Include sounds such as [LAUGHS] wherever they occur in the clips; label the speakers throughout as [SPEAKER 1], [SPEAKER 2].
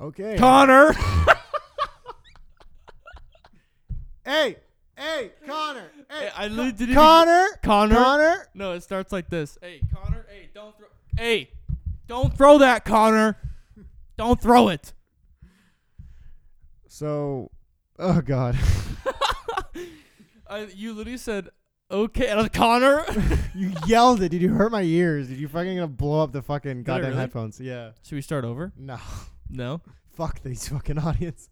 [SPEAKER 1] Okay.
[SPEAKER 2] Connor.
[SPEAKER 1] hey, hey, Connor. Hey,
[SPEAKER 2] I literally didn't even-
[SPEAKER 1] Connor.
[SPEAKER 2] Connor.
[SPEAKER 1] Connor.
[SPEAKER 2] No, it starts like this. Hey, Connor. Hey, don't throw. Hey, don't throw that, Connor. Don't throw it.
[SPEAKER 1] So, oh
[SPEAKER 2] [LAUGHS]
[SPEAKER 1] god,
[SPEAKER 2] I, you literally said, "Okay, and I was, Connor." [LAUGHS]
[SPEAKER 1] you yelled it. Did you hurt my ears? Did you fucking gonna blow up the fucking
[SPEAKER 2] I
[SPEAKER 1] goddamn
[SPEAKER 2] really?
[SPEAKER 1] headphones? Yeah.
[SPEAKER 2] Should we start over?
[SPEAKER 1] No.
[SPEAKER 2] No,
[SPEAKER 1] [LAUGHS] Fuck these fucking audience.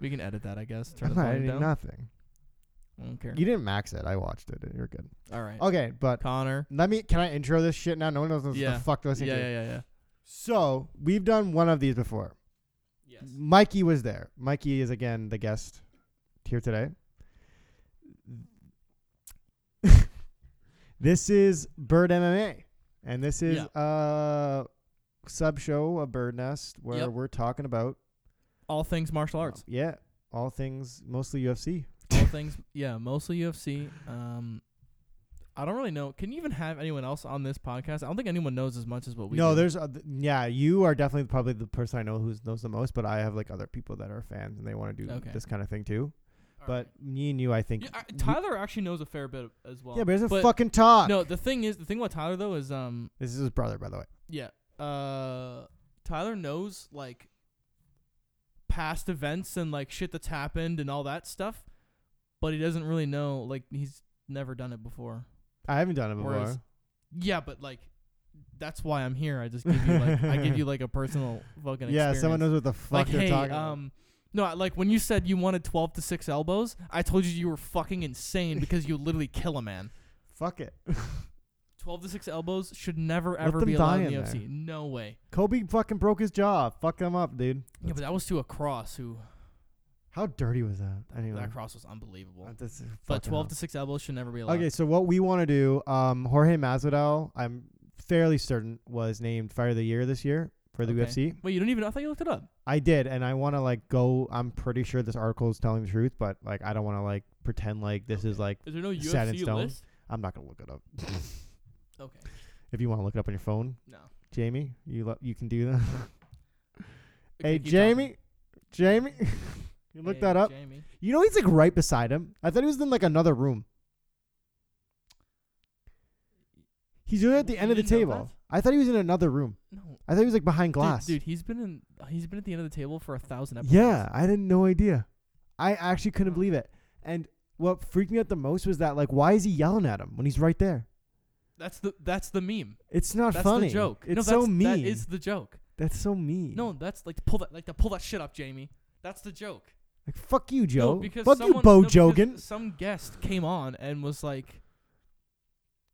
[SPEAKER 2] we can edit that, I guess.
[SPEAKER 1] [LAUGHS]
[SPEAKER 2] Turn
[SPEAKER 1] I'm
[SPEAKER 2] the
[SPEAKER 1] not
[SPEAKER 2] volume
[SPEAKER 1] editing
[SPEAKER 2] down.
[SPEAKER 1] nothing.
[SPEAKER 2] I don't care.
[SPEAKER 1] You Oh. didn't max it. I watched it. You're good.
[SPEAKER 2] All right,
[SPEAKER 1] Okay, but
[SPEAKER 2] Connor.
[SPEAKER 1] let me. Can I intro this shit now? No one knows what
[SPEAKER 2] Yeah.
[SPEAKER 1] the fuck to
[SPEAKER 2] Yeah,
[SPEAKER 1] listen
[SPEAKER 2] yeah,
[SPEAKER 1] to.
[SPEAKER 2] yeah, yeah.
[SPEAKER 1] So we've done one of these before.
[SPEAKER 2] Yes.
[SPEAKER 1] Mikey was there. Mikey is again the guest here today. [LAUGHS] this is Bird MMA, and this is
[SPEAKER 2] Yeah.
[SPEAKER 1] a sub show of Bird Nest where
[SPEAKER 2] Yep.
[SPEAKER 1] we're talking about um,
[SPEAKER 2] All things martial arts.
[SPEAKER 1] [LAUGHS] yeah all things mostly UFC.
[SPEAKER 2] all things yeah mostly ufc um i don't really know can you even have anyone else on this podcast i don't think anyone knows as much as what we
[SPEAKER 1] [LAUGHS] no,
[SPEAKER 2] do.
[SPEAKER 1] there's uh, yeah you are definitely probably the person I know who knows the most, but I have like other people that are fans and they want to do
[SPEAKER 2] Okay.
[SPEAKER 1] this kind of thing too.
[SPEAKER 2] All
[SPEAKER 1] But me and you, I
[SPEAKER 2] right.
[SPEAKER 1] think.
[SPEAKER 2] yeah, I-
[SPEAKER 1] we-
[SPEAKER 2] tyler actually knows a fair bit as well
[SPEAKER 1] yeah, but it's a
[SPEAKER 2] but-
[SPEAKER 1] fucking talk.
[SPEAKER 2] no the thing is the thing about tyler though is um
[SPEAKER 1] This is his brother, by the way.
[SPEAKER 2] yeah uh tyler knows like past events and like shit that's happened and all that stuff but he doesn't really know like he's never done it before
[SPEAKER 1] I haven't done it before.
[SPEAKER 2] Whereas- yeah but like that's why i'm here i just give you like i give you like a personal fucking
[SPEAKER 1] [LAUGHS] yeah,
[SPEAKER 2] experience.
[SPEAKER 1] someone knows what the fuck
[SPEAKER 2] [LAUGHS] like
[SPEAKER 1] they're
[SPEAKER 2] hey,
[SPEAKER 1] talking
[SPEAKER 2] um, no, I- like when you said you wanted twelve to six elbows, I told you you were fucking insane because you literally kill a man.
[SPEAKER 1] about. Fuck it. [LAUGHS]
[SPEAKER 2] Twelve to six elbows should never
[SPEAKER 1] Let
[SPEAKER 2] ever
[SPEAKER 1] them
[SPEAKER 2] be allowed in
[SPEAKER 1] die
[SPEAKER 2] the
[SPEAKER 1] in
[SPEAKER 2] UFC. No way.
[SPEAKER 1] Kobe fucking broke his jaw. Fuck him up, dude.
[SPEAKER 2] Yeah, but that was to a cross. Who
[SPEAKER 1] How dirty was that? Anyway.
[SPEAKER 2] that cross was unbelievable.
[SPEAKER 1] Uh, that's-
[SPEAKER 2] But
[SPEAKER 1] fucking
[SPEAKER 2] twelve
[SPEAKER 1] hell.
[SPEAKER 2] to six elbows should never be allowed.
[SPEAKER 1] Okay, so what we want to do, um, Jorge Masvidal, I'm fairly certain, was named Fighter of the Year this year for the
[SPEAKER 2] Okay.
[SPEAKER 1] UFC.
[SPEAKER 2] Wait, you don't even? I thought you looked it up.
[SPEAKER 1] I did, and I want to like go. I'm pretty sure this article is telling the truth, but like I don't want to like pretend like this is like
[SPEAKER 2] Is there no
[SPEAKER 1] Set in
[SPEAKER 2] UFC
[SPEAKER 1] stone.
[SPEAKER 2] list?
[SPEAKER 1] I'm not gonna look it up. [LAUGHS]
[SPEAKER 2] Okay,
[SPEAKER 1] if you want to look it up on your phone,
[SPEAKER 2] no.
[SPEAKER 1] Jamie, you lo- you can do that.
[SPEAKER 2] Okay,
[SPEAKER 1] Hey,
[SPEAKER 2] keep talking.
[SPEAKER 1] Jamie. Jamie. you look
[SPEAKER 2] Hey,
[SPEAKER 1] that up.
[SPEAKER 2] Jamie.
[SPEAKER 1] You know he's like right beside him. I thought he was in like another room. He's really at the
[SPEAKER 2] You
[SPEAKER 1] end of the
[SPEAKER 2] didn't know
[SPEAKER 1] table. I thought he was in another room.
[SPEAKER 2] No,
[SPEAKER 1] I thought he was like behind
[SPEAKER 2] Dude-
[SPEAKER 1] glass.
[SPEAKER 2] Dude, he's been in. He's been at the end of the table for a thousand episodes.
[SPEAKER 1] yeah, I had no idea. I actually couldn't
[SPEAKER 2] Wow.
[SPEAKER 1] believe it. And what freaked me out the most was that like why is he yelling at him when he's right there?
[SPEAKER 2] that's the that's the meme.
[SPEAKER 1] It's not
[SPEAKER 2] That's
[SPEAKER 1] funny.
[SPEAKER 2] the joke.
[SPEAKER 1] It's
[SPEAKER 2] no,
[SPEAKER 1] so
[SPEAKER 2] that's,
[SPEAKER 1] mean.
[SPEAKER 2] That is the joke.
[SPEAKER 1] That's so mean.
[SPEAKER 2] No, that's like to pull that like to pull that shit up, Jamie. That's the joke.
[SPEAKER 1] Like fuck you, Joe.
[SPEAKER 2] No, because
[SPEAKER 1] fuck
[SPEAKER 2] someone,
[SPEAKER 1] you, Bo
[SPEAKER 2] no, because
[SPEAKER 1] Jogan.
[SPEAKER 2] Some guest came on and was like,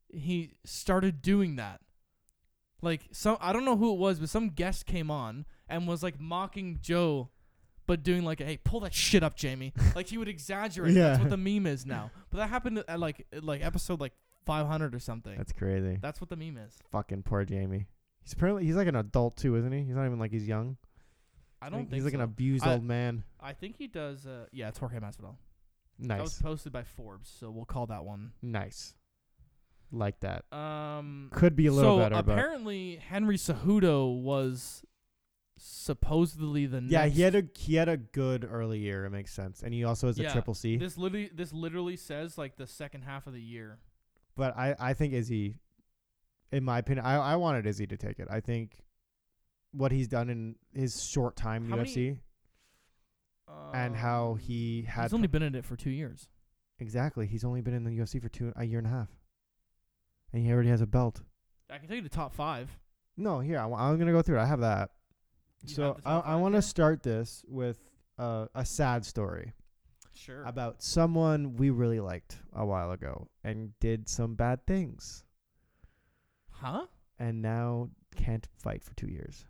[SPEAKER 2] he started doing that. Like some, I don't know who it was, but some guest came on and was like mocking Joe, but doing like, "Hey, pull that shit
[SPEAKER 1] [LAUGHS]
[SPEAKER 2] up, Jamie." like he would exaggerate. That's
[SPEAKER 1] Yeah.
[SPEAKER 2] what the meme is now. But that happened at like at, like episode like 500 or something.
[SPEAKER 1] That's crazy.
[SPEAKER 2] That's what the meme is.
[SPEAKER 1] Fucking poor Jamie. He's apparently he's like an adult too, isn't he? He's not even like he's young.
[SPEAKER 2] I don't think
[SPEAKER 1] he's like
[SPEAKER 2] so.
[SPEAKER 1] an abused
[SPEAKER 2] I-
[SPEAKER 1] old man.
[SPEAKER 2] I think he does. Uh, yeah, it's Jorge Masvidal. That was
[SPEAKER 1] Nice,
[SPEAKER 2] posted by Forbes, so we'll call that one.
[SPEAKER 1] nice, like that.
[SPEAKER 2] Um,
[SPEAKER 1] Could be a little
[SPEAKER 2] so
[SPEAKER 1] better, but
[SPEAKER 2] apparently Henry Cejudo was supposedly the
[SPEAKER 1] yeah,
[SPEAKER 2] next-
[SPEAKER 1] he had a he had a good early year. It makes sense, and he also has
[SPEAKER 2] Yeah,
[SPEAKER 1] a triple C.
[SPEAKER 2] This literally, this literally says like the second half of the year.
[SPEAKER 1] But I I think Izzy, in my opinion, I I wanted Izzy to take it. I think what he's done in his short time in
[SPEAKER 2] How many-
[SPEAKER 1] UFC and how
[SPEAKER 2] Um,
[SPEAKER 1] he had
[SPEAKER 2] he's only been in it for two years.
[SPEAKER 1] exactly he's only been in the UFC for two a year and a half, and he already has a belt.
[SPEAKER 2] I can tell you the top five.
[SPEAKER 1] No, here I, am gonna go through it. I have that.
[SPEAKER 2] You have
[SPEAKER 1] so
[SPEAKER 2] the
[SPEAKER 1] I,
[SPEAKER 2] top
[SPEAKER 1] I
[SPEAKER 2] five
[SPEAKER 1] want
[SPEAKER 2] here?
[SPEAKER 1] to start this with uh, a sad story
[SPEAKER 2] Sure.
[SPEAKER 1] about someone we really liked a while ago and did some bad things
[SPEAKER 2] huh?
[SPEAKER 1] and now can't fight for two years.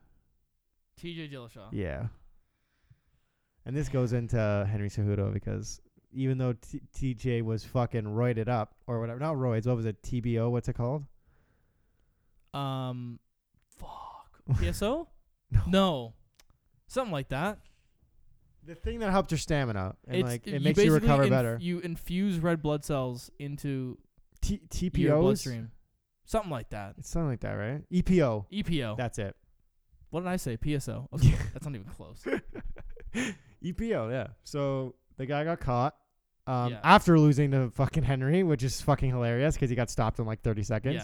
[SPEAKER 2] T.J. Dillashaw.
[SPEAKER 1] Yeah. And this [SIGHS] goes into Henry Cejudo because even though T- TJ was fucking roided up or whatever, not roids, what was it? TBO, what's it called?
[SPEAKER 2] Um,
[SPEAKER 1] [LAUGHS]
[SPEAKER 2] fuck. PSO?
[SPEAKER 1] No.
[SPEAKER 2] no, something like that.
[SPEAKER 1] The thing that helped your stamina and
[SPEAKER 2] It's-
[SPEAKER 1] like it makes you
[SPEAKER 2] basically
[SPEAKER 1] recover
[SPEAKER 2] inf-
[SPEAKER 1] better.
[SPEAKER 2] You infuse red blood cells into
[SPEAKER 1] T-
[SPEAKER 2] your
[SPEAKER 1] TPOs?
[SPEAKER 2] bloodstream, something like that. E
[SPEAKER 1] It's something like that, right? EPO.
[SPEAKER 2] EPO.
[SPEAKER 1] E That's it.
[SPEAKER 2] What did I
[SPEAKER 1] [LAUGHS]
[SPEAKER 2] say? PSO. Okay, that's not even close.
[SPEAKER 1] EPO, E yeah. So the guy got caught um,
[SPEAKER 2] Yeah.
[SPEAKER 1] after losing to fucking Henry, which is fucking hilarious because he got stopped in like 30 seconds.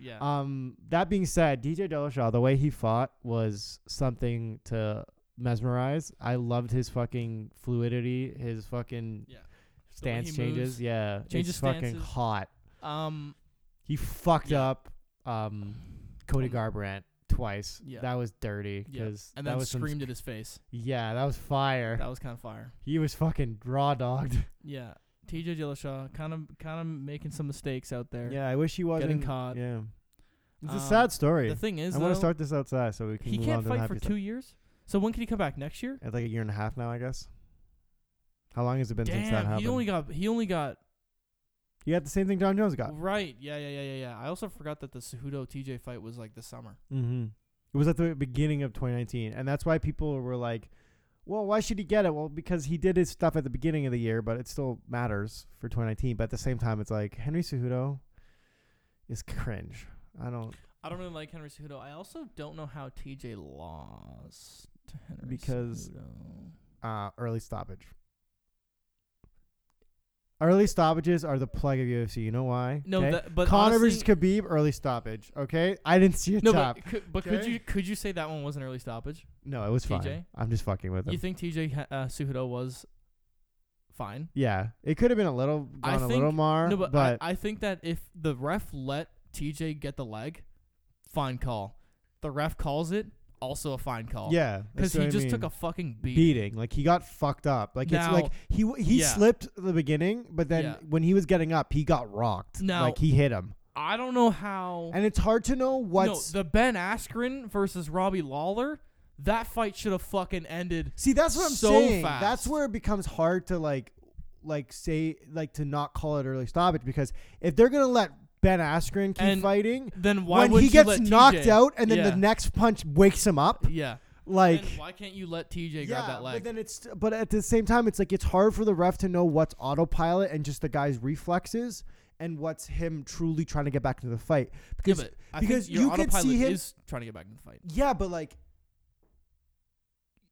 [SPEAKER 2] Yeah, yeah.
[SPEAKER 1] Um, that being said, DJ Dillashaw, the way he fought was something to mesmerize. I loved his fucking fluidity, his fucking
[SPEAKER 2] Yeah. The way
[SPEAKER 1] stance
[SPEAKER 2] he
[SPEAKER 1] changes.
[SPEAKER 2] moves.
[SPEAKER 1] Yeah,
[SPEAKER 2] Changes
[SPEAKER 1] it's fucking
[SPEAKER 2] stances.
[SPEAKER 1] hot.
[SPEAKER 2] um,
[SPEAKER 1] He fucked
[SPEAKER 2] Yeah.
[SPEAKER 1] up um, Cody
[SPEAKER 2] Um,
[SPEAKER 1] Garbrandt twice.
[SPEAKER 2] yeah.
[SPEAKER 1] That was dirty
[SPEAKER 2] Yeah.
[SPEAKER 1] because
[SPEAKER 2] and
[SPEAKER 1] that
[SPEAKER 2] then
[SPEAKER 1] was some-
[SPEAKER 2] screamed at his face.
[SPEAKER 1] yeah, that was fire.
[SPEAKER 2] That was kind of fire.
[SPEAKER 1] he was fucking raw dogged.
[SPEAKER 2] Yeah. T.J. Dillashaw kind of kind of making some mistakes out there.
[SPEAKER 1] yeah, I wish he wasn't
[SPEAKER 2] caught.
[SPEAKER 1] Yeah, it's a
[SPEAKER 2] Um,
[SPEAKER 1] sad story.
[SPEAKER 2] The thing is,
[SPEAKER 1] I want to
[SPEAKER 2] though,
[SPEAKER 1] start this outside so we can.
[SPEAKER 2] he
[SPEAKER 1] move on
[SPEAKER 2] can't
[SPEAKER 1] to the
[SPEAKER 2] fight for
[SPEAKER 1] happy
[SPEAKER 2] two years. So when can he come back next year?
[SPEAKER 1] It's like a year and a half now, I guess. How long has it been since that
[SPEAKER 2] Damn,
[SPEAKER 1] happened?
[SPEAKER 2] he only got he only got
[SPEAKER 1] you got the same thing John Jones got.
[SPEAKER 2] right. Yeah, yeah, yeah, yeah, yeah. I also forgot that the Cejudo TJ fight was like this summer.
[SPEAKER 1] Mm-hmm. It was at the beginning of 2019, and that's why people were like, "Well, why should he get it?" Well, because he did his stuff at the beginning of the year, but it still matters for 2019. But at the same time, it's like Henry Cejudo is cringe. I don't
[SPEAKER 2] I don't really like Henry Cejudo. I also don't know how TJ lost to Henry
[SPEAKER 1] Because-
[SPEAKER 2] Cejudo.
[SPEAKER 1] uh, early stoppage. Early stoppages are the plague of UFC. You know why?
[SPEAKER 2] no,
[SPEAKER 1] okay?
[SPEAKER 2] that, but
[SPEAKER 1] Conor
[SPEAKER 2] honestly,
[SPEAKER 1] versus Khabib early stoppage. Okay, I didn't [LAUGHS] see a
[SPEAKER 2] no,
[SPEAKER 1] top.
[SPEAKER 2] but, could, but could
[SPEAKER 1] okay?
[SPEAKER 2] you could you say that one was an early stoppage?
[SPEAKER 1] No, it was fine.
[SPEAKER 2] TJ?
[SPEAKER 1] I'm just fucking with him.
[SPEAKER 2] You think TJ ha- uh, Cejudo was fine?
[SPEAKER 1] yeah, it could have been a little
[SPEAKER 2] I
[SPEAKER 1] gone a
[SPEAKER 2] think-
[SPEAKER 1] little more,
[SPEAKER 2] No,
[SPEAKER 1] Uh, but,
[SPEAKER 2] but, I, I think that if the ref let TJ get the leg, fine call. The ref calls it, also a fine call.
[SPEAKER 1] yeah, that's
[SPEAKER 2] because he
[SPEAKER 1] what I
[SPEAKER 2] just took
[SPEAKER 1] mean.
[SPEAKER 2] a fucking beat.
[SPEAKER 1] beating. Like he got fucked up. Like
[SPEAKER 2] Now-
[SPEAKER 1] it's like he w- he
[SPEAKER 2] yeah.
[SPEAKER 1] slipped at the beginning, but then
[SPEAKER 2] Yeah.
[SPEAKER 1] when he was getting up, he got rocked.
[SPEAKER 2] Now-
[SPEAKER 1] like he hit him,
[SPEAKER 2] I don't know how.
[SPEAKER 1] and it's hard to know what's.
[SPEAKER 2] no, the Ben Askren versus Robbie Lawler, that fight should have fucking ended.
[SPEAKER 1] See, that's what I'm
[SPEAKER 2] so
[SPEAKER 1] saying.
[SPEAKER 2] fast.
[SPEAKER 1] That's where it becomes hard to like, like say like to not call it early stoppage because if they're gonna let Ben Askren keep
[SPEAKER 2] And
[SPEAKER 1] fighting,
[SPEAKER 2] Then why
[SPEAKER 1] when
[SPEAKER 2] would
[SPEAKER 1] he
[SPEAKER 2] you
[SPEAKER 1] gets
[SPEAKER 2] let
[SPEAKER 1] knocked
[SPEAKER 2] TJ?
[SPEAKER 1] out and then
[SPEAKER 2] Yeah.
[SPEAKER 1] the next punch wakes him up,
[SPEAKER 2] Yeah.
[SPEAKER 1] like.
[SPEAKER 2] then why can't you let TJ grab that
[SPEAKER 1] but
[SPEAKER 2] leg?
[SPEAKER 1] then it's but at the same time, it's like it's hard for the ref to know what's autopilot and just the guy's reflexes and what's him truly trying to get back into the fight.
[SPEAKER 2] yeah,
[SPEAKER 1] Because
[SPEAKER 2] but I
[SPEAKER 1] because
[SPEAKER 2] think your
[SPEAKER 1] you could
[SPEAKER 2] autopilot
[SPEAKER 1] see him-
[SPEAKER 2] is trying to get back in the fight.
[SPEAKER 1] yeah, but like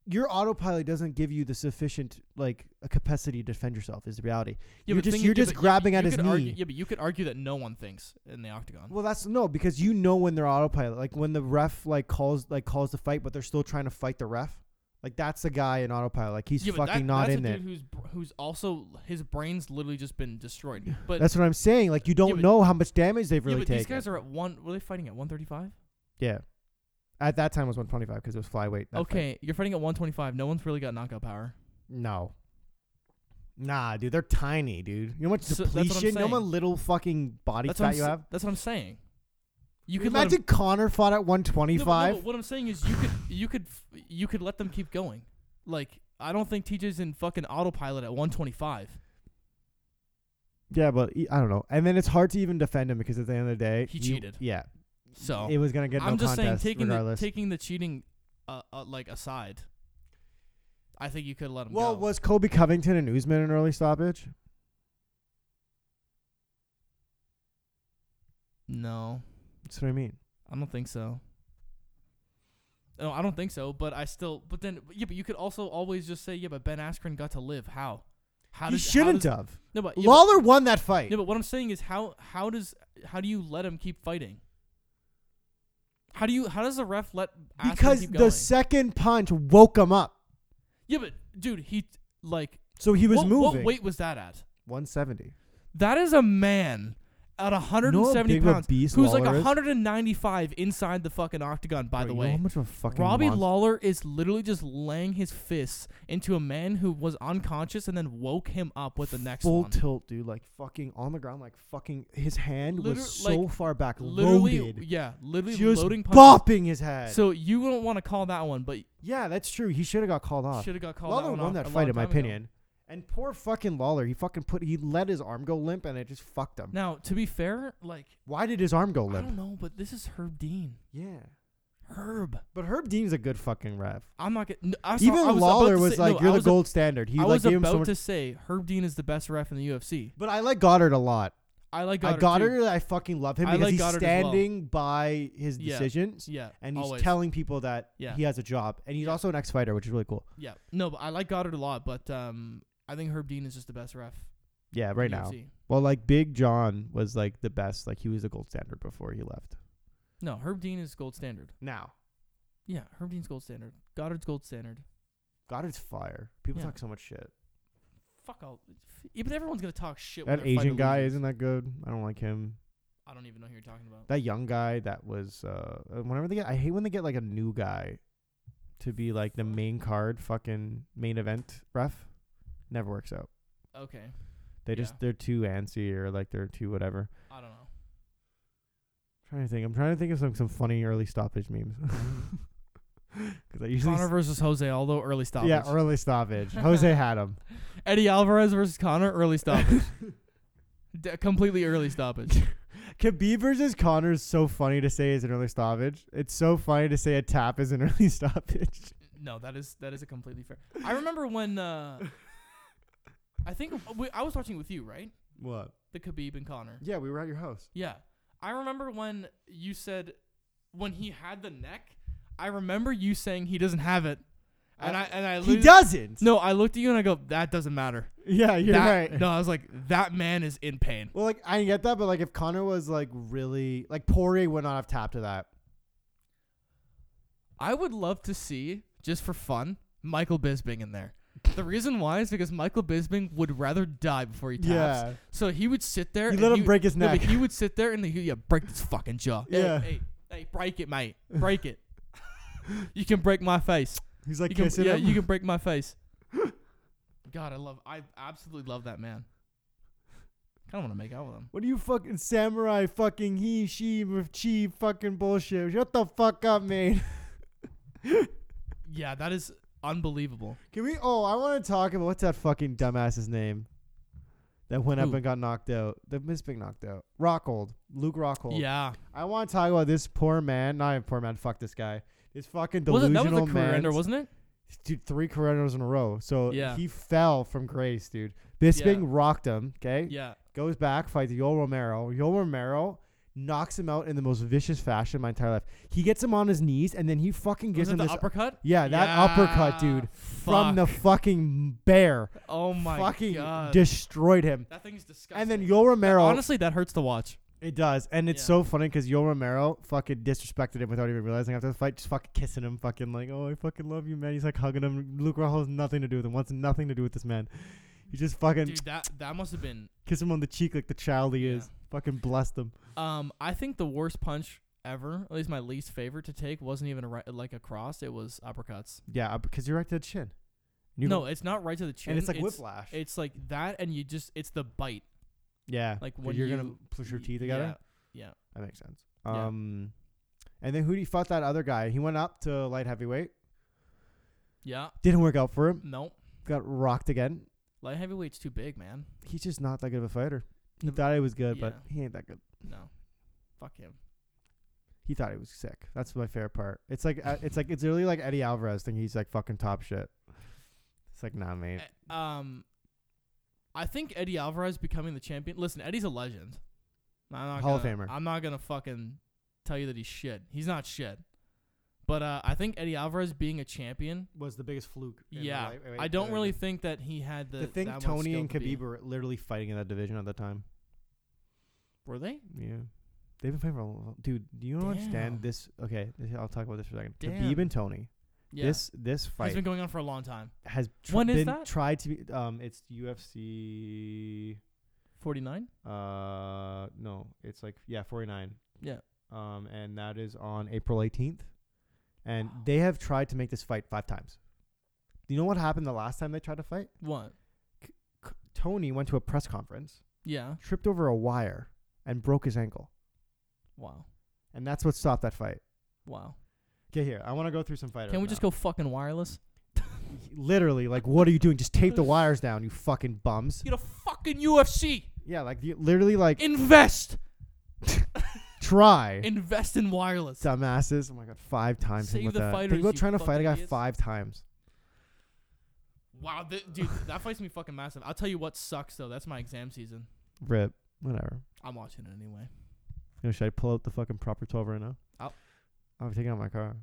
[SPEAKER 1] your autopilot doesn't give you the sufficient like a capacity to defend yourself is the reality.
[SPEAKER 2] Yeah,
[SPEAKER 1] You're
[SPEAKER 2] but the
[SPEAKER 1] just-
[SPEAKER 2] thing
[SPEAKER 1] you're
[SPEAKER 2] is- yeah,
[SPEAKER 1] just
[SPEAKER 2] but you-
[SPEAKER 1] grabbing
[SPEAKER 2] you
[SPEAKER 1] at his
[SPEAKER 2] could argue-
[SPEAKER 1] knee.
[SPEAKER 2] yeah, but you could argue that no one thinks in the octagon.
[SPEAKER 1] Well, that's no because you know when they're autopilot, like when the ref like calls like calls the fight, but they're still trying to fight the ref. Like that's a guy in autopilot. Like he's
[SPEAKER 2] yeah, but
[SPEAKER 1] fucking
[SPEAKER 2] that,
[SPEAKER 1] not
[SPEAKER 2] that's
[SPEAKER 1] in
[SPEAKER 2] a
[SPEAKER 1] it.
[SPEAKER 2] dude who's br- who's also his brain's literally just been destroyed. But
[SPEAKER 1] That's what I'm saying. Like you don't
[SPEAKER 2] but-
[SPEAKER 1] know how much damage they've
[SPEAKER 2] yeah,
[SPEAKER 1] really
[SPEAKER 2] but
[SPEAKER 1] taken.
[SPEAKER 2] these guys are at one. Were they fighting at 135?
[SPEAKER 1] Yeah. At that time it was 125 because it was flyweight. that fight.
[SPEAKER 2] Okay, you're fighting at 125. No one's really got knockout power.
[SPEAKER 1] No. Nah, dude, they're tiny, dude. You know how much
[SPEAKER 2] So that's what I'm
[SPEAKER 1] depletion? You know how much
[SPEAKER 2] saying.
[SPEAKER 1] little fucking body
[SPEAKER 2] That's what, I'm
[SPEAKER 1] fat you
[SPEAKER 2] sa-
[SPEAKER 1] have?
[SPEAKER 2] that's what I'm saying. You could let 'em-
[SPEAKER 1] imagine Connor fought at
[SPEAKER 2] No, but- no,
[SPEAKER 1] 125.
[SPEAKER 2] but what I'm saying is you could you could f- you could let them keep going. Like I don't think TJ's in fucking autopilot at 125.
[SPEAKER 1] yeah, but he- I don't know. And then it's hard to even defend him because at the end of the day,
[SPEAKER 2] He
[SPEAKER 1] you-
[SPEAKER 2] cheated.
[SPEAKER 1] Yeah.
[SPEAKER 2] So
[SPEAKER 1] It was gonna get no
[SPEAKER 2] I'm just saying
[SPEAKER 1] contest
[SPEAKER 2] taking the,
[SPEAKER 1] regardless.
[SPEAKER 2] taking the cheating uh, uh, like aside. I think you could let him
[SPEAKER 1] well,
[SPEAKER 2] go.
[SPEAKER 1] was Colby Covington and Usman an early stoppage?
[SPEAKER 2] no,
[SPEAKER 1] That's what I mean.
[SPEAKER 2] I don't think so. No, I don't think so. But I still. But then, yeah. But you could also always just say, yeah. But Ben Askren got to live. How? How
[SPEAKER 1] he
[SPEAKER 2] does- how
[SPEAKER 1] shouldn't
[SPEAKER 2] does-
[SPEAKER 1] have.
[SPEAKER 2] No, but yeah, but-
[SPEAKER 1] Lawler won that fight.
[SPEAKER 2] No, but what I'm saying is how how does how do you let him keep fighting? How do you how does the ref let Aspen
[SPEAKER 1] because
[SPEAKER 2] keep
[SPEAKER 1] the
[SPEAKER 2] going?
[SPEAKER 1] second punch woke him up.
[SPEAKER 2] yeah, but dude, he like
[SPEAKER 1] So he was
[SPEAKER 2] what,
[SPEAKER 1] moving.
[SPEAKER 2] what weight was that at?
[SPEAKER 1] 170.
[SPEAKER 2] That is a man at 170
[SPEAKER 1] big of a
[SPEAKER 2] pounds
[SPEAKER 1] beast
[SPEAKER 2] who's like
[SPEAKER 1] Lawler is.
[SPEAKER 2] 195 inside the fucking octagon. By
[SPEAKER 1] Bro, you
[SPEAKER 2] the
[SPEAKER 1] know how
[SPEAKER 2] way,
[SPEAKER 1] much of a fucking
[SPEAKER 2] Robbie
[SPEAKER 1] monster-
[SPEAKER 2] Lawler is literally just laying his fists into a man who was unconscious and then woke him up with the next
[SPEAKER 1] full
[SPEAKER 2] one.
[SPEAKER 1] tilt, dude, like fucking on the ground, like fucking his hand
[SPEAKER 2] Liter-
[SPEAKER 1] was so
[SPEAKER 2] like,
[SPEAKER 1] far back,
[SPEAKER 2] literally,
[SPEAKER 1] loaded,
[SPEAKER 2] yeah, literally
[SPEAKER 1] just
[SPEAKER 2] loading punches.
[SPEAKER 1] bopping his head.
[SPEAKER 2] So you don't want to call that one, but
[SPEAKER 1] yeah, that's true. He should have got called off.
[SPEAKER 2] Should have got called
[SPEAKER 1] Lawler
[SPEAKER 2] that one
[SPEAKER 1] won
[SPEAKER 2] off
[SPEAKER 1] that
[SPEAKER 2] a
[SPEAKER 1] fight,
[SPEAKER 2] long
[SPEAKER 1] in my
[SPEAKER 2] time ago.
[SPEAKER 1] opinion. And poor fucking Lawler, he fucking put he let his arm go limp, and it just fucked him.
[SPEAKER 2] Now, to be fair, like
[SPEAKER 1] Why did his arm go
[SPEAKER 2] I
[SPEAKER 1] limp?
[SPEAKER 2] don't know, but this is Herb Dean.
[SPEAKER 1] Yeah,
[SPEAKER 2] Herb,
[SPEAKER 1] but Herb Dean's a good fucking ref.
[SPEAKER 2] I'm not getting. I saw,
[SPEAKER 1] Even
[SPEAKER 2] I was
[SPEAKER 1] Lawler
[SPEAKER 2] about to
[SPEAKER 1] was
[SPEAKER 2] say,
[SPEAKER 1] like,
[SPEAKER 2] no, I
[SPEAKER 1] "You're the
[SPEAKER 2] was a-
[SPEAKER 1] gold standard." He
[SPEAKER 2] I
[SPEAKER 1] like
[SPEAKER 2] was
[SPEAKER 1] gave him
[SPEAKER 2] about
[SPEAKER 1] so much.
[SPEAKER 2] to say Herb Dean is the best ref in the UFC.
[SPEAKER 1] But I like Goddard a lot.
[SPEAKER 2] I like
[SPEAKER 1] I
[SPEAKER 2] Goddard.
[SPEAKER 1] got
[SPEAKER 2] too.
[SPEAKER 1] her. I fucking love him
[SPEAKER 2] I
[SPEAKER 1] because
[SPEAKER 2] like
[SPEAKER 1] he's
[SPEAKER 2] Goddard as well.
[SPEAKER 1] standing by his
[SPEAKER 2] Yeah.
[SPEAKER 1] decisions
[SPEAKER 2] Yeah,
[SPEAKER 1] and he's
[SPEAKER 2] always.
[SPEAKER 1] telling people that
[SPEAKER 2] Yeah.
[SPEAKER 1] he has a job and he's
[SPEAKER 2] Yeah.
[SPEAKER 1] also an ex-fighter, which is really cool.
[SPEAKER 2] Yeah, no, but I like Goddard a lot. But um, I think Herb Dean is just the best ref
[SPEAKER 1] Yeah,
[SPEAKER 2] in
[SPEAKER 1] right now.
[SPEAKER 2] UFC.
[SPEAKER 1] Well, like Big John was like the best. Like he was the gold standard before he left.
[SPEAKER 2] No, Herb Dean is gold standard.
[SPEAKER 1] Now
[SPEAKER 2] Yeah, Herb Dean's gold standard. Goddard's gold standard.
[SPEAKER 1] Goddard's fire. People
[SPEAKER 2] Yeah.
[SPEAKER 1] talk so much shit.
[SPEAKER 2] Fuck all. Yeah, but everyone's gonna talk shit. when
[SPEAKER 1] That
[SPEAKER 2] their fighter
[SPEAKER 1] Asian guy
[SPEAKER 2] loses.
[SPEAKER 1] isn't that good. I don't like him.
[SPEAKER 2] I don't even know who you're talking about.
[SPEAKER 1] That young guy that was. Uh, whenever they get, I hate when they get like a new guy to be like the main card, fucking main event ref. Never works out.
[SPEAKER 2] okay,
[SPEAKER 1] They
[SPEAKER 2] Yeah.
[SPEAKER 1] just they're too antsy or like they're too whatever.
[SPEAKER 2] I don't know.
[SPEAKER 1] trying to think. I'm trying to think of some some funny early stoppage memes. [LAUGHS] Because I usually
[SPEAKER 2] Connor
[SPEAKER 1] s-
[SPEAKER 2] versus Jose, although early stoppage.
[SPEAKER 1] yeah early stoppage. Jose had [LAUGHS] him.
[SPEAKER 2] Eddie Alvarez versus Connor,
[SPEAKER 1] [LAUGHS]
[SPEAKER 2] early stoppage. D- completely early stoppage.
[SPEAKER 1] Khabib versus Connor is so funny to say is an early stoppage. It's so funny to say a tap is an [LAUGHS] early stoppage.
[SPEAKER 2] no, that is that is a completely fair. I remember when uh, I think we, I was watching with you, right?
[SPEAKER 1] What?
[SPEAKER 2] The Khabib and Connor.
[SPEAKER 1] Yeah, we were at your house.
[SPEAKER 2] Yeah. I remember when you said when he had the neck, I remember you saying he doesn't have it. And I, and I
[SPEAKER 1] He
[SPEAKER 2] literally-
[SPEAKER 1] doesn't.
[SPEAKER 2] No, I looked at you and I go, that doesn't matter.
[SPEAKER 1] Yeah, you're
[SPEAKER 2] That-
[SPEAKER 1] right.
[SPEAKER 2] No, I was like, that man is in pain.
[SPEAKER 1] Well, like I get that, but like if Connor was like really like Poirier would not have tapped to that.
[SPEAKER 2] I would love to see, just for fun, Michael Bisping in there. The reason why is because Michael Bisping would rather die before he taps.
[SPEAKER 1] Yeah.
[SPEAKER 2] So he would sit there.
[SPEAKER 1] You
[SPEAKER 2] and
[SPEAKER 1] let him
[SPEAKER 2] he-
[SPEAKER 1] break his
[SPEAKER 2] no, but
[SPEAKER 1] neck.
[SPEAKER 2] he would sit there and he yeah break this fucking jaw. Hey,
[SPEAKER 1] Yeah.
[SPEAKER 2] Hey, hey, break it, mate.
[SPEAKER 1] [LAUGHS]
[SPEAKER 2] Break it. you can break my face.
[SPEAKER 1] He's like
[SPEAKER 2] you can,
[SPEAKER 1] kissing
[SPEAKER 2] yeah,
[SPEAKER 1] him.
[SPEAKER 2] you can break
[SPEAKER 1] [LAUGHS]
[SPEAKER 2] my face. God, I love, I absolutely love that man. Kind of want to make out with him.
[SPEAKER 1] What are you fucking samurai fucking he, she, with chi fucking bullshit? Shut the fuck up, man. [LAUGHS]
[SPEAKER 2] Yeah, that is unbelievable.
[SPEAKER 1] Can we? Oh, I want to talk about what's that fucking dumbass's name that went up
[SPEAKER 2] Who?
[SPEAKER 1] and got knocked out? The miss being knocked out. Rockhold. Luke Rockhold.
[SPEAKER 2] Yeah,
[SPEAKER 1] I want to talk about this poor man. Not even poor man. Fuck this guy. This fucking
[SPEAKER 2] was it,
[SPEAKER 1] delusional
[SPEAKER 2] that was a career
[SPEAKER 1] man.
[SPEAKER 2] ender, wasn't it?
[SPEAKER 1] dude, three coronas in a row. So
[SPEAKER 2] Yeah.
[SPEAKER 1] he fell from grace, dude. Bisping
[SPEAKER 2] Yeah.
[SPEAKER 1] rocked him. Okay.
[SPEAKER 2] Yeah,
[SPEAKER 1] goes back, fights Yoel Romero. Yoel Romero knocks him out in the most vicious fashion of my entire life. He gets him on his knees, and then he fucking
[SPEAKER 2] was
[SPEAKER 1] gives
[SPEAKER 2] it
[SPEAKER 1] him
[SPEAKER 2] the
[SPEAKER 1] this.
[SPEAKER 2] uppercut?
[SPEAKER 1] yeah, that
[SPEAKER 2] Yeah,
[SPEAKER 1] uppercut, dude, from the fucking bear,
[SPEAKER 2] Oh my
[SPEAKER 1] fucking
[SPEAKER 2] god,
[SPEAKER 1] destroyed him.
[SPEAKER 2] that thing's disgusting.
[SPEAKER 1] And then Yoel Romero,
[SPEAKER 2] honestly, that hurts to watch.
[SPEAKER 1] it does, and it's
[SPEAKER 2] Yeah.
[SPEAKER 1] so funny because Yoel Romero fucking disrespected him without even realizing after the fight, just fucking kissing him, fucking like, oh, I fucking love you, man. He's like hugging him. Luke Rojo has nothing to do with him. Wants nothing to do with this man. He just fucking
[SPEAKER 2] Dude, that that must have been.
[SPEAKER 1] kiss him on the cheek like the child he
[SPEAKER 2] Yeah.
[SPEAKER 1] is. Fucking blessed him.
[SPEAKER 2] Um, I think the worst punch ever, at least my least favorite to take, wasn't even a right, like a cross. It was uppercuts.
[SPEAKER 1] Yeah, uh, because you're right to the chin. You-
[SPEAKER 2] no, it's not right to the chin.
[SPEAKER 1] and it's like whiplash.
[SPEAKER 2] It's like that, and you just it's the bite.
[SPEAKER 1] yeah,
[SPEAKER 2] like
[SPEAKER 1] so
[SPEAKER 2] when
[SPEAKER 1] you're gonna
[SPEAKER 2] you-
[SPEAKER 1] push your
[SPEAKER 2] y-
[SPEAKER 1] teeth together.
[SPEAKER 2] Yeah,
[SPEAKER 1] That makes sense.
[SPEAKER 2] Yeah.
[SPEAKER 1] Um, and then Hootie fought that other guy. He went up to light heavyweight.
[SPEAKER 2] yeah.
[SPEAKER 1] Didn't work out for him.
[SPEAKER 2] No,
[SPEAKER 1] Got rocked again.
[SPEAKER 2] light heavyweight's too big, man.
[SPEAKER 1] He's just not that good of a fighter. He
[SPEAKER 2] The-
[SPEAKER 1] thought he was good, but
[SPEAKER 2] yeah.
[SPEAKER 1] he ain't that good.
[SPEAKER 2] No, fuck him.
[SPEAKER 1] He thought he was sick. That's my favorite part. It's like uh, it's like it's really like Eddie Alvarez thinking he's like fucking top shit. It's like nah, mate.
[SPEAKER 2] Eh, Um, I think Eddie Alvarez becoming the champion. Listen, Eddie's a legend. I'm not
[SPEAKER 1] Hall of
[SPEAKER 2] gonna-
[SPEAKER 1] Famer.
[SPEAKER 2] I'm not gonna fucking tell you that he's shit. He's not shit. But uh, I think Eddie Alvarez being a champion.
[SPEAKER 1] Was the biggest fluke.
[SPEAKER 2] Yeah, I don't really think that he had the.
[SPEAKER 1] I think
[SPEAKER 2] that much
[SPEAKER 1] um, Tony
[SPEAKER 2] skill
[SPEAKER 1] and
[SPEAKER 2] to be-
[SPEAKER 1] Khabib were literally fighting in that division at the time.
[SPEAKER 2] were they?
[SPEAKER 1] Yeah. They've been fighting for a long Dude, do you don't
[SPEAKER 2] Damn.
[SPEAKER 1] understand this? Okay, this, I'll talk about this for a second.
[SPEAKER 2] Damn.
[SPEAKER 1] Khabib and Tony.
[SPEAKER 2] Yeah,
[SPEAKER 1] This this
[SPEAKER 2] has
[SPEAKER 1] fight
[SPEAKER 2] been going on for a long time.
[SPEAKER 1] has tr-
[SPEAKER 2] When is
[SPEAKER 1] been
[SPEAKER 2] that?
[SPEAKER 1] tried to be. Um, it's UFC.
[SPEAKER 2] Forty nine.
[SPEAKER 1] Uh, no, it's like yeah, forty nine.
[SPEAKER 2] Yeah.
[SPEAKER 1] Um, and that is on April eighteenth, and
[SPEAKER 2] Wow.
[SPEAKER 1] they have tried to make this fight five times. Do you know what happened the last time they tried to fight?
[SPEAKER 2] What?
[SPEAKER 1] C- Tony went to a press conference,
[SPEAKER 2] Yeah.
[SPEAKER 1] tripped over a wire, and broke his ankle,
[SPEAKER 2] Wow.
[SPEAKER 1] and that's what stopped that fight.
[SPEAKER 2] Wow.
[SPEAKER 1] Okay, here. I want to go through some fighters.
[SPEAKER 2] Can we just go fucking wireless?
[SPEAKER 1] Literally, like, what are you doing? Just tape the wires down, you fucking bums.
[SPEAKER 2] Get a fucking UFC.
[SPEAKER 1] Yeah, like, you literally, like,
[SPEAKER 2] Invest.
[SPEAKER 1] try.
[SPEAKER 2] Invest in wireless.
[SPEAKER 1] Dumbasses. Oh my god, five times. Think
[SPEAKER 2] Save
[SPEAKER 1] about
[SPEAKER 2] the
[SPEAKER 1] that.
[SPEAKER 2] fighters,
[SPEAKER 1] Think about
[SPEAKER 2] you
[SPEAKER 1] trying to fight a
[SPEAKER 2] fucking
[SPEAKER 1] guy
[SPEAKER 2] idiots.
[SPEAKER 1] five times.
[SPEAKER 2] Wow, th- dude, that fight's gonna be fucking massive. I'll tell you what sucks though. That's my exam season.
[SPEAKER 1] Rip. Whatever.
[SPEAKER 2] I'm watching it anyway.
[SPEAKER 1] You know, should I pull out the fucking proper 12 right now?
[SPEAKER 2] I'll-
[SPEAKER 1] I'm taking out my car.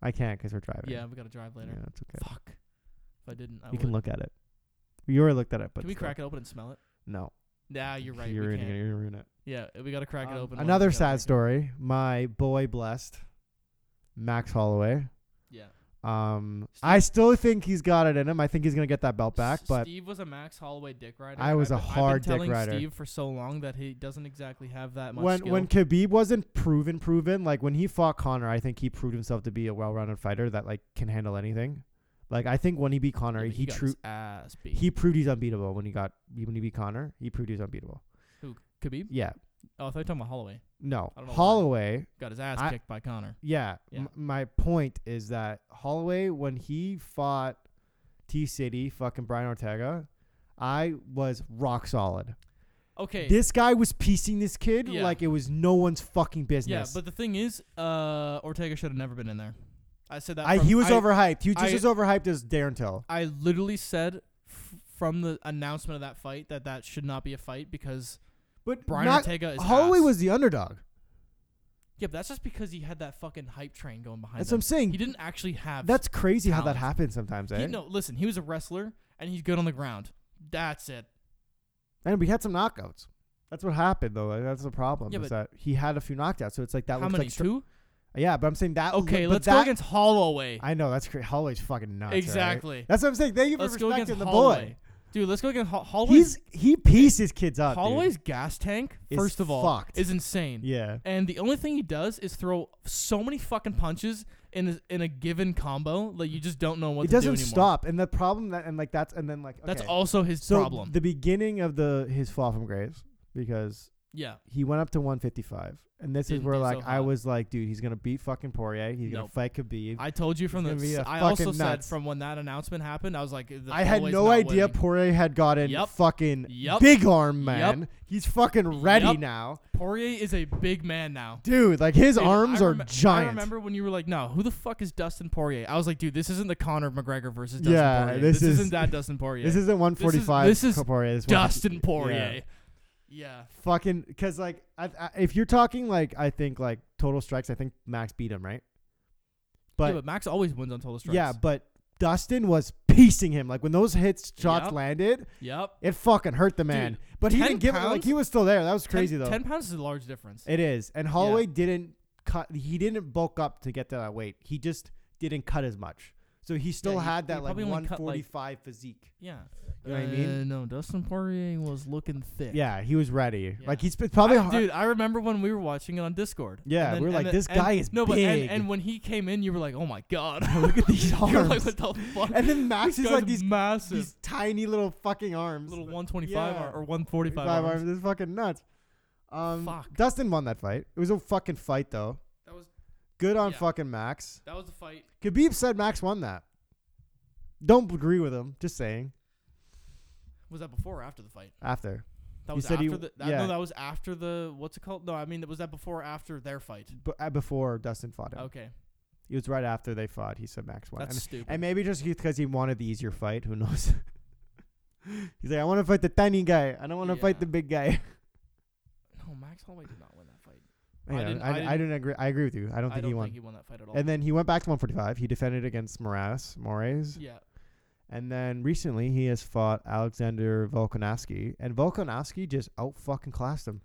[SPEAKER 1] I can't because we're driving.
[SPEAKER 2] Yeah, we gotta drive later.
[SPEAKER 1] Yeah, it's okay.
[SPEAKER 2] Fuck. If I didn't, I
[SPEAKER 1] you
[SPEAKER 2] would.
[SPEAKER 1] can look at it. You already looked at it, but
[SPEAKER 2] Can we
[SPEAKER 1] still.
[SPEAKER 2] crack it open and smell it?
[SPEAKER 1] No,
[SPEAKER 2] Nah, you're right.
[SPEAKER 1] You're
[SPEAKER 2] we
[SPEAKER 1] ruining
[SPEAKER 2] can't.
[SPEAKER 1] it. You're gonna ruin it.
[SPEAKER 2] Yeah, we gotta crack
[SPEAKER 1] Um,
[SPEAKER 2] it open. while
[SPEAKER 1] Another
[SPEAKER 2] we gotta
[SPEAKER 1] sad
[SPEAKER 2] drink it.
[SPEAKER 1] story. My boy blessed, Max Holloway.
[SPEAKER 2] Yeah.
[SPEAKER 1] Um, I still think he's got it in him. I think he's gonna get that belt back,
[SPEAKER 2] S-
[SPEAKER 1] but
[SPEAKER 2] Steve was a Max Holloway dick rider.
[SPEAKER 1] I
[SPEAKER 2] and
[SPEAKER 1] was
[SPEAKER 2] I've
[SPEAKER 1] a
[SPEAKER 2] been-
[SPEAKER 1] hard
[SPEAKER 2] I've
[SPEAKER 1] dick
[SPEAKER 2] been telling
[SPEAKER 1] rider.
[SPEAKER 2] Steve for so long that he doesn't exactly have that much
[SPEAKER 1] when
[SPEAKER 2] skill.
[SPEAKER 1] when Khabib wasn't proven proven, like when he fought Connor, I think he proved himself to be a well-rounded fighter that like can handle anything. Like I think when he beat
[SPEAKER 2] Yeah,
[SPEAKER 1] Connor,
[SPEAKER 2] but
[SPEAKER 1] he
[SPEAKER 2] got
[SPEAKER 1] true
[SPEAKER 2] his ass beat.
[SPEAKER 1] he proved he's unbeatable when he got when he beat Connor. He proved he's unbeatable.
[SPEAKER 2] Who? Khabib?
[SPEAKER 1] Yeah,
[SPEAKER 2] Oh, I thought you were talking about Holloway.
[SPEAKER 1] no
[SPEAKER 2] I don't know why.
[SPEAKER 1] Holloway.
[SPEAKER 2] Got his ass
[SPEAKER 1] I-
[SPEAKER 2] kicked by Connor.
[SPEAKER 1] Yeah,
[SPEAKER 2] Yeah.
[SPEAKER 1] M- my point is that Holloway when he fought T City, fucking Brian Ortega, I was rock solid.
[SPEAKER 2] Okay.
[SPEAKER 1] This guy was piecing this kid
[SPEAKER 2] Yeah.
[SPEAKER 1] like it was no one's fucking
[SPEAKER 2] yeah,
[SPEAKER 1] business.
[SPEAKER 2] but the thing is, uh, Ortega should have never been in there. I said that.
[SPEAKER 1] I,
[SPEAKER 2] uh, from-
[SPEAKER 1] he was
[SPEAKER 2] I,
[SPEAKER 1] overhyped. He was just
[SPEAKER 2] I-
[SPEAKER 1] as overhyped as Darren Till.
[SPEAKER 2] I literally said f- from the announcement of that fight that that should not be a fight because
[SPEAKER 1] But
[SPEAKER 2] Brian
[SPEAKER 1] not,
[SPEAKER 2] Ortega is
[SPEAKER 1] Holloway
[SPEAKER 2] ass.
[SPEAKER 1] was the underdog.
[SPEAKER 2] Yeah, but that's just because he had that fucking hype train going behind
[SPEAKER 1] That's what
[SPEAKER 2] him.
[SPEAKER 1] I'm saying.
[SPEAKER 2] He didn't actually have.
[SPEAKER 1] That's crazy how that
[SPEAKER 2] talent.
[SPEAKER 1] happens sometimes, eh?
[SPEAKER 2] He, no, listen. He was a wrestler and he's good on the ground. That's it.
[SPEAKER 1] And we had some knockouts. That's what happened though. Like, that's the problem.
[SPEAKER 2] Yeah,
[SPEAKER 1] is
[SPEAKER 2] but-
[SPEAKER 1] that he had a few knockouts, so it's like that
[SPEAKER 2] How
[SPEAKER 1] looks
[SPEAKER 2] many?
[SPEAKER 1] like str-
[SPEAKER 2] Two.
[SPEAKER 1] Yeah, but I'm saying that look-
[SPEAKER 2] Okay,
[SPEAKER 1] but
[SPEAKER 2] let's go
[SPEAKER 1] that-
[SPEAKER 2] against Holloway.
[SPEAKER 1] I know that's cra- Holloway's fucking nuts. right?
[SPEAKER 2] Exactly.
[SPEAKER 1] That's what I'm saying. Thank you for
[SPEAKER 2] Let's go against
[SPEAKER 1] respecting the boy.
[SPEAKER 2] Holloway. Dude, let's go against Ho- Holloway.
[SPEAKER 1] He's he pieces kids up. dude.
[SPEAKER 2] Holloway's gas tank,
[SPEAKER 1] Is
[SPEAKER 2] first of all,
[SPEAKER 1] fucked.
[SPEAKER 2] is insane.
[SPEAKER 1] yeah.
[SPEAKER 2] And the only thing he does is throw so many fucking punches in a, in a given combo that you just don't know what
[SPEAKER 1] It
[SPEAKER 2] to do
[SPEAKER 1] doesn't
[SPEAKER 2] anymore.
[SPEAKER 1] stop, and the problem that and like that's and then like
[SPEAKER 2] That's
[SPEAKER 1] okay.
[SPEAKER 2] also his
[SPEAKER 1] So
[SPEAKER 2] problem.
[SPEAKER 1] the beginning of the his fall from graves because
[SPEAKER 2] yeah.
[SPEAKER 1] he went up to 155, and this is
[SPEAKER 2] Didn't
[SPEAKER 1] where
[SPEAKER 2] do so
[SPEAKER 1] like I
[SPEAKER 2] hot.
[SPEAKER 1] was like, dude, he's gonna beat fucking Poirier. He's gonna
[SPEAKER 2] Nope.
[SPEAKER 1] fight Khabib.
[SPEAKER 2] I told you from
[SPEAKER 1] He's
[SPEAKER 2] the.
[SPEAKER 1] gonna be a
[SPEAKER 2] I also
[SPEAKER 1] fucking
[SPEAKER 2] said
[SPEAKER 1] nuts.
[SPEAKER 2] from when that announcement happened, I was like, the
[SPEAKER 1] I had
[SPEAKER 2] Holloway's
[SPEAKER 1] no
[SPEAKER 2] not
[SPEAKER 1] idea
[SPEAKER 2] winning.
[SPEAKER 1] Poirier had gotten
[SPEAKER 2] Yup.
[SPEAKER 1] fucking
[SPEAKER 2] Yup.
[SPEAKER 1] big arm man. He's fucking ready
[SPEAKER 2] Yup.
[SPEAKER 1] now,
[SPEAKER 2] Poirier is a big man now.
[SPEAKER 1] dude. Like his
[SPEAKER 2] Dude,
[SPEAKER 1] arms
[SPEAKER 2] I
[SPEAKER 1] are
[SPEAKER 2] remem-
[SPEAKER 1] giant.
[SPEAKER 2] I remember when you were like, "No, who the fuck is Dustin Poirier?" I was like, "Dude, this isn't the Conor McGregor versus Dustin
[SPEAKER 1] Yeah,
[SPEAKER 2] Poirier.
[SPEAKER 1] this is-
[SPEAKER 2] not that Dustin
[SPEAKER 1] [LAUGHS]
[SPEAKER 2] Poirier.
[SPEAKER 1] This isn't 145.
[SPEAKER 2] this is
[SPEAKER 1] Poirier. This is 150
[SPEAKER 2] Dustin Poirier."
[SPEAKER 1] Yeah.
[SPEAKER 2] Yeah.
[SPEAKER 1] Fucking, because like, I, I, if you're talking like, I think like total strikes, I think Max beat him, right?
[SPEAKER 2] yeah,
[SPEAKER 1] But
[SPEAKER 2] but Max always wins on total strikes.
[SPEAKER 1] yeah, but Dustin was piecing him. Like when those hits shots
[SPEAKER 2] Yep.
[SPEAKER 1] landed,
[SPEAKER 2] Yep.
[SPEAKER 1] it fucking hurt the man.
[SPEAKER 2] Dude,
[SPEAKER 1] but he
[SPEAKER 2] 10
[SPEAKER 1] didn't give it. Like
[SPEAKER 2] pounds?
[SPEAKER 1] he was still there. That was crazy
[SPEAKER 2] ten,
[SPEAKER 1] though.
[SPEAKER 2] Ten pounds is a large difference.
[SPEAKER 1] It is, and Holloway didn't cut. He didn't bulk up to get to that weight. He just didn't cut as much. So he still
[SPEAKER 2] he-
[SPEAKER 1] had
[SPEAKER 2] he
[SPEAKER 1] that like
[SPEAKER 2] probably only
[SPEAKER 1] 145
[SPEAKER 2] cut, like-
[SPEAKER 1] physique.
[SPEAKER 2] yeah.
[SPEAKER 1] You know what I mean?
[SPEAKER 2] Uh, no, Dustin Poirier was looking thick.
[SPEAKER 1] Yeah, he was ready.
[SPEAKER 2] Yeah.
[SPEAKER 1] Like he's it's probably
[SPEAKER 2] I-
[SPEAKER 1] hard.
[SPEAKER 2] dude, I remember when we were watching it on Discord.
[SPEAKER 1] Yeah,
[SPEAKER 2] And
[SPEAKER 1] we were
[SPEAKER 2] and
[SPEAKER 1] like, "This guy
[SPEAKER 2] and-
[SPEAKER 1] is
[SPEAKER 2] no, but and,
[SPEAKER 1] big."
[SPEAKER 2] and when he came in, you were like, "Oh my god,
[SPEAKER 1] [LAUGHS] Look at these
[SPEAKER 2] [LAUGHS] You were
[SPEAKER 1] arms.
[SPEAKER 2] like, "What the fuck?"
[SPEAKER 1] [LAUGHS] [LAUGHS] And then Max
[SPEAKER 2] [LAUGHS] This
[SPEAKER 1] is
[SPEAKER 2] guy's
[SPEAKER 1] like these
[SPEAKER 2] massive,
[SPEAKER 1] these tiny little fucking arms.
[SPEAKER 2] little 125
[SPEAKER 1] Yeah.
[SPEAKER 2] or, or 145
[SPEAKER 1] Five
[SPEAKER 2] arms.
[SPEAKER 1] arms. This is fucking nuts. Um,
[SPEAKER 2] Fuck.
[SPEAKER 1] Dustin won that fight. It was a fucking fight though.
[SPEAKER 2] That was
[SPEAKER 1] Good on
[SPEAKER 2] Yeah.
[SPEAKER 1] fucking Max.
[SPEAKER 2] that was the fight.
[SPEAKER 1] Khabib said Max won that. Don't agree with him. Just saying.
[SPEAKER 2] Was that before or after the fight?
[SPEAKER 1] After
[SPEAKER 2] That
[SPEAKER 1] He
[SPEAKER 2] was
[SPEAKER 1] said
[SPEAKER 2] after
[SPEAKER 1] he-
[SPEAKER 2] the. That,
[SPEAKER 1] yeah.
[SPEAKER 2] No, that was after the. What's it called? No, I mean, was that before or after their fight?
[SPEAKER 1] B- uh, before Dustin fought him,
[SPEAKER 2] Okay,
[SPEAKER 1] it was right after they fought. He said Max won.
[SPEAKER 2] that's
[SPEAKER 1] And,
[SPEAKER 2] stupid.
[SPEAKER 1] and maybe just because he wanted the easier fight. Who knows? [LAUGHS] He's like, I want to fight the tiny guy. I don't want to fight
[SPEAKER 2] Yeah.
[SPEAKER 1] the big guy.
[SPEAKER 2] no, Max Holloway did not win that fight.
[SPEAKER 1] [LAUGHS] Yeah, I,
[SPEAKER 2] didn't-
[SPEAKER 1] I,
[SPEAKER 2] I
[SPEAKER 1] didn't,
[SPEAKER 2] didn't-
[SPEAKER 1] agree. I agree with you. I don't think he won.
[SPEAKER 2] that fight at all.
[SPEAKER 1] And then he went back to 145. He defended against Moraes, Moraes.
[SPEAKER 2] yeah,
[SPEAKER 1] And then recently he has fought Alexander Volkanovski. And Volkanovski just out fucking classed him.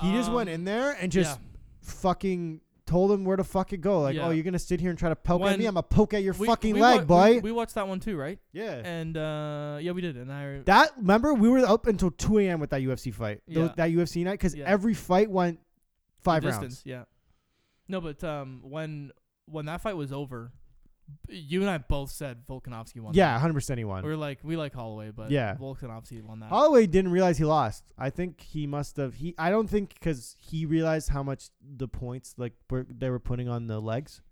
[SPEAKER 1] He just went
[SPEAKER 2] Um,
[SPEAKER 1] in there and just fucking told him where to fucking go. Like,
[SPEAKER 2] Yeah.
[SPEAKER 1] oh, you're going to sit here and try to poke at
[SPEAKER 2] When-
[SPEAKER 1] me? I'm going to poke at your
[SPEAKER 2] yeah. We-
[SPEAKER 1] fucking
[SPEAKER 2] we
[SPEAKER 1] leg,
[SPEAKER 2] wa-
[SPEAKER 1] boy.
[SPEAKER 2] We, we watched that one too, right?
[SPEAKER 1] yeah.
[SPEAKER 2] And uh, yeah, we did. And I
[SPEAKER 1] That, remember, we were up until 2 a.m. with that UFC fight. Tho-
[SPEAKER 2] Yeah.
[SPEAKER 1] that UFC night. Because
[SPEAKER 2] Yeah.
[SPEAKER 1] every fight went five
[SPEAKER 2] the
[SPEAKER 1] rounds.
[SPEAKER 2] distance, Yeah. No, but um, when when that fight was over, b- you and I both said Volkanovski won.
[SPEAKER 1] Yeah, 100% he won.
[SPEAKER 2] That. We were like, we like Holloway, but
[SPEAKER 1] Yeah.
[SPEAKER 2] Volkanovski won that.
[SPEAKER 1] Holloway didn't realize he lost. I think he must have. He I don't think because he realized how much the points like were, they were putting on the legs.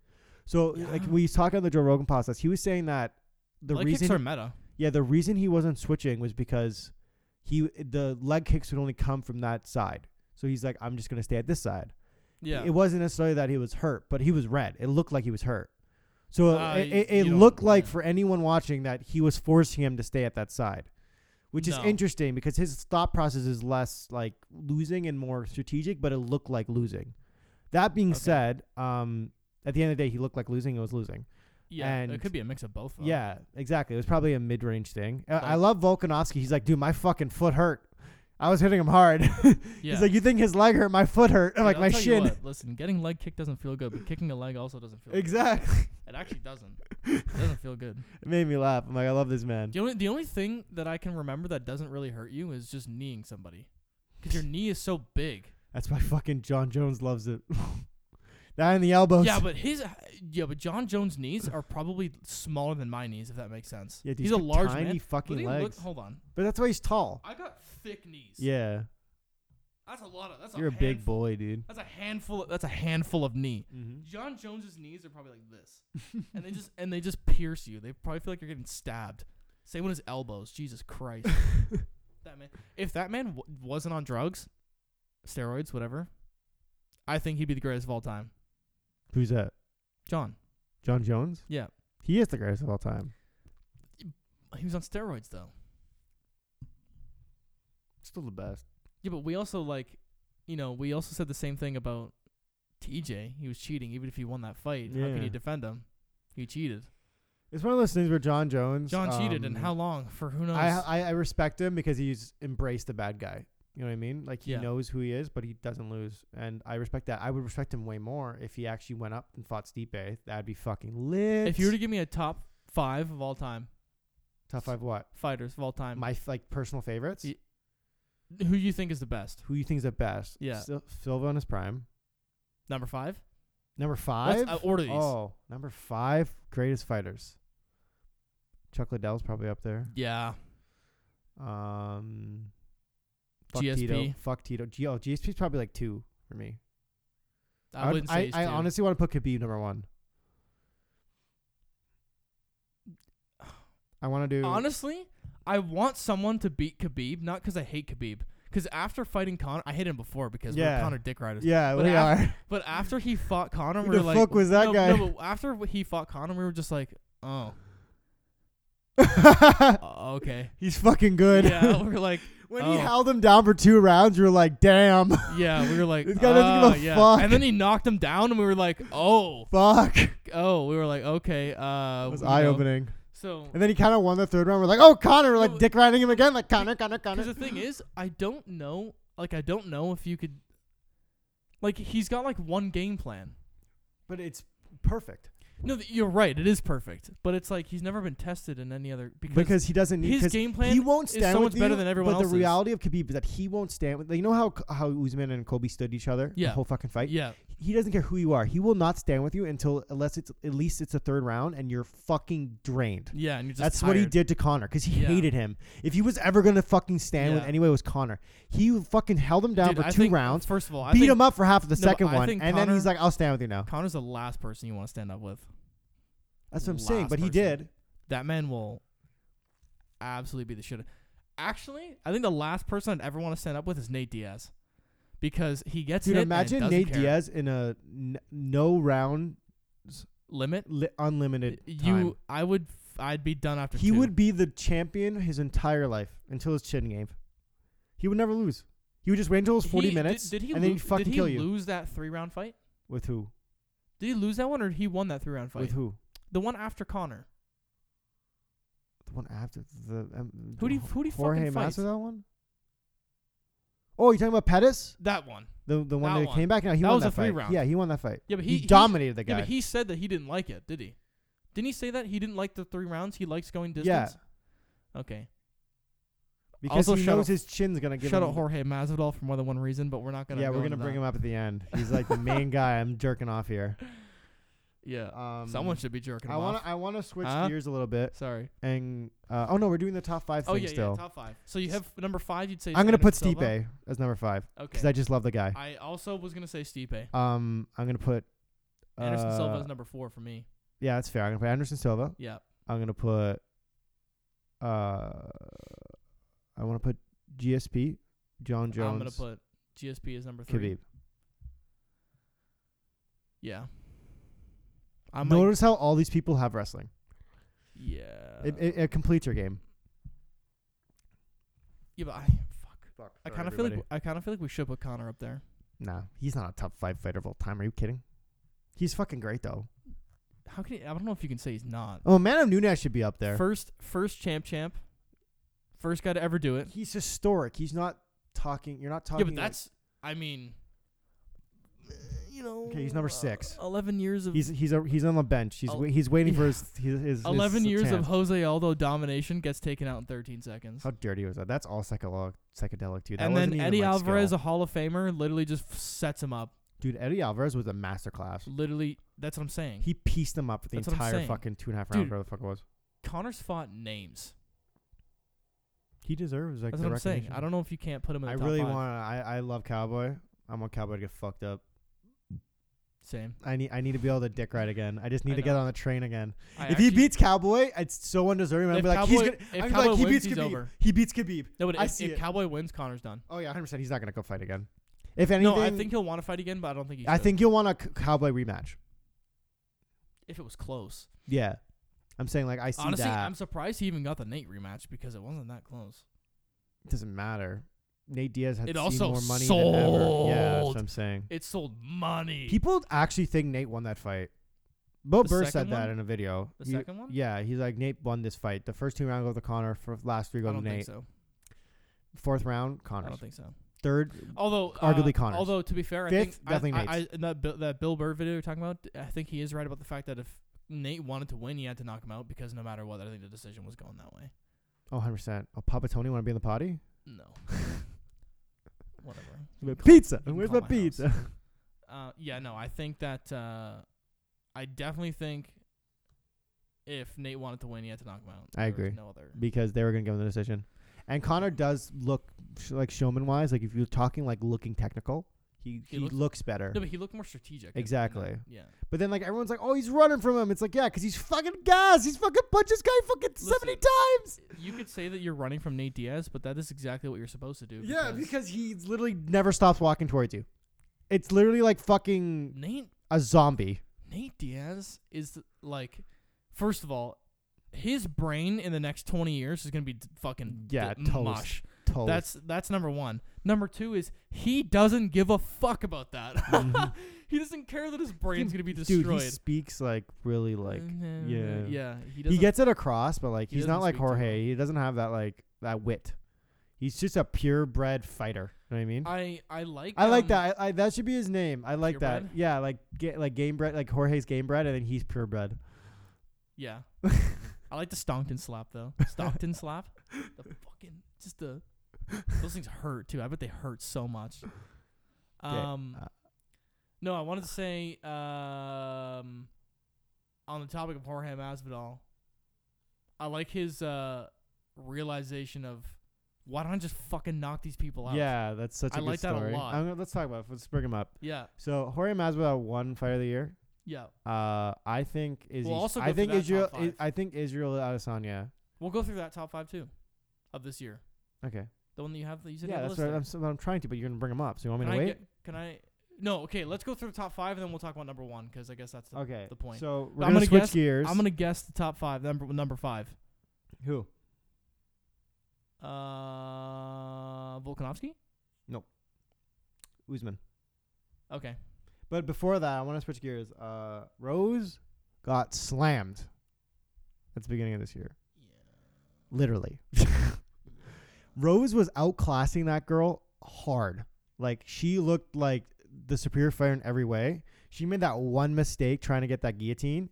[SPEAKER 1] So like
[SPEAKER 2] Yeah.
[SPEAKER 1] we talked on the Joe Rogan podcast, he was saying that the
[SPEAKER 2] Leg kicks
[SPEAKER 1] reason
[SPEAKER 2] are meta.
[SPEAKER 1] yeah the reason he wasn't switching was because he the leg kicks would only come from that side. So he's like, I'm just gonna stay at this side.
[SPEAKER 2] Yeah.
[SPEAKER 1] It wasn't necessarily that he was hurt, but he was red. It looked like he was hurt. So
[SPEAKER 2] Ah,
[SPEAKER 1] it, it,
[SPEAKER 2] you
[SPEAKER 1] it
[SPEAKER 2] don't-
[SPEAKER 1] looked like
[SPEAKER 2] yeah.
[SPEAKER 1] for anyone watching that he was forcing him to stay at that side, which is
[SPEAKER 2] No.
[SPEAKER 1] interesting because his thought process is less like losing and more strategic, but it looked like losing. That being
[SPEAKER 2] Okay.
[SPEAKER 1] said, um, at the end of the day, he looked like losing. It was losing.
[SPEAKER 2] Yeah,
[SPEAKER 1] And-
[SPEAKER 2] it could be a mix of both. Though.
[SPEAKER 1] Yeah, exactly. It was probably a mid-range thing. I- I
[SPEAKER 2] Like-
[SPEAKER 1] love Volkanovski. He's like, dude, my fucking foot hurt. I was hitting him hard. [LAUGHS]
[SPEAKER 2] yeah.
[SPEAKER 1] He's like, you think his leg hurt? My foot hurt. [LAUGHS] I'm
[SPEAKER 2] Dude,
[SPEAKER 1] like,
[SPEAKER 2] I'll
[SPEAKER 1] my
[SPEAKER 2] tell you
[SPEAKER 1] shin.
[SPEAKER 2] what, listen, getting leg kicked doesn't feel good, but kicking a leg also doesn't feel
[SPEAKER 1] Exactly.
[SPEAKER 2] good. It actually doesn't.
[SPEAKER 1] [LAUGHS]
[SPEAKER 2] It doesn't feel good.
[SPEAKER 1] It made me laugh. I'm like, I love this man.
[SPEAKER 2] The only the only thing that I can remember that doesn't really hurt you is just kneeing somebody, because your knee is so big.
[SPEAKER 1] That's why fucking John Jones loves it. [LAUGHS] that and the elbows.
[SPEAKER 2] Yeah, but his yeah, but John Jones' knees are probably smaller than my knees, if that makes sense.
[SPEAKER 1] Yeah, dude,
[SPEAKER 2] he's a
[SPEAKER 1] got
[SPEAKER 2] large
[SPEAKER 1] tiny
[SPEAKER 2] man. But
[SPEAKER 1] fucking
[SPEAKER 2] he look-
[SPEAKER 1] legs.
[SPEAKER 2] hold on,
[SPEAKER 1] but that's why he's tall.
[SPEAKER 2] I got thick knees.
[SPEAKER 1] Yeah,
[SPEAKER 2] that's a lot of. That's
[SPEAKER 1] you're a big boy, dude.
[SPEAKER 2] That's a handful. Of, that's a handful of knee.
[SPEAKER 1] Mm-hmm.
[SPEAKER 2] John Jones's knees are probably like this, and they just and they just pierce you. They probably feel like you're getting stabbed. Same with his elbows. Jesus
[SPEAKER 1] [LAUGHS]
[SPEAKER 2] Christ, that man. If that man w- wasn't on drugs, steroids, whatever, I think he'd be the greatest of all time.
[SPEAKER 1] [LAUGHS] Who's that?
[SPEAKER 2] John,
[SPEAKER 1] John Jones.
[SPEAKER 2] Yeah.
[SPEAKER 1] he is the greatest of all time.
[SPEAKER 2] he was on steroids though.
[SPEAKER 1] Still the best.
[SPEAKER 2] Yeah, but we also like, you know, we also said the same thing about TJ. He was cheating, even if he won that fight. How can
[SPEAKER 1] Yeah.
[SPEAKER 2] you defend him? He cheated.
[SPEAKER 1] It's one of those things where John Jones.
[SPEAKER 2] John cheated, and
[SPEAKER 1] um,
[SPEAKER 2] how long? For who knows?
[SPEAKER 1] I, I I respect him because he's embraced the bad guy. You know what I mean? Like he
[SPEAKER 2] Yeah.
[SPEAKER 1] knows who he is, but he doesn't lose, and I respect that. I would respect him way more if he actually went up and fought Stipe. That'd be fucking lit.
[SPEAKER 2] if you were to give me a top five of all time
[SPEAKER 1] top five, what
[SPEAKER 2] fighters of all time,
[SPEAKER 1] my f- like personal favorites?
[SPEAKER 2] Y- who you think is the best?
[SPEAKER 1] Who you think's the best?
[SPEAKER 2] Yeah.
[SPEAKER 1] Sil- Silva in his prime.
[SPEAKER 2] Number five?
[SPEAKER 1] Number
[SPEAKER 2] Let's,
[SPEAKER 1] five.
[SPEAKER 2] uh, order these.
[SPEAKER 1] Oh, number five greatest fighters. Chuck Liddell's probably up there.
[SPEAKER 2] Yeah,
[SPEAKER 1] Um, fuck Tito.
[SPEAKER 2] GSP.
[SPEAKER 1] Fuck Tito. G- oh, GSP's probably like two for me.
[SPEAKER 2] I,
[SPEAKER 1] would-
[SPEAKER 2] wouldn't say. he's
[SPEAKER 1] I, I
[SPEAKER 2] two.
[SPEAKER 1] honestly want to put Khabib number one. I want to do.
[SPEAKER 2] honestly, I want someone to beat Khabib, not because I hate Khabib, because after fighting Connor, I hate him before because
[SPEAKER 1] Yeah.
[SPEAKER 2] we're Connor dick riders.
[SPEAKER 1] yeah,
[SPEAKER 2] but
[SPEAKER 1] we
[SPEAKER 2] after-
[SPEAKER 1] are.
[SPEAKER 2] But after he fought Connor,
[SPEAKER 1] Who
[SPEAKER 2] we
[SPEAKER 1] the
[SPEAKER 2] were like,
[SPEAKER 1] fuck was that
[SPEAKER 2] no,
[SPEAKER 1] guy?
[SPEAKER 2] No, but after wh- he fought Connor, we were just like, oh, uh, okay.
[SPEAKER 1] [LAUGHS] He's fucking good.
[SPEAKER 2] yeah, we were like,
[SPEAKER 1] [LAUGHS] when
[SPEAKER 2] oh.
[SPEAKER 1] he held him down for two rounds, you were like, "Damn,
[SPEAKER 2] [LAUGHS] yeah, we were like,
[SPEAKER 1] This guy doesn't
[SPEAKER 2] "Ah,
[SPEAKER 1] give a
[SPEAKER 2] yeah.
[SPEAKER 1] fuck.
[SPEAKER 2] And then he knocked him down, and we were like, oh,
[SPEAKER 1] [LAUGHS] fuck."
[SPEAKER 2] oh, we were like, okay, uh,
[SPEAKER 1] It was
[SPEAKER 2] you know.
[SPEAKER 1] eye opening.
[SPEAKER 2] So,
[SPEAKER 1] And then he kind of won the third round. We're like, "Oh, Connor!" We're like
[SPEAKER 2] No,
[SPEAKER 1] dick riding him again. Like Connor, Connor,
[SPEAKER 2] because
[SPEAKER 1] Connor.
[SPEAKER 2] the thing is, I don't know, like, I don't know if you could, like, he's got like one game plan.
[SPEAKER 1] But it's perfect
[SPEAKER 2] No, th- you're right. It is perfect, but it's like he's never been tested in any other because,
[SPEAKER 1] because he doesn't need.
[SPEAKER 2] his
[SPEAKER 1] 'cause
[SPEAKER 2] game plan
[SPEAKER 1] he won't
[SPEAKER 2] is
[SPEAKER 1] stand
[SPEAKER 2] so
[SPEAKER 1] with
[SPEAKER 2] much better
[SPEAKER 1] you,
[SPEAKER 2] than everyone
[SPEAKER 1] But
[SPEAKER 2] else's.
[SPEAKER 1] the reality of Khabib is that he won't stand with. You know how how Usman and Kobe stood each other the
[SPEAKER 2] Yeah.
[SPEAKER 1] whole fucking fight.
[SPEAKER 2] yeah,
[SPEAKER 1] He doesn't care who you are. He will not stand with you until unless it's at least it's the third round and you're fucking drained.
[SPEAKER 2] yeah, and you're just
[SPEAKER 1] That's what he
[SPEAKER 2] tired.
[SPEAKER 1] did to Connor because he
[SPEAKER 2] Yeah.
[SPEAKER 1] hated him. If he was ever gonna fucking stand with
[SPEAKER 2] Yeah.
[SPEAKER 1] anyone, it was Connor. He fucking held him down
[SPEAKER 2] Dude,
[SPEAKER 1] for
[SPEAKER 2] I
[SPEAKER 1] two
[SPEAKER 2] think-
[SPEAKER 1] rounds,
[SPEAKER 2] First of all, I
[SPEAKER 1] beat
[SPEAKER 2] think
[SPEAKER 1] him up for half of the
[SPEAKER 2] No, but
[SPEAKER 1] second
[SPEAKER 2] I
[SPEAKER 1] one, and then
[SPEAKER 2] think
[SPEAKER 1] he's
[SPEAKER 2] Connor-
[SPEAKER 1] like, "I'll stand with you now."
[SPEAKER 2] Connor's the last person you want to stand up with.
[SPEAKER 1] That's what I'm saying.
[SPEAKER 2] last
[SPEAKER 1] But he
[SPEAKER 2] person.
[SPEAKER 1] did.
[SPEAKER 2] That man will absolutely be the shit. Actually, I think the last person I'd ever want to stand up with is Nate Diaz, because he gets
[SPEAKER 1] Dude,
[SPEAKER 2] hit
[SPEAKER 1] imagine
[SPEAKER 2] and doesn't
[SPEAKER 1] Nate
[SPEAKER 2] care.
[SPEAKER 1] Diaz in a n- no round
[SPEAKER 2] limit.
[SPEAKER 1] li- unlimited. time.
[SPEAKER 2] You, I would, f- I'd be done after.
[SPEAKER 1] He
[SPEAKER 2] two.
[SPEAKER 1] would be the champion his entire life until his chin game. He would never lose. He would just wait until it was 40
[SPEAKER 2] He- did-
[SPEAKER 1] minutes
[SPEAKER 2] Did, he
[SPEAKER 1] and then
[SPEAKER 2] loo-
[SPEAKER 1] he'd fucking
[SPEAKER 2] did he
[SPEAKER 1] kill you.
[SPEAKER 2] lose that three round fight?
[SPEAKER 1] With who?
[SPEAKER 2] Did he lose that one, or he won that three round fight?
[SPEAKER 1] With who?
[SPEAKER 2] The one after Connor.
[SPEAKER 1] The one after the. Um,
[SPEAKER 2] Who do you- who do you
[SPEAKER 1] Jorge
[SPEAKER 2] fucking fight?
[SPEAKER 1] Masvidal one? Oh, you talking about Pettis?
[SPEAKER 2] That one.
[SPEAKER 1] The the one
[SPEAKER 2] That
[SPEAKER 1] that,
[SPEAKER 2] one.
[SPEAKER 1] came back? No, he
[SPEAKER 2] That
[SPEAKER 1] won
[SPEAKER 2] was
[SPEAKER 1] that
[SPEAKER 2] a three
[SPEAKER 1] fight.
[SPEAKER 2] round.
[SPEAKER 1] Yeah, he won that fight.
[SPEAKER 2] Yeah, but
[SPEAKER 1] he,
[SPEAKER 2] he- he-
[SPEAKER 1] dominated the
[SPEAKER 2] Yeah,
[SPEAKER 1] guy.
[SPEAKER 2] but he said that he didn't like it, did he? Didn't he say that he didn't like the three rounds? He likes going
[SPEAKER 1] Yeah,
[SPEAKER 2] distance. Okay.
[SPEAKER 1] because
[SPEAKER 2] Also,
[SPEAKER 1] he
[SPEAKER 2] shout
[SPEAKER 1] knows
[SPEAKER 2] out-
[SPEAKER 1] his chin's gonna give
[SPEAKER 2] Shout
[SPEAKER 1] him.
[SPEAKER 2] out Jorge Masvidal for more than one reason, but we're not gonna.
[SPEAKER 1] yeah,
[SPEAKER 2] go
[SPEAKER 1] we're
[SPEAKER 2] into
[SPEAKER 1] gonna bring
[SPEAKER 2] that.
[SPEAKER 1] him up at the end. He's like the
[SPEAKER 2] [LAUGHS]
[SPEAKER 1] main guy. I'm jerking off here.
[SPEAKER 2] Yeah.
[SPEAKER 1] Um,
[SPEAKER 2] Someone should be jerking
[SPEAKER 1] I
[SPEAKER 2] him
[SPEAKER 1] want
[SPEAKER 2] off.
[SPEAKER 1] to I want to switch
[SPEAKER 2] Huh?
[SPEAKER 1] gears a little bit
[SPEAKER 2] Sorry.
[SPEAKER 1] and uh, oh no, we're doing the top five
[SPEAKER 2] Oh
[SPEAKER 1] thing
[SPEAKER 2] yeah,
[SPEAKER 1] still.
[SPEAKER 2] yeah. Top five. So you have number five. You'd say.
[SPEAKER 1] I'm gonna
[SPEAKER 2] Anderson
[SPEAKER 1] put
[SPEAKER 2] Silva.
[SPEAKER 1] Stipe as number five because
[SPEAKER 2] Okay.
[SPEAKER 1] I just love the guy.
[SPEAKER 2] I also was gonna say Stipe.
[SPEAKER 1] Um, I'm gonna put
[SPEAKER 2] Anderson
[SPEAKER 1] uh,
[SPEAKER 2] Silva is number four for me.
[SPEAKER 1] Yeah, that's fair. I'm gonna put Anderson Silva.
[SPEAKER 2] Yeah.
[SPEAKER 1] I'm gonna put. Uh, I want to put GSP, John Jones,
[SPEAKER 2] I'm gonna put GSP as number three.
[SPEAKER 1] Khabib.
[SPEAKER 2] Yeah. I'm like,
[SPEAKER 1] Notice how all these people have wrestling.
[SPEAKER 2] yeah.
[SPEAKER 1] it, it, it completes your game.
[SPEAKER 2] Yeah, but I fuck.
[SPEAKER 1] Fuck.
[SPEAKER 2] I kind of feel like I kind of feel like we should put Connor up there.
[SPEAKER 1] Nah, he's not a top five fighter of all time. Are you kidding? He's fucking great though.
[SPEAKER 2] How can you, I don't know if you can say he's not
[SPEAKER 1] Oh, Amanda Nunes should be up there.
[SPEAKER 2] first first champ champ, first guy to ever do it.
[SPEAKER 1] he's historic. He's not talking. You're not
[SPEAKER 2] yeah,
[SPEAKER 1] talking.
[SPEAKER 2] but
[SPEAKER 1] like-
[SPEAKER 2] that's I mean, you know. uh,
[SPEAKER 1] Okay, he's number six.
[SPEAKER 2] Eleven years of
[SPEAKER 1] he's he's a, he's on the bench. He's
[SPEAKER 2] Oh,
[SPEAKER 1] wai- he's waiting for
[SPEAKER 2] yeah.
[SPEAKER 1] his his, his
[SPEAKER 2] eleven
[SPEAKER 1] his
[SPEAKER 2] years of
[SPEAKER 1] chance.
[SPEAKER 2] Jose Aldo domination gets taken out in thirteen seconds.
[SPEAKER 1] How dirty was that? That's all psychedelic, psychedelic too. That
[SPEAKER 2] and
[SPEAKER 1] wasn't
[SPEAKER 2] then
[SPEAKER 1] even,
[SPEAKER 2] Eddie
[SPEAKER 1] like,
[SPEAKER 2] Alvarez, uh,
[SPEAKER 1] skill.
[SPEAKER 2] a Hall of Famer, literally just f- sets him up.
[SPEAKER 1] dude, Eddie Alvarez was a masterclass.
[SPEAKER 2] Literally, that's what I'm saying.
[SPEAKER 1] He pieced him up for the
[SPEAKER 2] That's what I'm
[SPEAKER 1] entire
[SPEAKER 2] saying.
[SPEAKER 1] fucking two and a half
[SPEAKER 2] Dude.
[SPEAKER 1] rounds, whatever the fuck it was.
[SPEAKER 2] Connor's fought names.
[SPEAKER 1] He deserves like
[SPEAKER 2] That's
[SPEAKER 1] the
[SPEAKER 2] what I'm saying.
[SPEAKER 1] recognition.
[SPEAKER 2] I don't know if you can't put him in the
[SPEAKER 1] I
[SPEAKER 2] top
[SPEAKER 1] really
[SPEAKER 2] five.
[SPEAKER 1] want. I I love Cowboy. I want Cowboy to get fucked up.
[SPEAKER 2] Same.
[SPEAKER 1] I need I need to be able to dick ride again. I just need
[SPEAKER 2] I
[SPEAKER 1] to get
[SPEAKER 2] know.
[SPEAKER 1] on the train again.
[SPEAKER 2] I
[SPEAKER 1] if he
[SPEAKER 2] actually-
[SPEAKER 1] beats Cowboy, it's so undeserving. I'd
[SPEAKER 2] If
[SPEAKER 1] be like, he's
[SPEAKER 2] Cowboy-
[SPEAKER 1] gonna.
[SPEAKER 2] if
[SPEAKER 1] I'd be
[SPEAKER 2] Cowboy
[SPEAKER 1] like, he
[SPEAKER 2] wins,
[SPEAKER 1] beats
[SPEAKER 2] he's
[SPEAKER 1] Khabib.
[SPEAKER 2] over.
[SPEAKER 1] He beats Khabib.
[SPEAKER 2] no, but
[SPEAKER 1] I
[SPEAKER 2] if,
[SPEAKER 1] see
[SPEAKER 2] if
[SPEAKER 1] it.
[SPEAKER 2] Cowboy wins, Connor's done.
[SPEAKER 1] Oh yeah, hundred percent. He's not gonna go fight again. If anything,
[SPEAKER 2] no, I think he'll want to fight again, but I don't think he. Should.
[SPEAKER 1] I think you'll want a c- Cowboy rematch.
[SPEAKER 2] if it was close.
[SPEAKER 1] Yeah, I'm saying like I see
[SPEAKER 2] Honestly,
[SPEAKER 1] that.
[SPEAKER 2] I'm surprised he even got the Nate rematch because it wasn't that close.
[SPEAKER 1] it doesn't matter. Nate Diaz had
[SPEAKER 2] It
[SPEAKER 1] seen
[SPEAKER 2] also
[SPEAKER 1] more money than ever. Yeah, that's
[SPEAKER 2] sold.
[SPEAKER 1] what I'm saying.
[SPEAKER 2] It sold money.
[SPEAKER 1] People actually think Nate won that fight. Bo
[SPEAKER 2] The
[SPEAKER 1] Burr
[SPEAKER 2] second
[SPEAKER 1] said that
[SPEAKER 2] one?
[SPEAKER 1] in a video.
[SPEAKER 2] the
[SPEAKER 1] He-
[SPEAKER 2] second one?
[SPEAKER 1] Yeah, he's like Nate won this fight. The first two rounds go to Connor. For last three
[SPEAKER 2] I
[SPEAKER 1] go to
[SPEAKER 2] don't think
[SPEAKER 1] Nate.
[SPEAKER 2] so.
[SPEAKER 1] Fourth round,
[SPEAKER 2] I
[SPEAKER 1] Connor.
[SPEAKER 2] don't think so.
[SPEAKER 1] Third,
[SPEAKER 2] Although
[SPEAKER 1] Arguably
[SPEAKER 2] uh,
[SPEAKER 1] Connors.
[SPEAKER 2] Although to be fair, I
[SPEAKER 1] Fifth,
[SPEAKER 2] think I-
[SPEAKER 1] definitely
[SPEAKER 2] I, I,
[SPEAKER 1] Nate's.
[SPEAKER 2] and that Bill, that Bill Burr video you're talking about, I think he is right about the fact that if Nate wanted to win, he had to knock him out because no matter what, I think the decision was going that way.
[SPEAKER 1] oh, 100 percent. Oh, Papa Tony want to be in the potty? [LAUGHS]
[SPEAKER 2] No. Whatever.
[SPEAKER 1] Pizza.
[SPEAKER 2] can
[SPEAKER 1] Where's
[SPEAKER 2] call
[SPEAKER 1] my
[SPEAKER 2] my
[SPEAKER 1] pizza? [LAUGHS]
[SPEAKER 2] Uh, yeah, no, I think that uh, I definitely think if Nate wanted to win, he had to knock him out.
[SPEAKER 1] I
[SPEAKER 2] There was
[SPEAKER 1] agree.
[SPEAKER 2] No other.
[SPEAKER 1] because they were gonna give him the decision. And Connor does look sh- like showman wise. Like if you're talking like looking technical, he
[SPEAKER 2] He
[SPEAKER 1] he,
[SPEAKER 2] looks-
[SPEAKER 1] looks, better.
[SPEAKER 2] No, but he looked more strategic. in- in that.
[SPEAKER 1] Exactly.
[SPEAKER 2] Yeah.
[SPEAKER 1] But then like everyone's like, oh, he's running from him. It's like yeah, 'cause he's fucking gas. He's fucking punched this guy fucking seventy
[SPEAKER 2] Listen,
[SPEAKER 1] times.
[SPEAKER 2] You could say that you're running from Nate Diaz, but that is exactly what you're supposed to do.
[SPEAKER 1] Yeah, because he literally never stops walking towards you. It's literally like fucking
[SPEAKER 2] Nate
[SPEAKER 1] a zombie.
[SPEAKER 2] Nate Diaz is th- like, first of all, his brain in the next twenty years is gonna be d- fucking
[SPEAKER 1] Yeah,
[SPEAKER 2] d-
[SPEAKER 1] toast.
[SPEAKER 2] mush.
[SPEAKER 1] Toast.
[SPEAKER 2] That's that's number one. Number two is he doesn't give a fuck about that. [LAUGHS]
[SPEAKER 1] Mhm.
[SPEAKER 2] he doesn't care that his brain's gonna be destroyed. Mm-hmm.
[SPEAKER 1] dude. He speaks like really like yeah.
[SPEAKER 2] yeah. He
[SPEAKER 1] he
[SPEAKER 2] doesn't.
[SPEAKER 1] gets it across, but like
[SPEAKER 2] he
[SPEAKER 1] he's not
[SPEAKER 2] doesn't
[SPEAKER 1] like
[SPEAKER 2] speak too well.
[SPEAKER 1] Jorge. He doesn't have that like that wit. He's just a purebred fighter. You know what I mean?
[SPEAKER 2] I I like.
[SPEAKER 1] I like
[SPEAKER 2] um,
[SPEAKER 1] that. I, I, that should be his name. I like that.
[SPEAKER 2] Purebred?
[SPEAKER 1] Yeah, like ga- like game bred, like Jorge's game bred, and then he's purebred. [LAUGHS]
[SPEAKER 2] Yeah. I like the Stonkton slap though. Stockton slap. The fucking just the those things hurt too. I bet they hurt so much. Um
[SPEAKER 1] uh,
[SPEAKER 2] No, I wanted to say um on the topic of Jorge Masvidal, I like his uh realization of why don't I just fucking knock these people out?
[SPEAKER 1] Yeah, that's such a
[SPEAKER 2] I
[SPEAKER 1] good
[SPEAKER 2] like that a
[SPEAKER 1] story.
[SPEAKER 2] lot.
[SPEAKER 1] I'm gonna- let's talk about. It. Let's bring him up.
[SPEAKER 2] Yeah.
[SPEAKER 1] So Jorge Masvidal won fighter of the year.
[SPEAKER 2] Yeah.
[SPEAKER 1] Uh, I think is
[SPEAKER 2] We'll also go
[SPEAKER 1] I
[SPEAKER 2] through
[SPEAKER 1] think
[SPEAKER 2] that
[SPEAKER 1] Israel.
[SPEAKER 2] top
[SPEAKER 1] I,
[SPEAKER 2] five.
[SPEAKER 1] I think Israel Adesanya.
[SPEAKER 2] We'll go through that top five too of this year.
[SPEAKER 1] Okay.
[SPEAKER 2] The one that you have that you said you
[SPEAKER 1] yeah,
[SPEAKER 2] have a
[SPEAKER 1] that's
[SPEAKER 2] list
[SPEAKER 1] what
[SPEAKER 2] there.
[SPEAKER 1] I'm, s- what I'm trying to, but you're gonna bring him up. So you want me
[SPEAKER 2] Can
[SPEAKER 1] to
[SPEAKER 2] I
[SPEAKER 1] wait?
[SPEAKER 2] get- can I? No, okay. Let's go through the top five, and then we'll talk about number one because I guess that's the.
[SPEAKER 1] okay.
[SPEAKER 2] the point.
[SPEAKER 1] So we're
[SPEAKER 2] I'm
[SPEAKER 1] gonna,
[SPEAKER 2] gonna
[SPEAKER 1] switch
[SPEAKER 2] guess-
[SPEAKER 1] gears.
[SPEAKER 2] I'm gonna guess the top five. Number number five.
[SPEAKER 1] who?
[SPEAKER 2] Uh, Volkanovski.
[SPEAKER 1] Usman.
[SPEAKER 2] Okay.
[SPEAKER 1] But before that, I want to switch gears. Uh, Rose got slammed at the beginning of this year.
[SPEAKER 2] [LAUGHS]
[SPEAKER 1] Literally. [LAUGHS] Rose was outclassing that girl hard. Like, she looked like the superior fighter in every way. She made that one mistake trying to get that guillotine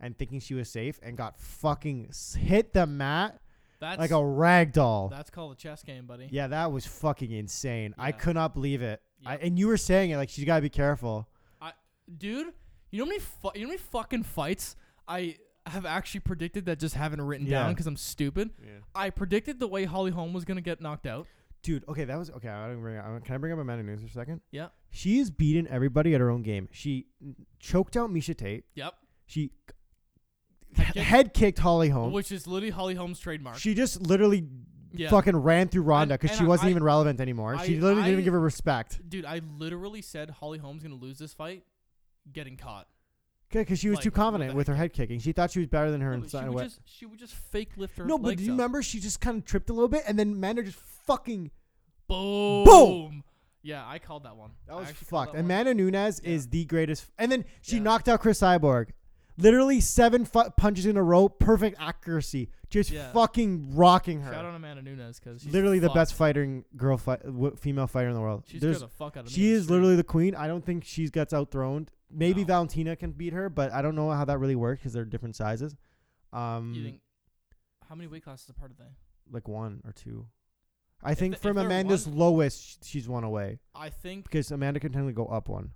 [SPEAKER 1] and thinking she was safe and got fucking s- hit the mat
[SPEAKER 2] That's
[SPEAKER 1] like a rag doll.
[SPEAKER 2] that's called a chess game, buddy.
[SPEAKER 1] Yeah, that was fucking insane. I
[SPEAKER 2] Yeah.
[SPEAKER 1] could not believe it. I,
[SPEAKER 2] Yeah.
[SPEAKER 1] and you were saying it like she's got to be careful.
[SPEAKER 2] Dude, you know how many fu- you know how many fucking fights I have actually predicted that just haven't written
[SPEAKER 1] Yeah.
[SPEAKER 2] down because I'm stupid.
[SPEAKER 1] Yeah.
[SPEAKER 2] I predicted the way Holly Holm was gonna get knocked out.
[SPEAKER 1] Dude, okay, that was okay. I don't bring. I- Can I bring up Amanda Nunes for a second?
[SPEAKER 2] Yeah.
[SPEAKER 1] she's beaten everybody at her own game. She choked out Misha Tate.
[SPEAKER 2] Yep.
[SPEAKER 1] She
[SPEAKER 2] Head kick.
[SPEAKER 1] head kicked Holly Holm.
[SPEAKER 2] Which is literally Holly Holm's trademark.
[SPEAKER 1] She just literally
[SPEAKER 2] yeah.
[SPEAKER 1] fucking ran through Ronda
[SPEAKER 2] And-
[SPEAKER 1] because
[SPEAKER 2] and
[SPEAKER 1] she wasn't
[SPEAKER 2] I-
[SPEAKER 1] even relevant anymore. she
[SPEAKER 2] I-
[SPEAKER 1] literally didn't
[SPEAKER 2] I-
[SPEAKER 1] even give her respect.
[SPEAKER 2] Dude, I literally said Holly Holm's gonna lose this fight, getting caught.
[SPEAKER 1] because she was
[SPEAKER 2] Like,
[SPEAKER 1] too
[SPEAKER 2] with the
[SPEAKER 1] confident with her
[SPEAKER 2] head
[SPEAKER 1] head kicking. She thought she was better than her.
[SPEAKER 2] No,
[SPEAKER 1] and
[SPEAKER 2] but she
[SPEAKER 1] so-
[SPEAKER 2] would
[SPEAKER 1] what-
[SPEAKER 2] just she would just fake lift her
[SPEAKER 1] no but
[SPEAKER 2] legs
[SPEAKER 1] do you
[SPEAKER 2] up.
[SPEAKER 1] remember she just kind of tripped a little bit, and then Mander just fucking
[SPEAKER 2] Boom. Yeah, I called that one.
[SPEAKER 1] That
[SPEAKER 2] I
[SPEAKER 1] was
[SPEAKER 2] actually called
[SPEAKER 1] fucked.
[SPEAKER 2] that one.
[SPEAKER 1] Amanda Nunes
[SPEAKER 2] Yeah.
[SPEAKER 1] is the greatest. And then she
[SPEAKER 2] Yeah.
[SPEAKER 1] knocked out Chris Cyborg. Literally seven fu- punches in a row, perfect accuracy, just
[SPEAKER 2] Yeah.
[SPEAKER 1] fucking rocking
[SPEAKER 2] Shout
[SPEAKER 1] her.
[SPEAKER 2] out Amanda Nunes because
[SPEAKER 1] Literally the best fighting girl, fight, w- female fighter in the world.
[SPEAKER 2] She scared
[SPEAKER 1] There's,
[SPEAKER 2] the fuck out of me.
[SPEAKER 1] she
[SPEAKER 2] in the
[SPEAKER 1] is
[SPEAKER 2] street.
[SPEAKER 1] literally the queen. I don't think she gets outthrown. Maybe
[SPEAKER 2] No.
[SPEAKER 1] Valentina can beat her, but I don't know how that really works because they're different sizes.
[SPEAKER 2] You
[SPEAKER 1] Um,
[SPEAKER 2] think how many weight classes apart are they?
[SPEAKER 1] like one or two. I think
[SPEAKER 2] th- if
[SPEAKER 1] from
[SPEAKER 2] they're
[SPEAKER 1] Amanda's lowest, sh- she's one away.
[SPEAKER 2] I think
[SPEAKER 1] because Amanda can technically go up one.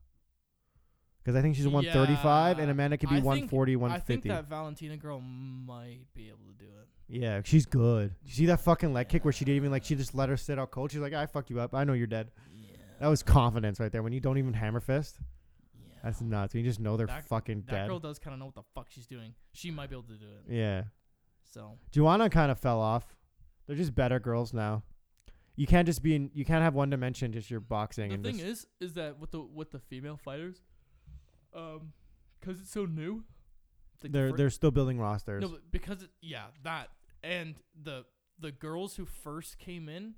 [SPEAKER 1] Because I think she's 135 and
[SPEAKER 2] Yeah,
[SPEAKER 1] Amanda could be
[SPEAKER 2] I think-
[SPEAKER 1] 140,
[SPEAKER 2] I think
[SPEAKER 1] 150.
[SPEAKER 2] that Valentina girl might be able to do it.
[SPEAKER 1] yeah, she's good. You see that fucking leg kick where she didn't even like she just let her sit out cold. She's like, I fucked you up. I know you're dead.
[SPEAKER 2] Yeah.
[SPEAKER 1] That was confidence right there. When you don't even hammer fist,
[SPEAKER 2] yeah.
[SPEAKER 1] that's nuts. You just know they're
[SPEAKER 2] That-
[SPEAKER 1] fucking
[SPEAKER 2] that
[SPEAKER 1] dead.
[SPEAKER 2] girl does kind of know what the fuck she's doing. She might be able to do it.
[SPEAKER 1] yeah,
[SPEAKER 2] So
[SPEAKER 1] Juana kind of fell off. They're just better girls now. You can't just be in. You can't have one dimension just your boxing
[SPEAKER 2] the
[SPEAKER 1] and
[SPEAKER 2] thing
[SPEAKER 1] just
[SPEAKER 2] is, is that with the with the female fighters, um, because it's so new, it's like the
[SPEAKER 1] they're
[SPEAKER 2] fir-
[SPEAKER 1] they're still building rosters.
[SPEAKER 2] no, but because it, yeah, that and the the girls who first came in,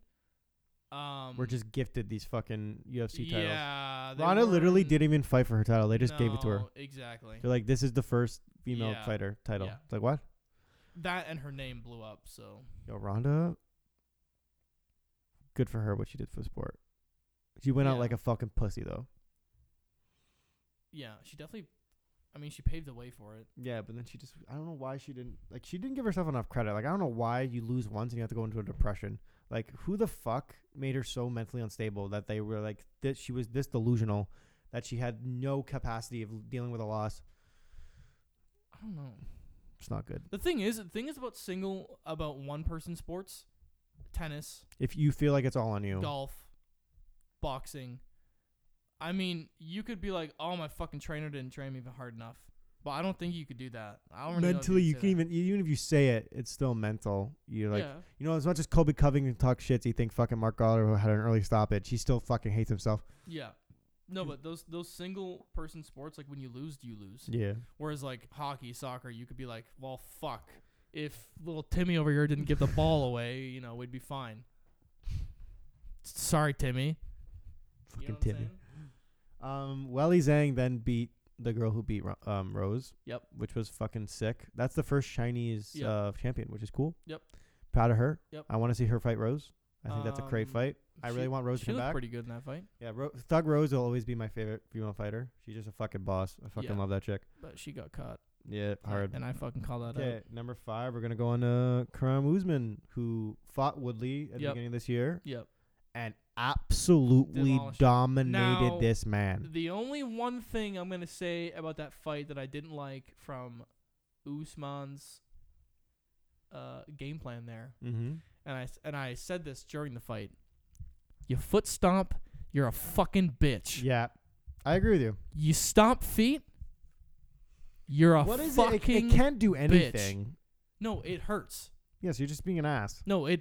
[SPEAKER 2] um,
[SPEAKER 1] We're just gifted these fucking UFC titles.
[SPEAKER 2] yeah, they
[SPEAKER 1] Ronda literally
[SPEAKER 2] weren't-
[SPEAKER 1] didn't even fight for her title. They just gave it to her.
[SPEAKER 2] no, exactly.
[SPEAKER 1] They're like, this is the first female
[SPEAKER 2] Yeah.
[SPEAKER 1] fighter title.
[SPEAKER 2] Yeah.
[SPEAKER 1] It's like what?
[SPEAKER 2] That and her name blew up. So
[SPEAKER 1] Yo, Ronda. Good for her what she did for the sport. She went out
[SPEAKER 2] Yeah.
[SPEAKER 1] like a fucking pussy though.
[SPEAKER 2] yeah, she definitely. I mean, she paved the way for it.
[SPEAKER 1] Yeah, but then she just I don't know why she didn't like she didn't give herself enough credit. Like I don't know why you lose once and you have to go into a depression. Like who the fuck made her so mentally unstable that they were like that she was this delusional that she had no capacity of dealing with a loss.
[SPEAKER 2] I don't know.
[SPEAKER 1] It's not good.
[SPEAKER 2] The thing is, the thing is about single about one person sports, tennis,
[SPEAKER 1] If you feel like it's all on you.
[SPEAKER 2] golf, boxing. I mean, you could be like, "Oh, my fucking trainer didn't train me hard enough," but I don't think you could do that. I don't really know if
[SPEAKER 1] mentally you
[SPEAKER 2] say
[SPEAKER 1] can
[SPEAKER 2] that.
[SPEAKER 1] even e, even if you say it, it's still mental. You're like
[SPEAKER 2] yeah,
[SPEAKER 1] You know, as much as Kobe Covington talks shit, you think fucking Mark Goddard had an early stoppage. He still fucking hates himself.
[SPEAKER 2] yeah. No, but those those single person sports, like when you lose, you lose.
[SPEAKER 1] Yeah.
[SPEAKER 2] Whereas like hockey, soccer, you could be like, "Well, fuck, if little Timmy over here didn't give the ball away, you know, we'd be fine." Sorry, Timmy. You
[SPEAKER 1] Fucking
[SPEAKER 2] know what I'm
[SPEAKER 1] Timmy.
[SPEAKER 2] saying?
[SPEAKER 1] Um, Welly Zhang then beat the girl who beat Ro- um, Rose.
[SPEAKER 2] Yep.
[SPEAKER 1] Which was fucking sick. That's the first Chinese
[SPEAKER 2] Yep.
[SPEAKER 1] uh, champion, which is cool.
[SPEAKER 2] Yep.
[SPEAKER 1] Proud of her.
[SPEAKER 2] Yep.
[SPEAKER 1] I want to see her fight Rose. I think that's a great
[SPEAKER 2] Um,
[SPEAKER 1] fight. I
[SPEAKER 2] she-
[SPEAKER 1] really want Rose to
[SPEAKER 2] She
[SPEAKER 1] come
[SPEAKER 2] looked
[SPEAKER 1] back.
[SPEAKER 2] pretty good in that fight,
[SPEAKER 1] Yeah, Ro- Thug Rose will always be my favorite female fighter. She's just a fucking boss. I fucking
[SPEAKER 2] Yeah.
[SPEAKER 1] love that chick.
[SPEAKER 2] but she got caught.
[SPEAKER 1] Yeah, hard.
[SPEAKER 2] And I fucking call that out.
[SPEAKER 1] Okay, number five, we're gonna go on to Karam Usman, who fought Woodley at the
[SPEAKER 2] Yep.
[SPEAKER 1] beginning of this year
[SPEAKER 2] Yep.
[SPEAKER 1] and absolutely
[SPEAKER 2] Demolished him.
[SPEAKER 1] dominated
[SPEAKER 2] Now-
[SPEAKER 1] this man.
[SPEAKER 2] The only one thing I'm gonna say about that fight that I didn't like from Usman's uh, game plan there,
[SPEAKER 1] Mm-hmm.
[SPEAKER 2] and I s- and I said this during the fight, you foot stomp, you're a fucking bitch.
[SPEAKER 1] Yeah, I agree with you.
[SPEAKER 2] You stomp feet, you're a
[SPEAKER 1] what is it? it?
[SPEAKER 2] fucking
[SPEAKER 1] It can't do anything.
[SPEAKER 2] no. It hurts.
[SPEAKER 1] Yes, you're just being an ass.
[SPEAKER 2] No, it.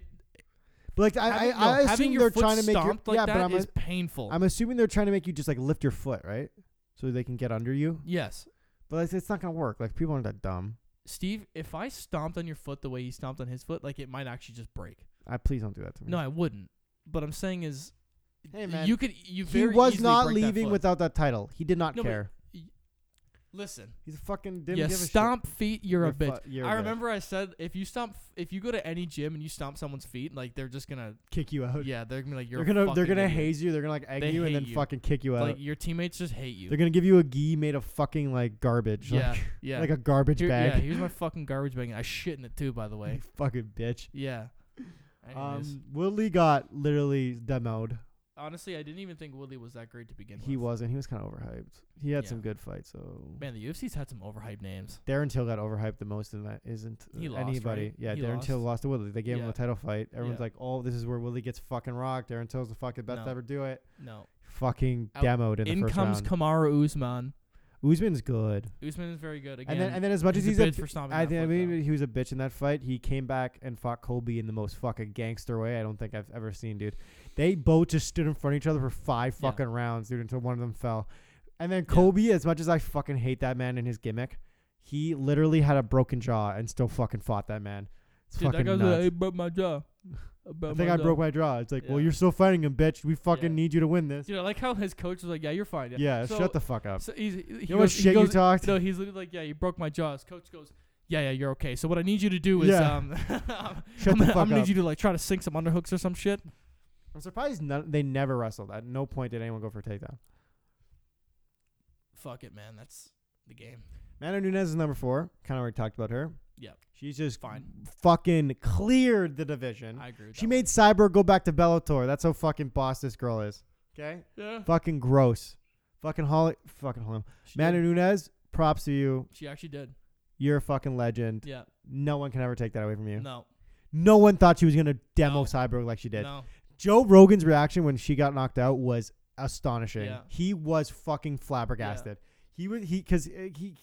[SPEAKER 1] But like I, I,
[SPEAKER 2] having- no,
[SPEAKER 1] I
[SPEAKER 2] having
[SPEAKER 1] assume
[SPEAKER 2] your
[SPEAKER 1] they're
[SPEAKER 2] foot
[SPEAKER 1] trying to make you.
[SPEAKER 2] stomped like
[SPEAKER 1] yeah,
[SPEAKER 2] that
[SPEAKER 1] but I'm,
[SPEAKER 2] is
[SPEAKER 1] a-
[SPEAKER 2] painful.
[SPEAKER 1] I'm assuming they're trying to make you just like lift your foot, right? So they can get under you.
[SPEAKER 2] yes.
[SPEAKER 1] But like, it's not gonna work. Like people aren't that dumb.
[SPEAKER 2] Steve, if I stomped on your foot the way he stomped on his foot, like it might actually just break.
[SPEAKER 1] I please don't do that to me.
[SPEAKER 2] No, I wouldn't. But I'm saying is,
[SPEAKER 1] Hey, man.
[SPEAKER 2] you could you
[SPEAKER 1] he
[SPEAKER 2] very
[SPEAKER 1] was
[SPEAKER 2] easily
[SPEAKER 1] not
[SPEAKER 2] break that
[SPEAKER 1] leaving
[SPEAKER 2] foot.
[SPEAKER 1] without that title. He did not
[SPEAKER 2] No, but-
[SPEAKER 1] care.
[SPEAKER 2] Listen,
[SPEAKER 1] He's a fucking didn't
[SPEAKER 2] you
[SPEAKER 1] give a shit.
[SPEAKER 2] stomp feet, you're, a
[SPEAKER 1] You're fu-
[SPEAKER 2] bitch.
[SPEAKER 1] you're a
[SPEAKER 2] I
[SPEAKER 1] bitch.
[SPEAKER 2] remember I said if you stomp, if you go to any gym and you stomp someone's feet, like they're just gonna
[SPEAKER 1] Kick you out.
[SPEAKER 2] yeah, they're gonna be like you're
[SPEAKER 1] [LAUGHS] they're gonna
[SPEAKER 2] a
[SPEAKER 1] they're
[SPEAKER 2] fucking
[SPEAKER 1] gonna
[SPEAKER 2] idiot.
[SPEAKER 1] haze you. They're gonna like egg
[SPEAKER 2] They
[SPEAKER 1] you and
[SPEAKER 2] hate
[SPEAKER 1] then
[SPEAKER 2] you.
[SPEAKER 1] fucking kick you out.
[SPEAKER 2] like your teammates just hate you.
[SPEAKER 1] they're gonna give you a gi made of fucking like garbage.
[SPEAKER 2] yeah,
[SPEAKER 1] Like, [LAUGHS]
[SPEAKER 2] yeah,
[SPEAKER 1] like a garbage
[SPEAKER 2] Here- Yeah,
[SPEAKER 1] bag.
[SPEAKER 2] here's my fucking garbage bag. I shit in it too, by the
[SPEAKER 1] [LAUGHS]
[SPEAKER 2] way.
[SPEAKER 1] you fucking bitch.
[SPEAKER 2] Yeah. Anyways.
[SPEAKER 1] Um, Woodley got literally demoed.
[SPEAKER 2] honestly, I didn't even think Woodley was that great to begin with.
[SPEAKER 1] He wasn't. He was kind of overhyped. He had
[SPEAKER 2] Yeah.
[SPEAKER 1] some good fights. So
[SPEAKER 2] Man, the UFC's had some overhyped names.
[SPEAKER 1] Darren Till got overhyped the most, and that isn't uh,
[SPEAKER 2] He lost,
[SPEAKER 1] anybody.
[SPEAKER 2] right?
[SPEAKER 1] Yeah,
[SPEAKER 2] He
[SPEAKER 1] Darren Till
[SPEAKER 2] lost.
[SPEAKER 1] lost to Woodley. They gave him
[SPEAKER 2] Yeah.
[SPEAKER 1] a title fight. Everyone's
[SPEAKER 2] Yeah.
[SPEAKER 1] like, "Oh, this is where Woodley gets fucking rocked." Darren Till's the fucking best to
[SPEAKER 2] No.
[SPEAKER 1] ever do it.
[SPEAKER 2] No.
[SPEAKER 1] Fucking
[SPEAKER 2] Out-
[SPEAKER 1] demoed in the
[SPEAKER 2] In
[SPEAKER 1] first
[SPEAKER 2] comes
[SPEAKER 1] round.
[SPEAKER 2] Kamara Usman.
[SPEAKER 1] Usman's good.
[SPEAKER 2] Usman is very good. Again,
[SPEAKER 1] And then, and then as much
[SPEAKER 2] he's
[SPEAKER 1] as he's
[SPEAKER 2] a
[SPEAKER 1] a,
[SPEAKER 2] bitch for stomping
[SPEAKER 1] I
[SPEAKER 2] that
[SPEAKER 1] think I
[SPEAKER 2] foot
[SPEAKER 1] mean
[SPEAKER 2] down.
[SPEAKER 1] he was a bitch in that fight. He came back and fought Colby in the most fucking gangster way I don't think I've ever seen, dude. They both just stood in front of each other for five
[SPEAKER 2] Yeah.
[SPEAKER 1] fucking rounds, dude, until one of them fell. And then
[SPEAKER 2] Yeah.
[SPEAKER 1] Kobe, as much as I fucking hate that man and his gimmick, he literally had a broken jaw and still fucking fought that man. It's
[SPEAKER 2] Dude, that
[SPEAKER 1] fucking
[SPEAKER 2] guy's
[SPEAKER 1] nuts.
[SPEAKER 2] like, "I broke
[SPEAKER 1] [LAUGHS]
[SPEAKER 2] my jaw. I,
[SPEAKER 1] I
[SPEAKER 2] broke
[SPEAKER 1] think
[SPEAKER 2] my
[SPEAKER 1] I
[SPEAKER 2] jaw."
[SPEAKER 1] broke my jaw. It's like, well,
[SPEAKER 2] Yeah.
[SPEAKER 1] you're still fighting him, bitch. We fucking
[SPEAKER 2] Yeah.
[SPEAKER 1] need you to win this.
[SPEAKER 2] Dude, I like how his coach was like, "Yeah, you're fine."
[SPEAKER 1] Yeah,
[SPEAKER 2] So-
[SPEAKER 1] shut the fuck up.
[SPEAKER 2] So he's, he
[SPEAKER 1] you know what
[SPEAKER 2] goes- he
[SPEAKER 1] shit you
[SPEAKER 2] goes-
[SPEAKER 1] talked?
[SPEAKER 2] No, he's literally like, "Yeah, you broke my jaw." His coach goes, "Yeah, yeah, you're okay. So what I need you to do is,
[SPEAKER 1] Yeah.
[SPEAKER 2] um, [LAUGHS]
[SPEAKER 1] Shut
[SPEAKER 2] I'm,
[SPEAKER 1] the
[SPEAKER 2] gonna,
[SPEAKER 1] fuck
[SPEAKER 2] I'm gonna
[SPEAKER 1] up.
[SPEAKER 2] need you to like try to sink some underhooks or some shit."
[SPEAKER 1] I'm surprised none, they never wrestled. At no point did anyone go for a takedown.
[SPEAKER 2] Fuck it, man. That's the game.
[SPEAKER 1] Manu Nunez is number four. Kind of already talked about her.
[SPEAKER 2] Yeah.
[SPEAKER 1] She's just
[SPEAKER 2] Fine.
[SPEAKER 1] fucking cleared the division.
[SPEAKER 2] I agree. With
[SPEAKER 1] Mm-hmm. she
[SPEAKER 2] that
[SPEAKER 1] made Cyborg go back to Bellator. That's how fucking boss this girl is. Okay?
[SPEAKER 2] one. Yeah.
[SPEAKER 1] Fucking gross. Fucking Holly. Fucking Holly.
[SPEAKER 2] She
[SPEAKER 1] Manu
[SPEAKER 2] did.
[SPEAKER 1] Nunez, props to you.
[SPEAKER 2] She actually did.
[SPEAKER 1] You're a fucking legend.
[SPEAKER 2] Yeah.
[SPEAKER 1] No one can ever take that away from you.
[SPEAKER 2] No.
[SPEAKER 1] No one thought she was going to demo
[SPEAKER 2] No.
[SPEAKER 1] Cyborg like she did.
[SPEAKER 2] No.
[SPEAKER 1] Joe Rogan's reaction when she got knocked out was astonishing.
[SPEAKER 2] Yeah.
[SPEAKER 1] He was fucking flabbergasted. He was he because he, he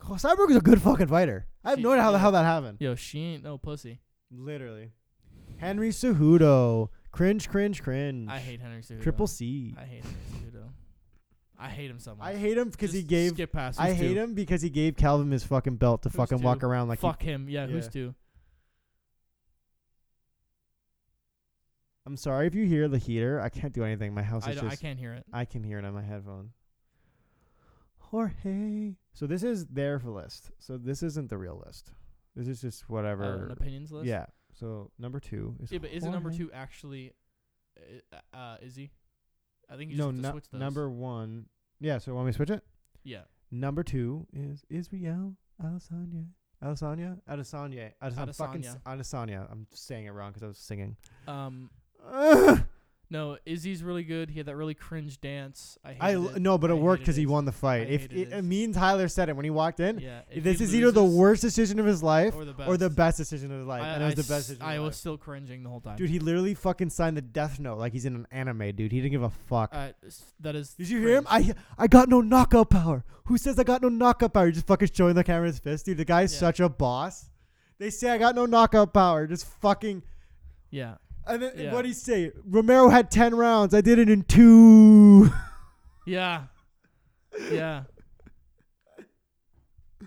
[SPEAKER 1] Cyborg is a good fucking fighter. I have
[SPEAKER 2] She-
[SPEAKER 1] no idea how the
[SPEAKER 2] yeah.
[SPEAKER 1] hell that happened.
[SPEAKER 2] Yo, she ain't no pussy.
[SPEAKER 1] Literally, Henry Cejudo, cringe, cringe, cringe.
[SPEAKER 2] I hate Henry Cejudo.
[SPEAKER 1] Mm. Triple C.
[SPEAKER 2] I hate Henry Cejudo. I hate him so much.
[SPEAKER 1] I hate him because he
[SPEAKER 2] Just
[SPEAKER 1] gave.
[SPEAKER 2] Skip past.
[SPEAKER 1] I
[SPEAKER 2] Who's
[SPEAKER 1] hate
[SPEAKER 2] two?
[SPEAKER 1] him because he gave Calvin his fucking belt to
[SPEAKER 2] Who's
[SPEAKER 1] fucking walk
[SPEAKER 2] two?
[SPEAKER 1] around like he-
[SPEAKER 2] Fuck him. Yeah, Who's
[SPEAKER 1] Yeah.
[SPEAKER 2] two?
[SPEAKER 1] I'm sorry if you hear the heater. I can't do anything. My house
[SPEAKER 2] I,
[SPEAKER 1] is
[SPEAKER 2] don't, I
[SPEAKER 1] just.
[SPEAKER 2] can't hear it.
[SPEAKER 1] I can hear it on my headphone. Jorge. So this is their list. So this isn't the real list. This is just
[SPEAKER 2] Uh, an
[SPEAKER 1] whatever.
[SPEAKER 2] opinions list.
[SPEAKER 1] yeah. So number two is.
[SPEAKER 2] Yeah, but isn't number
[SPEAKER 1] Jorge.
[SPEAKER 2] two actually? uh, Uh, is he? I think you
[SPEAKER 1] No,
[SPEAKER 2] just have to
[SPEAKER 1] nu-
[SPEAKER 2] switch those.
[SPEAKER 1] number one. Yeah. So want me to switch it?
[SPEAKER 2] Yeah.
[SPEAKER 1] Number two is Israel Adesanya. Adesanya? Adesanya. Adesanya. I'm fucking s- Adesanya. I'm saying it wrong because I was singing.
[SPEAKER 2] Um.
[SPEAKER 1] Ugh.
[SPEAKER 2] No, Izzy's really good. He had that really cringe dance. I.
[SPEAKER 1] I
[SPEAKER 2] hated
[SPEAKER 1] l-
[SPEAKER 2] it.
[SPEAKER 1] no, but it
[SPEAKER 2] I
[SPEAKER 1] worked
[SPEAKER 2] hated
[SPEAKER 1] because he
[SPEAKER 2] it.
[SPEAKER 1] won the fight.
[SPEAKER 2] I
[SPEAKER 1] if
[SPEAKER 2] hated
[SPEAKER 1] it,
[SPEAKER 2] it.
[SPEAKER 1] me and Tyler said it when he walked in,
[SPEAKER 2] Yeah. if
[SPEAKER 1] this
[SPEAKER 2] he
[SPEAKER 1] is either the
[SPEAKER 2] loses-
[SPEAKER 1] worst decision of his life
[SPEAKER 2] or the best.
[SPEAKER 1] or the best decision of his life, and it
[SPEAKER 2] I-
[SPEAKER 1] was the
[SPEAKER 2] I
[SPEAKER 1] best.
[SPEAKER 2] s-
[SPEAKER 1] decision of
[SPEAKER 2] I
[SPEAKER 1] his
[SPEAKER 2] was
[SPEAKER 1] life.
[SPEAKER 2] still cringing the whole time.
[SPEAKER 1] dude. He literally fucking signed the death note like he's in an anime, dude. He didn't give a fuck.
[SPEAKER 2] Uh, s- that is.
[SPEAKER 1] Did you hear him?
[SPEAKER 2] cringe.
[SPEAKER 1] I I got no knockout power. Who says I got no knockout power? He's Just fucking showing the camera his fist, dude. The guy's
[SPEAKER 2] Yeah.
[SPEAKER 1] such a boss. They say I got no knockout power. Just fucking.
[SPEAKER 2] Yeah.
[SPEAKER 1] And then
[SPEAKER 2] Yeah.
[SPEAKER 1] what would he say? Romero had ten rounds. I did it in two. [LAUGHS]
[SPEAKER 2] Yeah. Yeah.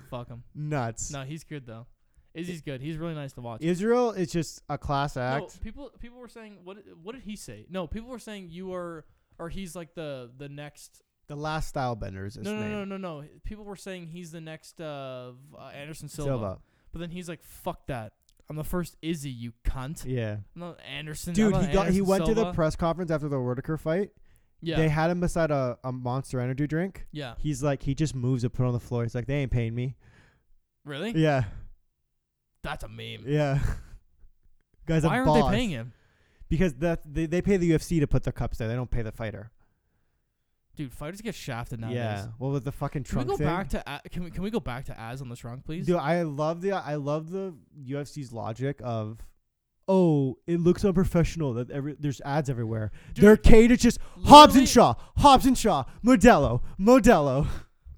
[SPEAKER 2] Fuck him.
[SPEAKER 1] Nuts.
[SPEAKER 2] No, he's good though. Izzy's good. He's really nice to watch.
[SPEAKER 1] Israel is just a class
[SPEAKER 2] No,
[SPEAKER 1] act.
[SPEAKER 2] people people were saying what what did he say? No, people were saying you are or he's like the the next
[SPEAKER 1] The last style bender is his
[SPEAKER 2] no, no
[SPEAKER 1] name.
[SPEAKER 2] no no no no people were saying he's the next uh, v- uh Anderson Silva.
[SPEAKER 1] Silva.
[SPEAKER 2] but then he's like fuck that I'm the first Izzy you cunt
[SPEAKER 1] Yeah.
[SPEAKER 2] I'm not Anderson I'm
[SPEAKER 1] Dude,
[SPEAKER 2] not
[SPEAKER 1] he got he
[SPEAKER 2] Anderson
[SPEAKER 1] went to the
[SPEAKER 2] Silva.
[SPEAKER 1] press conference after the Whitaker fight.
[SPEAKER 2] yeah
[SPEAKER 1] They had him beside a, a monster energy drink.
[SPEAKER 2] yeah
[SPEAKER 1] He's like he just moves to put on the floor. He's like, they ain't paying me.
[SPEAKER 2] really
[SPEAKER 1] Yeah.
[SPEAKER 2] that's a meme
[SPEAKER 1] Yeah. [LAUGHS] Guys
[SPEAKER 2] why
[SPEAKER 1] a
[SPEAKER 2] aren't
[SPEAKER 1] boss.
[SPEAKER 2] they paying him
[SPEAKER 1] Because that they, they pay the UFC to put the cups there. They don't pay the fighter.
[SPEAKER 2] dude fighters get shafted nowadays
[SPEAKER 1] yeah. Well with the fucking
[SPEAKER 2] can we
[SPEAKER 1] trunk
[SPEAKER 2] go
[SPEAKER 1] thing.
[SPEAKER 2] back to A- can we can we go back to Az on the trunk please
[SPEAKER 1] Dude, I love the I love the UFC's logic of Oh, it looks unprofessional that every there's ads everywhere.
[SPEAKER 2] Dude,
[SPEAKER 1] Their cage is just Hobbs
[SPEAKER 2] literally-
[SPEAKER 1] and Shaw, Hobbs and Shaw, Modelo, Modelo.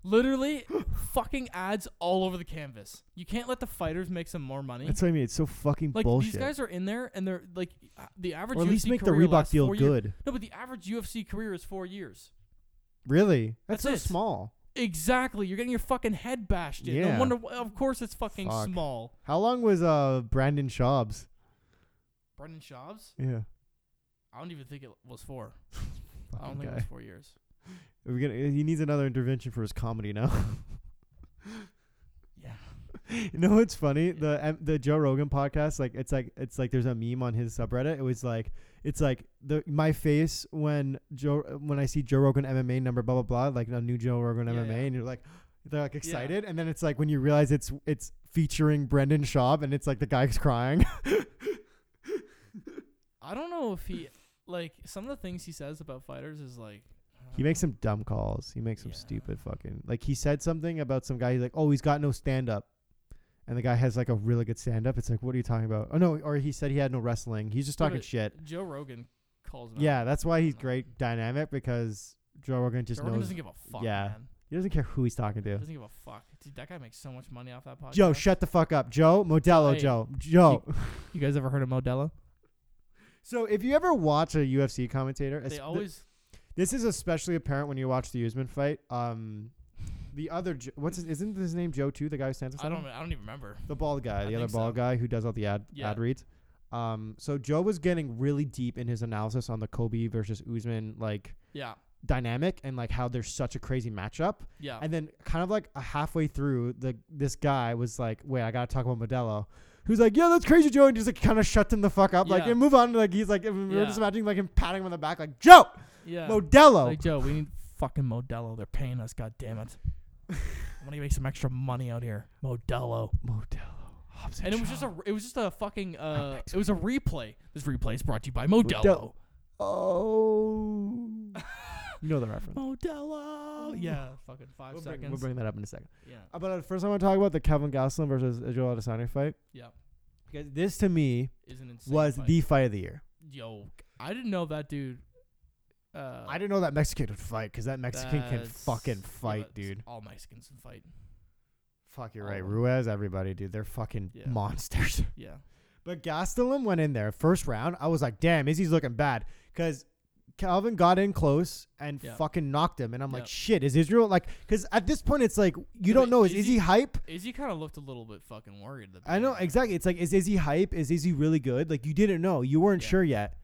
[SPEAKER 2] Literally, [GASPS] fucking ads all over the canvas. You can't let the fighters make some more money.
[SPEAKER 1] That's what I mean. It's so fucking
[SPEAKER 2] like
[SPEAKER 1] bullshit.
[SPEAKER 2] these guys are in there, and they're like uh, the average.
[SPEAKER 1] or at
[SPEAKER 2] UFC
[SPEAKER 1] least make the
[SPEAKER 2] career
[SPEAKER 1] Reebok
[SPEAKER 2] lasts
[SPEAKER 1] deal
[SPEAKER 2] four
[SPEAKER 1] good.
[SPEAKER 2] year- No, but the average UFC career is four years.
[SPEAKER 1] Really? That's,
[SPEAKER 2] That's
[SPEAKER 1] so
[SPEAKER 2] it.
[SPEAKER 1] small.
[SPEAKER 2] Exactly. You're getting your fucking head bashed in.
[SPEAKER 1] Yeah.
[SPEAKER 2] No wonder. wh- Of course, it's fucking
[SPEAKER 1] Fuck.
[SPEAKER 2] small.
[SPEAKER 1] How long was uh Brandon Schaub's?
[SPEAKER 2] Brendan Schaub's.
[SPEAKER 1] Yeah.
[SPEAKER 2] I don't even think it was four. I don't
[SPEAKER 1] Fucking [LAUGHS]
[SPEAKER 2] think it
[SPEAKER 1] guy.
[SPEAKER 2] was four years.
[SPEAKER 1] Are we gonna, he needs another intervention for his comedy now. [LAUGHS]
[SPEAKER 2] Yeah.
[SPEAKER 1] you know what's funny? The um, the Joe Rogan podcast, like it's like it's like there's a meme on his subreddit. It was like it's like the my face when Joe when I see Joe Rogan MMA number blah blah blah like a new Joe Rogan
[SPEAKER 2] Yeah,
[SPEAKER 1] MMA
[SPEAKER 2] yeah.
[SPEAKER 1] and you're like they're like excited and then it's like when you realize it's it's featuring Brendan Schaub and it's like the guy's crying.
[SPEAKER 2] I don't know if he like some of the things he says about fighters is like. uh, I
[SPEAKER 1] He
[SPEAKER 2] don't
[SPEAKER 1] makes some dumb calls. He makes some
[SPEAKER 2] Yeah.
[SPEAKER 1] stupid fucking like he said something about some guy. He's like, oh, he's got no stand up, and the guy has like a really good stand up. It's like, what are you talking about? Oh no, or he said he had no wrestling. He's just
[SPEAKER 2] Yeah,
[SPEAKER 1] talking
[SPEAKER 2] but
[SPEAKER 1] shit.
[SPEAKER 2] know. Joe Rogan calls him. out.
[SPEAKER 1] Yeah, that's why he's
[SPEAKER 2] No.
[SPEAKER 1] great dynamic because Joe Rogan just
[SPEAKER 2] Joe Rogan
[SPEAKER 1] knows
[SPEAKER 2] doesn't give a fuck.
[SPEAKER 1] Yeah.
[SPEAKER 2] Man.
[SPEAKER 1] he doesn't care who he's talking to.
[SPEAKER 2] Doesn't give a fuck. Dude, that guy makes so much money off that podcast.
[SPEAKER 1] Joe, shut the fuck up, Joe Modelo,
[SPEAKER 2] Hey.
[SPEAKER 1] Joe, Joe. [LAUGHS]
[SPEAKER 2] You guys ever heard of Modelo?
[SPEAKER 1] so if you ever watch a UFC commentator,
[SPEAKER 2] They
[SPEAKER 1] it's-
[SPEAKER 2] always
[SPEAKER 1] This is especially apparent when you watch the Usman fight. Um, the other Jo- what's his, isn't his name Joe too? The guy who stands. for
[SPEAKER 2] I don't.
[SPEAKER 1] something?
[SPEAKER 2] I don't even remember.
[SPEAKER 1] The bald guy,
[SPEAKER 2] I
[SPEAKER 1] the other
[SPEAKER 2] think
[SPEAKER 1] bald
[SPEAKER 2] so.
[SPEAKER 1] guy who does all the ad
[SPEAKER 2] Yeah.
[SPEAKER 1] ad reads. Um, so Joe was getting really deep in his analysis on the Kobe versus Usman like
[SPEAKER 2] Yeah.
[SPEAKER 1] dynamic and like how there's such a crazy matchup.
[SPEAKER 2] Yeah.
[SPEAKER 1] And then kind of like a halfway through, the this guy was like, "Wait, I gotta talk about Modelo." Who's like, "Yeah, that's crazy, Joe," and just like kind of shuts him the fuck up, like,
[SPEAKER 2] Yeah.
[SPEAKER 1] and move on. Like he's like, we we're
[SPEAKER 2] Yeah.
[SPEAKER 1] just imagining like him patting him on the back, like, "Joe,
[SPEAKER 2] yeah.
[SPEAKER 1] Modelo."
[SPEAKER 2] Like Joe, we need fucking Modelo. They're paying us. God
[SPEAKER 1] [LAUGHS]
[SPEAKER 2] damn it. I'm gonna make some extra money out here. Modelo.
[SPEAKER 1] Modelo. Hobbs
[SPEAKER 2] And it was just a. It was just a fucking. Uh, it was a replay. This replay is brought to you by Modelo.
[SPEAKER 1] Modelo.
[SPEAKER 2] [LAUGHS]
[SPEAKER 1] oh. you know the reference.
[SPEAKER 2] Modelo. Yeah. Fucking 5
[SPEAKER 1] We'll bring,
[SPEAKER 2] seconds.
[SPEAKER 1] we'll bring that up in a second.
[SPEAKER 2] yeah.
[SPEAKER 1] Uh, but uh, first, I want to talk about the Kevin Gosselin versus Joe Adesanya fight.
[SPEAKER 2] Yeah.
[SPEAKER 1] Because this to me
[SPEAKER 2] Is an insane
[SPEAKER 1] was
[SPEAKER 2] fight.
[SPEAKER 1] the fight of the year.
[SPEAKER 2] yo. I didn't know that dude. Uh,
[SPEAKER 1] I didn't know that Mexican would fight because that Mexican can
[SPEAKER 2] that's-
[SPEAKER 1] fucking
[SPEAKER 2] yeah,
[SPEAKER 1] fight,
[SPEAKER 2] that's-
[SPEAKER 1] dude.
[SPEAKER 2] All Mexicans can fight.
[SPEAKER 1] Fuck, you're
[SPEAKER 2] all
[SPEAKER 1] right.
[SPEAKER 2] of 'em.
[SPEAKER 1] Ruiz, everybody, dude. They're fucking
[SPEAKER 2] Yeah.
[SPEAKER 1] monsters. [LAUGHS]
[SPEAKER 2] Yeah.
[SPEAKER 1] But Gastelum went in there first round. I was like, damn, Izzy's looking bad because Calvin got in close and
[SPEAKER 2] Yeah.
[SPEAKER 1] fucking knocked him. And I'm
[SPEAKER 2] Yeah.
[SPEAKER 1] like, shit, is Israel like? Because at this point, it's like you
[SPEAKER 2] Yeah,
[SPEAKER 1] don't
[SPEAKER 2] but
[SPEAKER 1] know is
[SPEAKER 2] Izzy-
[SPEAKER 1] Izzy hype?
[SPEAKER 2] Izzy kind of looked a little bit fucking worried. That
[SPEAKER 1] I know exactly. It's like is Izzy hype? Is Izzy really good? Like you didn't know. You weren't
[SPEAKER 2] Yeah.
[SPEAKER 1] sure yet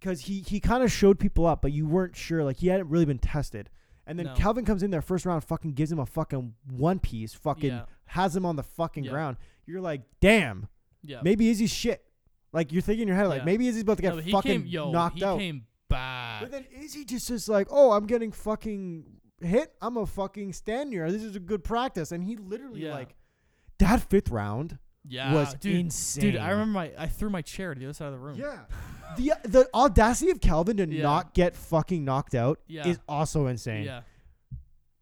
[SPEAKER 1] because he he kind of showed people up, but you weren't sure. Like he hadn't really been tested. And then
[SPEAKER 2] No.
[SPEAKER 1] Calvin comes in there first round, fucking gives him a fucking one piece, fucking
[SPEAKER 2] Yeah.
[SPEAKER 1] has him on the fucking
[SPEAKER 2] Yeah.
[SPEAKER 1] ground. You're like, damn.
[SPEAKER 2] Yeah.
[SPEAKER 1] Maybe Izzy's shit. Like you're thinking in your head, like
[SPEAKER 2] Yeah.
[SPEAKER 1] maybe Izzy's about to get
[SPEAKER 2] No, he
[SPEAKER 1] fucking
[SPEAKER 2] came, yo,
[SPEAKER 1] knocked
[SPEAKER 2] he
[SPEAKER 1] out.
[SPEAKER 2] came bad.
[SPEAKER 1] But then Izzy just is like, oh, I'm getting fucking hit. I'm a fucking stand here. This is a good practice. And he literally
[SPEAKER 2] Yeah.
[SPEAKER 1] like that fifth round
[SPEAKER 2] yeah,
[SPEAKER 1] was
[SPEAKER 2] dude,
[SPEAKER 1] insane.
[SPEAKER 2] Dude, I remember my I threw my chair to the other side of the room. [LAUGHS]
[SPEAKER 1] Yeah. the the audacity of Calvin to
[SPEAKER 2] Yeah.
[SPEAKER 1] not get fucking knocked out
[SPEAKER 2] Yeah.
[SPEAKER 1] is also insane.
[SPEAKER 2] Yeah.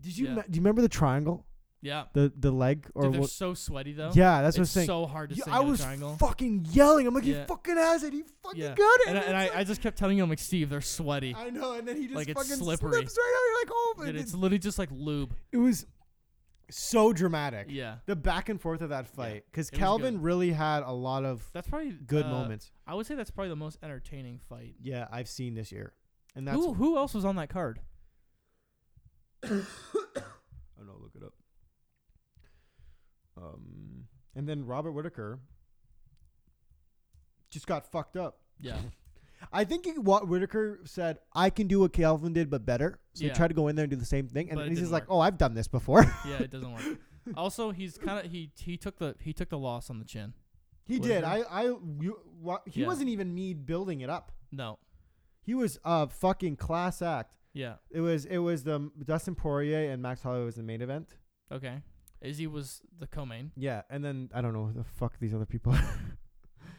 [SPEAKER 1] Did you
[SPEAKER 2] Yeah.
[SPEAKER 1] me- do you remember the triangle?
[SPEAKER 2] Yeah.
[SPEAKER 1] The the leg or
[SPEAKER 2] Dude, they're
[SPEAKER 1] what?
[SPEAKER 2] so sweaty though.
[SPEAKER 1] Yeah, that's what I'm
[SPEAKER 2] it's
[SPEAKER 1] saying.
[SPEAKER 2] so hard to
[SPEAKER 1] Yeah,
[SPEAKER 2] sing
[SPEAKER 1] I
[SPEAKER 2] in a
[SPEAKER 1] was
[SPEAKER 2] triangle.
[SPEAKER 1] fucking yelling. I'm like, he
[SPEAKER 2] Yeah.
[SPEAKER 1] fucking has it. He fucking
[SPEAKER 2] Yeah.
[SPEAKER 1] got it.
[SPEAKER 2] and I, and I,
[SPEAKER 1] it's
[SPEAKER 2] I just kept telling him like Steve, they're sweaty.
[SPEAKER 1] I know, and then he just
[SPEAKER 2] Like, it's
[SPEAKER 1] fucking
[SPEAKER 2] slippery.
[SPEAKER 1] slips right out. You're like, oh,
[SPEAKER 2] Dude,
[SPEAKER 1] it,
[SPEAKER 2] it's literally just like lube.
[SPEAKER 1] it was so dramatic.
[SPEAKER 2] Yeah.
[SPEAKER 1] The back and forth of that fight, because
[SPEAKER 2] it was
[SPEAKER 1] Calvin really had a lot of
[SPEAKER 2] That's probably
[SPEAKER 1] good
[SPEAKER 2] uh,
[SPEAKER 1] moments.
[SPEAKER 2] I would say that's probably the most entertaining fight.
[SPEAKER 1] Yeah, I've seen this year, and that's
[SPEAKER 2] Who who else was on that card?
[SPEAKER 1] I don't know. Look it up. Um, and then Robert Whitaker just got fucked up.
[SPEAKER 2] Yeah.
[SPEAKER 1] [LAUGHS] I think he, what Whitaker said, I can do what Calvin did, but better. So
[SPEAKER 2] Yeah.
[SPEAKER 1] he tried to go in there and do the same thing, and
[SPEAKER 2] But it
[SPEAKER 1] he's
[SPEAKER 2] didn't
[SPEAKER 1] just like,
[SPEAKER 2] work.
[SPEAKER 1] "Oh, I've done this before." [LAUGHS]
[SPEAKER 2] yeah, it doesn't work. Also, he's kind of he he took the he took the loss on the chin.
[SPEAKER 1] he did. I,
[SPEAKER 2] Whitaker?
[SPEAKER 1] I, you, what, he
[SPEAKER 2] Yeah.
[SPEAKER 1] wasn't even me building it up.
[SPEAKER 2] No.
[SPEAKER 1] He was a fucking class act.
[SPEAKER 2] Yeah.
[SPEAKER 1] It was, it was the Dustin Poirier and Max Holloway was the main event.
[SPEAKER 2] Okay. Izzy was the co-main.
[SPEAKER 1] Yeah, and then I don't know who the fuck these other people.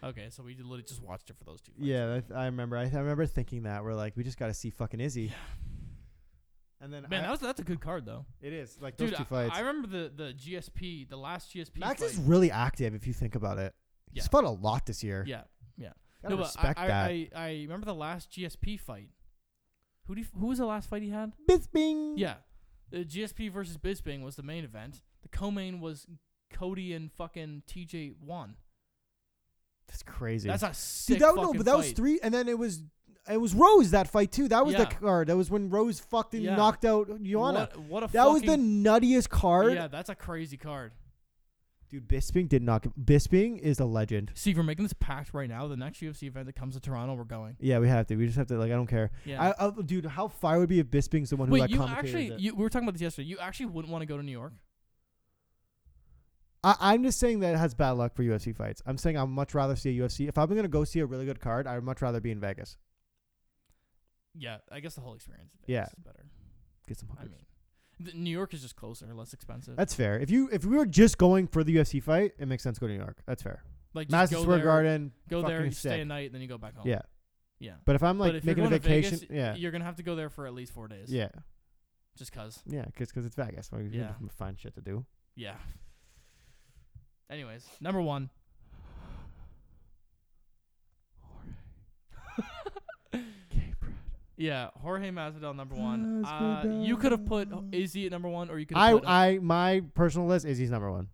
[SPEAKER 2] Okay, so we literally just watched it for those two. Fights.
[SPEAKER 1] yeah, that, I remember. I, I remember thinking that we're like, we just got to see fucking Izzy. And then
[SPEAKER 2] Man,
[SPEAKER 1] I-
[SPEAKER 2] that was that's a good card though.
[SPEAKER 1] it is like
[SPEAKER 2] Dude,
[SPEAKER 1] those two
[SPEAKER 2] I-
[SPEAKER 1] fights.
[SPEAKER 2] I, remember the the GSP, the last GSP
[SPEAKER 1] Max
[SPEAKER 2] fight.
[SPEAKER 1] is really active if you think about it. He's
[SPEAKER 2] Yeah.
[SPEAKER 1] fought a lot this year.
[SPEAKER 2] yeah.
[SPEAKER 1] Gotta
[SPEAKER 2] no,
[SPEAKER 1] respect
[SPEAKER 2] but I,
[SPEAKER 1] that.
[SPEAKER 2] I, I I remember the last GSP fight. Who do you, who was the last fight he had?
[SPEAKER 1] Bisping.
[SPEAKER 2] Yeah. The GSP versus Bisping was the main event. The co-main was Cody and fucking TJ One.
[SPEAKER 1] that's crazy.
[SPEAKER 2] That's a sick
[SPEAKER 1] Dude, that,
[SPEAKER 2] fucking
[SPEAKER 1] no, but that was
[SPEAKER 2] fight.
[SPEAKER 1] three, and then it was it was Rose that fight too. That was the
[SPEAKER 2] Yeah.
[SPEAKER 1] card. That was when Rose fucking
[SPEAKER 2] Yeah.
[SPEAKER 1] knocked out Joanna.
[SPEAKER 2] What, what a
[SPEAKER 1] That was the
[SPEAKER 2] fucking-
[SPEAKER 1] nuttiest card.
[SPEAKER 2] Yeah, that's a crazy card.
[SPEAKER 1] Dude, Bisping did not. give- Bisping is a legend.
[SPEAKER 2] See, we're making this pact right now. The next UFC event that comes to Toronto, we're going.
[SPEAKER 1] Yeah, we have to. We just have to. Like, I don't care.
[SPEAKER 2] Yeah.
[SPEAKER 1] I, I, dude, how fire would it be if Bisping's the one who
[SPEAKER 2] Wait,
[SPEAKER 1] like
[SPEAKER 2] you
[SPEAKER 1] commentators
[SPEAKER 2] actually
[SPEAKER 1] it?
[SPEAKER 2] you, we were talking about this yesterday. You actually wouldn't want to go to New York.
[SPEAKER 1] I, I'm just saying that it has bad luck for UFC fights. I'm saying I'd much rather see a UFC. If I'm gonna go see a really good card, I'd much rather be in Vegas.
[SPEAKER 2] Yeah, I guess the whole experience in
[SPEAKER 1] Yeah.
[SPEAKER 2] Vegas is better.
[SPEAKER 1] Get some.
[SPEAKER 2] I
[SPEAKER 1] hookers.
[SPEAKER 2] mean, th- New York is just closer, less expensive.
[SPEAKER 1] That's fair. If you if we were just going for the UFC fight, it makes sense to go to New York. That's fair.
[SPEAKER 2] like just
[SPEAKER 1] Madison
[SPEAKER 2] go
[SPEAKER 1] Square
[SPEAKER 2] there,
[SPEAKER 1] Garden.
[SPEAKER 2] Go there,
[SPEAKER 1] fucking
[SPEAKER 2] you stay a
[SPEAKER 1] sick.
[SPEAKER 2] night, then you go back home.
[SPEAKER 1] Yeah.
[SPEAKER 2] yeah.
[SPEAKER 1] But if I'm like
[SPEAKER 2] but if
[SPEAKER 1] making
[SPEAKER 2] you're
[SPEAKER 1] a
[SPEAKER 2] going
[SPEAKER 1] vacation,
[SPEAKER 2] to Vegas,
[SPEAKER 1] yeah,
[SPEAKER 2] you're gonna have to go there for at least four days.
[SPEAKER 1] yeah,
[SPEAKER 2] just cause.
[SPEAKER 1] yeah, because it's Vegas. Well, you
[SPEAKER 2] Yeah.
[SPEAKER 1] can find shit to do.
[SPEAKER 2] Yeah. Anyways, number one. Yeah, Jorge Masvidal number one. Uh, you could have put
[SPEAKER 1] Masvidal.
[SPEAKER 2] Izzy at number one, or you could.
[SPEAKER 1] I
[SPEAKER 2] put,
[SPEAKER 1] I my personal list is he's number one.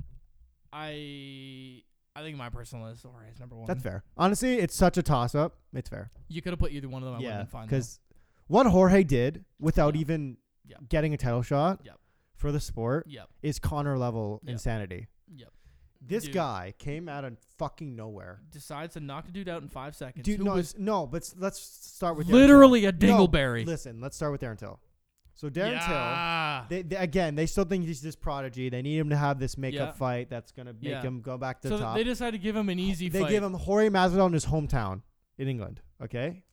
[SPEAKER 2] I I think my personal list Jorge is number one.
[SPEAKER 1] That's fair. Honestly, it's such a toss up. It's fair.
[SPEAKER 2] You could have put either one of them. I would have
[SPEAKER 1] yeah,
[SPEAKER 2] been fine. though.
[SPEAKER 1] because what Jorge did without
[SPEAKER 2] Yeah.
[SPEAKER 1] even
[SPEAKER 2] Yeah.
[SPEAKER 1] getting a title shot
[SPEAKER 2] Yep.
[SPEAKER 1] for the sport
[SPEAKER 2] Yep.
[SPEAKER 1] is Connor level
[SPEAKER 2] Yep.
[SPEAKER 1] insanity.
[SPEAKER 2] Yep.
[SPEAKER 1] This
[SPEAKER 2] Dude.
[SPEAKER 1] guy came out of fucking nowhere.
[SPEAKER 2] Decides to knock the dude out in five seconds.
[SPEAKER 1] Dude,
[SPEAKER 2] who
[SPEAKER 1] no,
[SPEAKER 2] was
[SPEAKER 1] it's- no, but s- let's start with Darren Till.
[SPEAKER 2] literally a
[SPEAKER 1] No,
[SPEAKER 2] dingleberry.
[SPEAKER 1] Listen, let's start with Darren Till. So Darren Till,
[SPEAKER 2] yeah.
[SPEAKER 1] they, they, again, they still think he's this prodigy. They need him to have this makeup
[SPEAKER 2] Yeah.
[SPEAKER 1] fight that's gonna make
[SPEAKER 2] Yeah.
[SPEAKER 1] him go back to
[SPEAKER 2] so
[SPEAKER 1] the top.
[SPEAKER 2] they decided to give him an easy
[SPEAKER 1] They
[SPEAKER 2] fight.
[SPEAKER 1] gave him Jorge Masvidal in his hometown in England. Okay,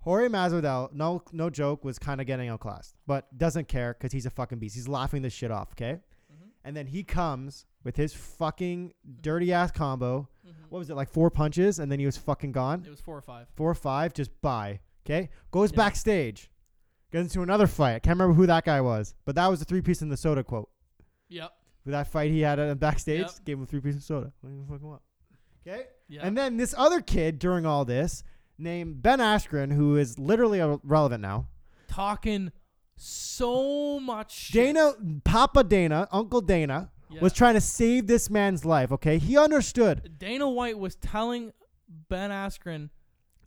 [SPEAKER 1] Jorge Masvidal, no, no joke, was kind of getting outclassed, but doesn't care because he's a fucking beast. He's laughing this shit off. Okay,
[SPEAKER 2] Mhm.
[SPEAKER 1] and then he comes with his fucking dirty ass combo.
[SPEAKER 2] Mhm.
[SPEAKER 1] What was it like four punches, and then he was fucking gone.
[SPEAKER 2] It was four or five.
[SPEAKER 1] Four or five, just bye. Okay, goes
[SPEAKER 2] Yeah.
[SPEAKER 1] backstage, gets into another fight. I can't remember who that guy was, but that was the three piece in the soda quote.
[SPEAKER 2] Yep.
[SPEAKER 1] For that fight he had uh, backstage,
[SPEAKER 2] Yep.
[SPEAKER 1] gave him three piece of soda. What do you fucking want? Okay.
[SPEAKER 2] Yeah.
[SPEAKER 1] And then this other kid during all this, named Ben Askren, who is literally irrelevant now.
[SPEAKER 2] talking so much shit.
[SPEAKER 1] Dana, Papa Dana, Uncle Dana,
[SPEAKER 2] Yeah.
[SPEAKER 1] was trying to save this man's life. Okay, he understood
[SPEAKER 2] Dana White was telling Ben Askren,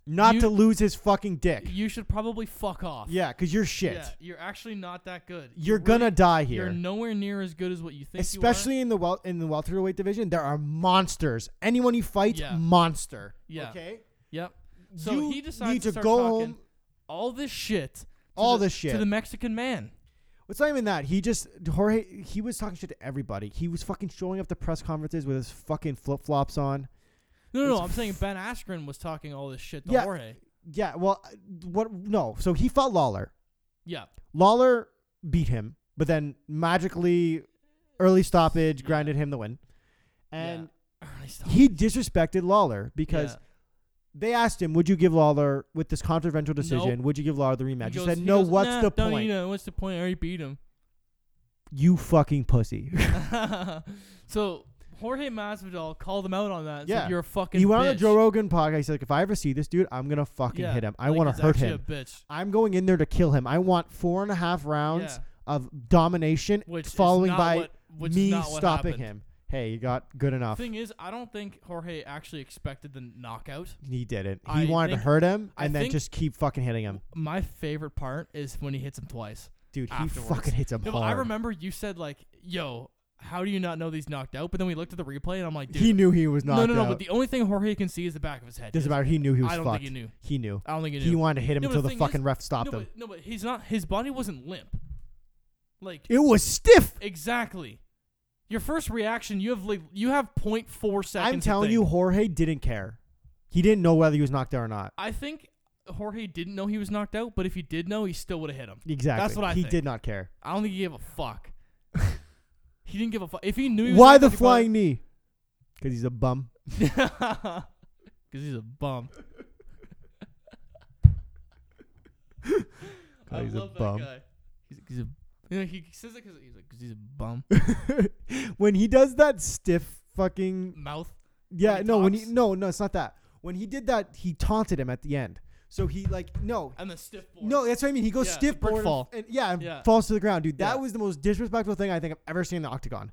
[SPEAKER 1] not
[SPEAKER 2] You-
[SPEAKER 1] to lose his fucking dick.
[SPEAKER 2] "You should probably fuck off."
[SPEAKER 1] Yeah, because you're shit.
[SPEAKER 2] Yeah, you're actually not that good.
[SPEAKER 1] You're
[SPEAKER 2] really-
[SPEAKER 1] gonna die
[SPEAKER 2] You're
[SPEAKER 1] here.
[SPEAKER 2] nowhere near as good as what you think.
[SPEAKER 1] Especially in the wel- in the welterweight division, there are monsters. Anyone he fights,
[SPEAKER 2] Yeah.
[SPEAKER 1] monster.
[SPEAKER 2] Yeah.
[SPEAKER 1] Okay.
[SPEAKER 2] You are. Yep. So
[SPEAKER 1] you
[SPEAKER 2] he decides
[SPEAKER 1] need
[SPEAKER 2] to
[SPEAKER 1] to,
[SPEAKER 2] start
[SPEAKER 1] go
[SPEAKER 2] talking
[SPEAKER 1] home.
[SPEAKER 2] All this shit. to
[SPEAKER 1] All
[SPEAKER 2] the-
[SPEAKER 1] this shit.
[SPEAKER 2] to the Mexican man.
[SPEAKER 1] It's not even that. He just Jorge. He was talking shit to everybody. He was fucking showing up to press conferences with his fucking flip flops on.
[SPEAKER 2] No, no, no.
[SPEAKER 1] It's
[SPEAKER 2] I'm saying Ben Askren was talking all this shit to
[SPEAKER 1] Yeah.
[SPEAKER 2] Jorge.
[SPEAKER 1] Yeah. Well, uh, what? No. So he fought Lawler.
[SPEAKER 2] Yeah.
[SPEAKER 1] Lawler beat him, but then magically, early stoppage
[SPEAKER 2] Yeah.
[SPEAKER 1] grounded him the win. And
[SPEAKER 2] [LAUGHS] Early stop.
[SPEAKER 1] he disrespected Lawler because
[SPEAKER 2] Yeah.
[SPEAKER 1] they asked him, "Would you give Lawler with this controversial decision? Would you give Lawler the
[SPEAKER 2] He
[SPEAKER 1] rematch?" He,
[SPEAKER 2] goes-
[SPEAKER 1] said,
[SPEAKER 2] he
[SPEAKER 1] "No.
[SPEAKER 2] goes,
[SPEAKER 1] what's
[SPEAKER 2] "Nah,
[SPEAKER 1] the
[SPEAKER 2] don't
[SPEAKER 1] point?
[SPEAKER 2] You know, what's the point? I already beat him. [LAUGHS]
[SPEAKER 1] You fucking pussy."
[SPEAKER 2] so Jorge Masvidal called him out on that. and said,
[SPEAKER 1] Yeah.
[SPEAKER 2] you're a fucking.
[SPEAKER 1] he went on the
[SPEAKER 2] bitch."
[SPEAKER 1] Joe Rogan podcast. He's like, "If I ever see this dude, I'm gonna fucking
[SPEAKER 2] Yeah,
[SPEAKER 1] hit him. I
[SPEAKER 2] like,
[SPEAKER 1] want
[SPEAKER 2] he's
[SPEAKER 1] to hurt
[SPEAKER 2] actually
[SPEAKER 1] him."
[SPEAKER 2] A bitch.
[SPEAKER 1] I'm going in there to kill him. I want four and a half rounds
[SPEAKER 2] Yeah,
[SPEAKER 1] of domination,
[SPEAKER 2] which is
[SPEAKER 1] following
[SPEAKER 2] not
[SPEAKER 1] by
[SPEAKER 2] what, which is
[SPEAKER 1] me
[SPEAKER 2] not what
[SPEAKER 1] stopping
[SPEAKER 2] happened.
[SPEAKER 1] him. Hey, you got good enough.
[SPEAKER 2] Thing is, I don't think Jorge actually expected the knockout.
[SPEAKER 1] he didn't. He
[SPEAKER 2] I
[SPEAKER 1] wanted to
[SPEAKER 2] think-
[SPEAKER 1] hurt him
[SPEAKER 2] I
[SPEAKER 1] and then
[SPEAKER 2] think-
[SPEAKER 1] just keep fucking hitting him.
[SPEAKER 2] My favorite part is when he hits him twice.
[SPEAKER 1] Dude, he
[SPEAKER 2] afterwards.
[SPEAKER 1] fucking hits him
[SPEAKER 2] No, but
[SPEAKER 1] hard.
[SPEAKER 2] I remember you said like, "Yo, how do you not know these knocked out?" But then we looked at the replay, and I'm like, "Dude,
[SPEAKER 1] he knew he was
[SPEAKER 2] no,
[SPEAKER 1] knocked
[SPEAKER 2] no, no."
[SPEAKER 1] out.
[SPEAKER 2] But the only thing Jorge can see is the back of his head.
[SPEAKER 1] Doesn't
[SPEAKER 2] He
[SPEAKER 1] matter. He knew he was
[SPEAKER 2] I don't
[SPEAKER 1] fucked.
[SPEAKER 2] think he knew.
[SPEAKER 1] He knew.
[SPEAKER 2] I don't think he knew.
[SPEAKER 1] He wanted to hit him
[SPEAKER 2] No, but
[SPEAKER 1] until
[SPEAKER 2] the
[SPEAKER 1] the
[SPEAKER 2] thing
[SPEAKER 1] fucking
[SPEAKER 2] is-
[SPEAKER 1] ref stopped
[SPEAKER 2] no,
[SPEAKER 1] him.
[SPEAKER 2] But, no, but he's not. His body wasn't limp. Like
[SPEAKER 1] It was stiff.
[SPEAKER 2] exactly. Your first reaction, you have like you have 0.4 seconds.
[SPEAKER 1] I'm
[SPEAKER 2] to
[SPEAKER 1] telling
[SPEAKER 2] think.
[SPEAKER 1] you, Jorge didn't care. He didn't know whether he was knocked out or not.
[SPEAKER 2] I think Jorge didn't know he was knocked out, but if he did know, he still would have hit him.
[SPEAKER 1] Exactly.
[SPEAKER 2] what I
[SPEAKER 1] He
[SPEAKER 2] think.
[SPEAKER 1] did not care.
[SPEAKER 2] I don't think he gave
[SPEAKER 1] [LAUGHS]
[SPEAKER 2] a fuck. he didn't give a fuck. If he knew, he was
[SPEAKER 1] Why
[SPEAKER 2] knocked
[SPEAKER 1] the
[SPEAKER 2] out, he probably-
[SPEAKER 1] flying knee? Because he's a bum.
[SPEAKER 2] [LAUGHS] Because he's
[SPEAKER 1] [LAUGHS]
[SPEAKER 2] a bum. I
[SPEAKER 1] he's a
[SPEAKER 2] love that
[SPEAKER 1] bum.
[SPEAKER 2] guy. He's, he's a. You know, he says it because he's like, because he's
[SPEAKER 1] [LAUGHS]
[SPEAKER 2] a bum.
[SPEAKER 1] when he does that stiff fucking
[SPEAKER 2] Mouth.
[SPEAKER 1] yeah
[SPEAKER 2] he
[SPEAKER 1] no when he
[SPEAKER 2] taunts?
[SPEAKER 1] no no it's not that when he did that he taunted him at the end so he like no
[SPEAKER 2] And the stiff board.
[SPEAKER 1] no that's what I mean he goes
[SPEAKER 2] Yeah,
[SPEAKER 1] stiff
[SPEAKER 2] brick
[SPEAKER 1] board and-
[SPEAKER 2] fall.
[SPEAKER 1] and, yeah and
[SPEAKER 2] Yeah.
[SPEAKER 1] falls to the ground dude that
[SPEAKER 2] Yeah.
[SPEAKER 1] was the most disrespectful thing I think I've ever seen in the octagon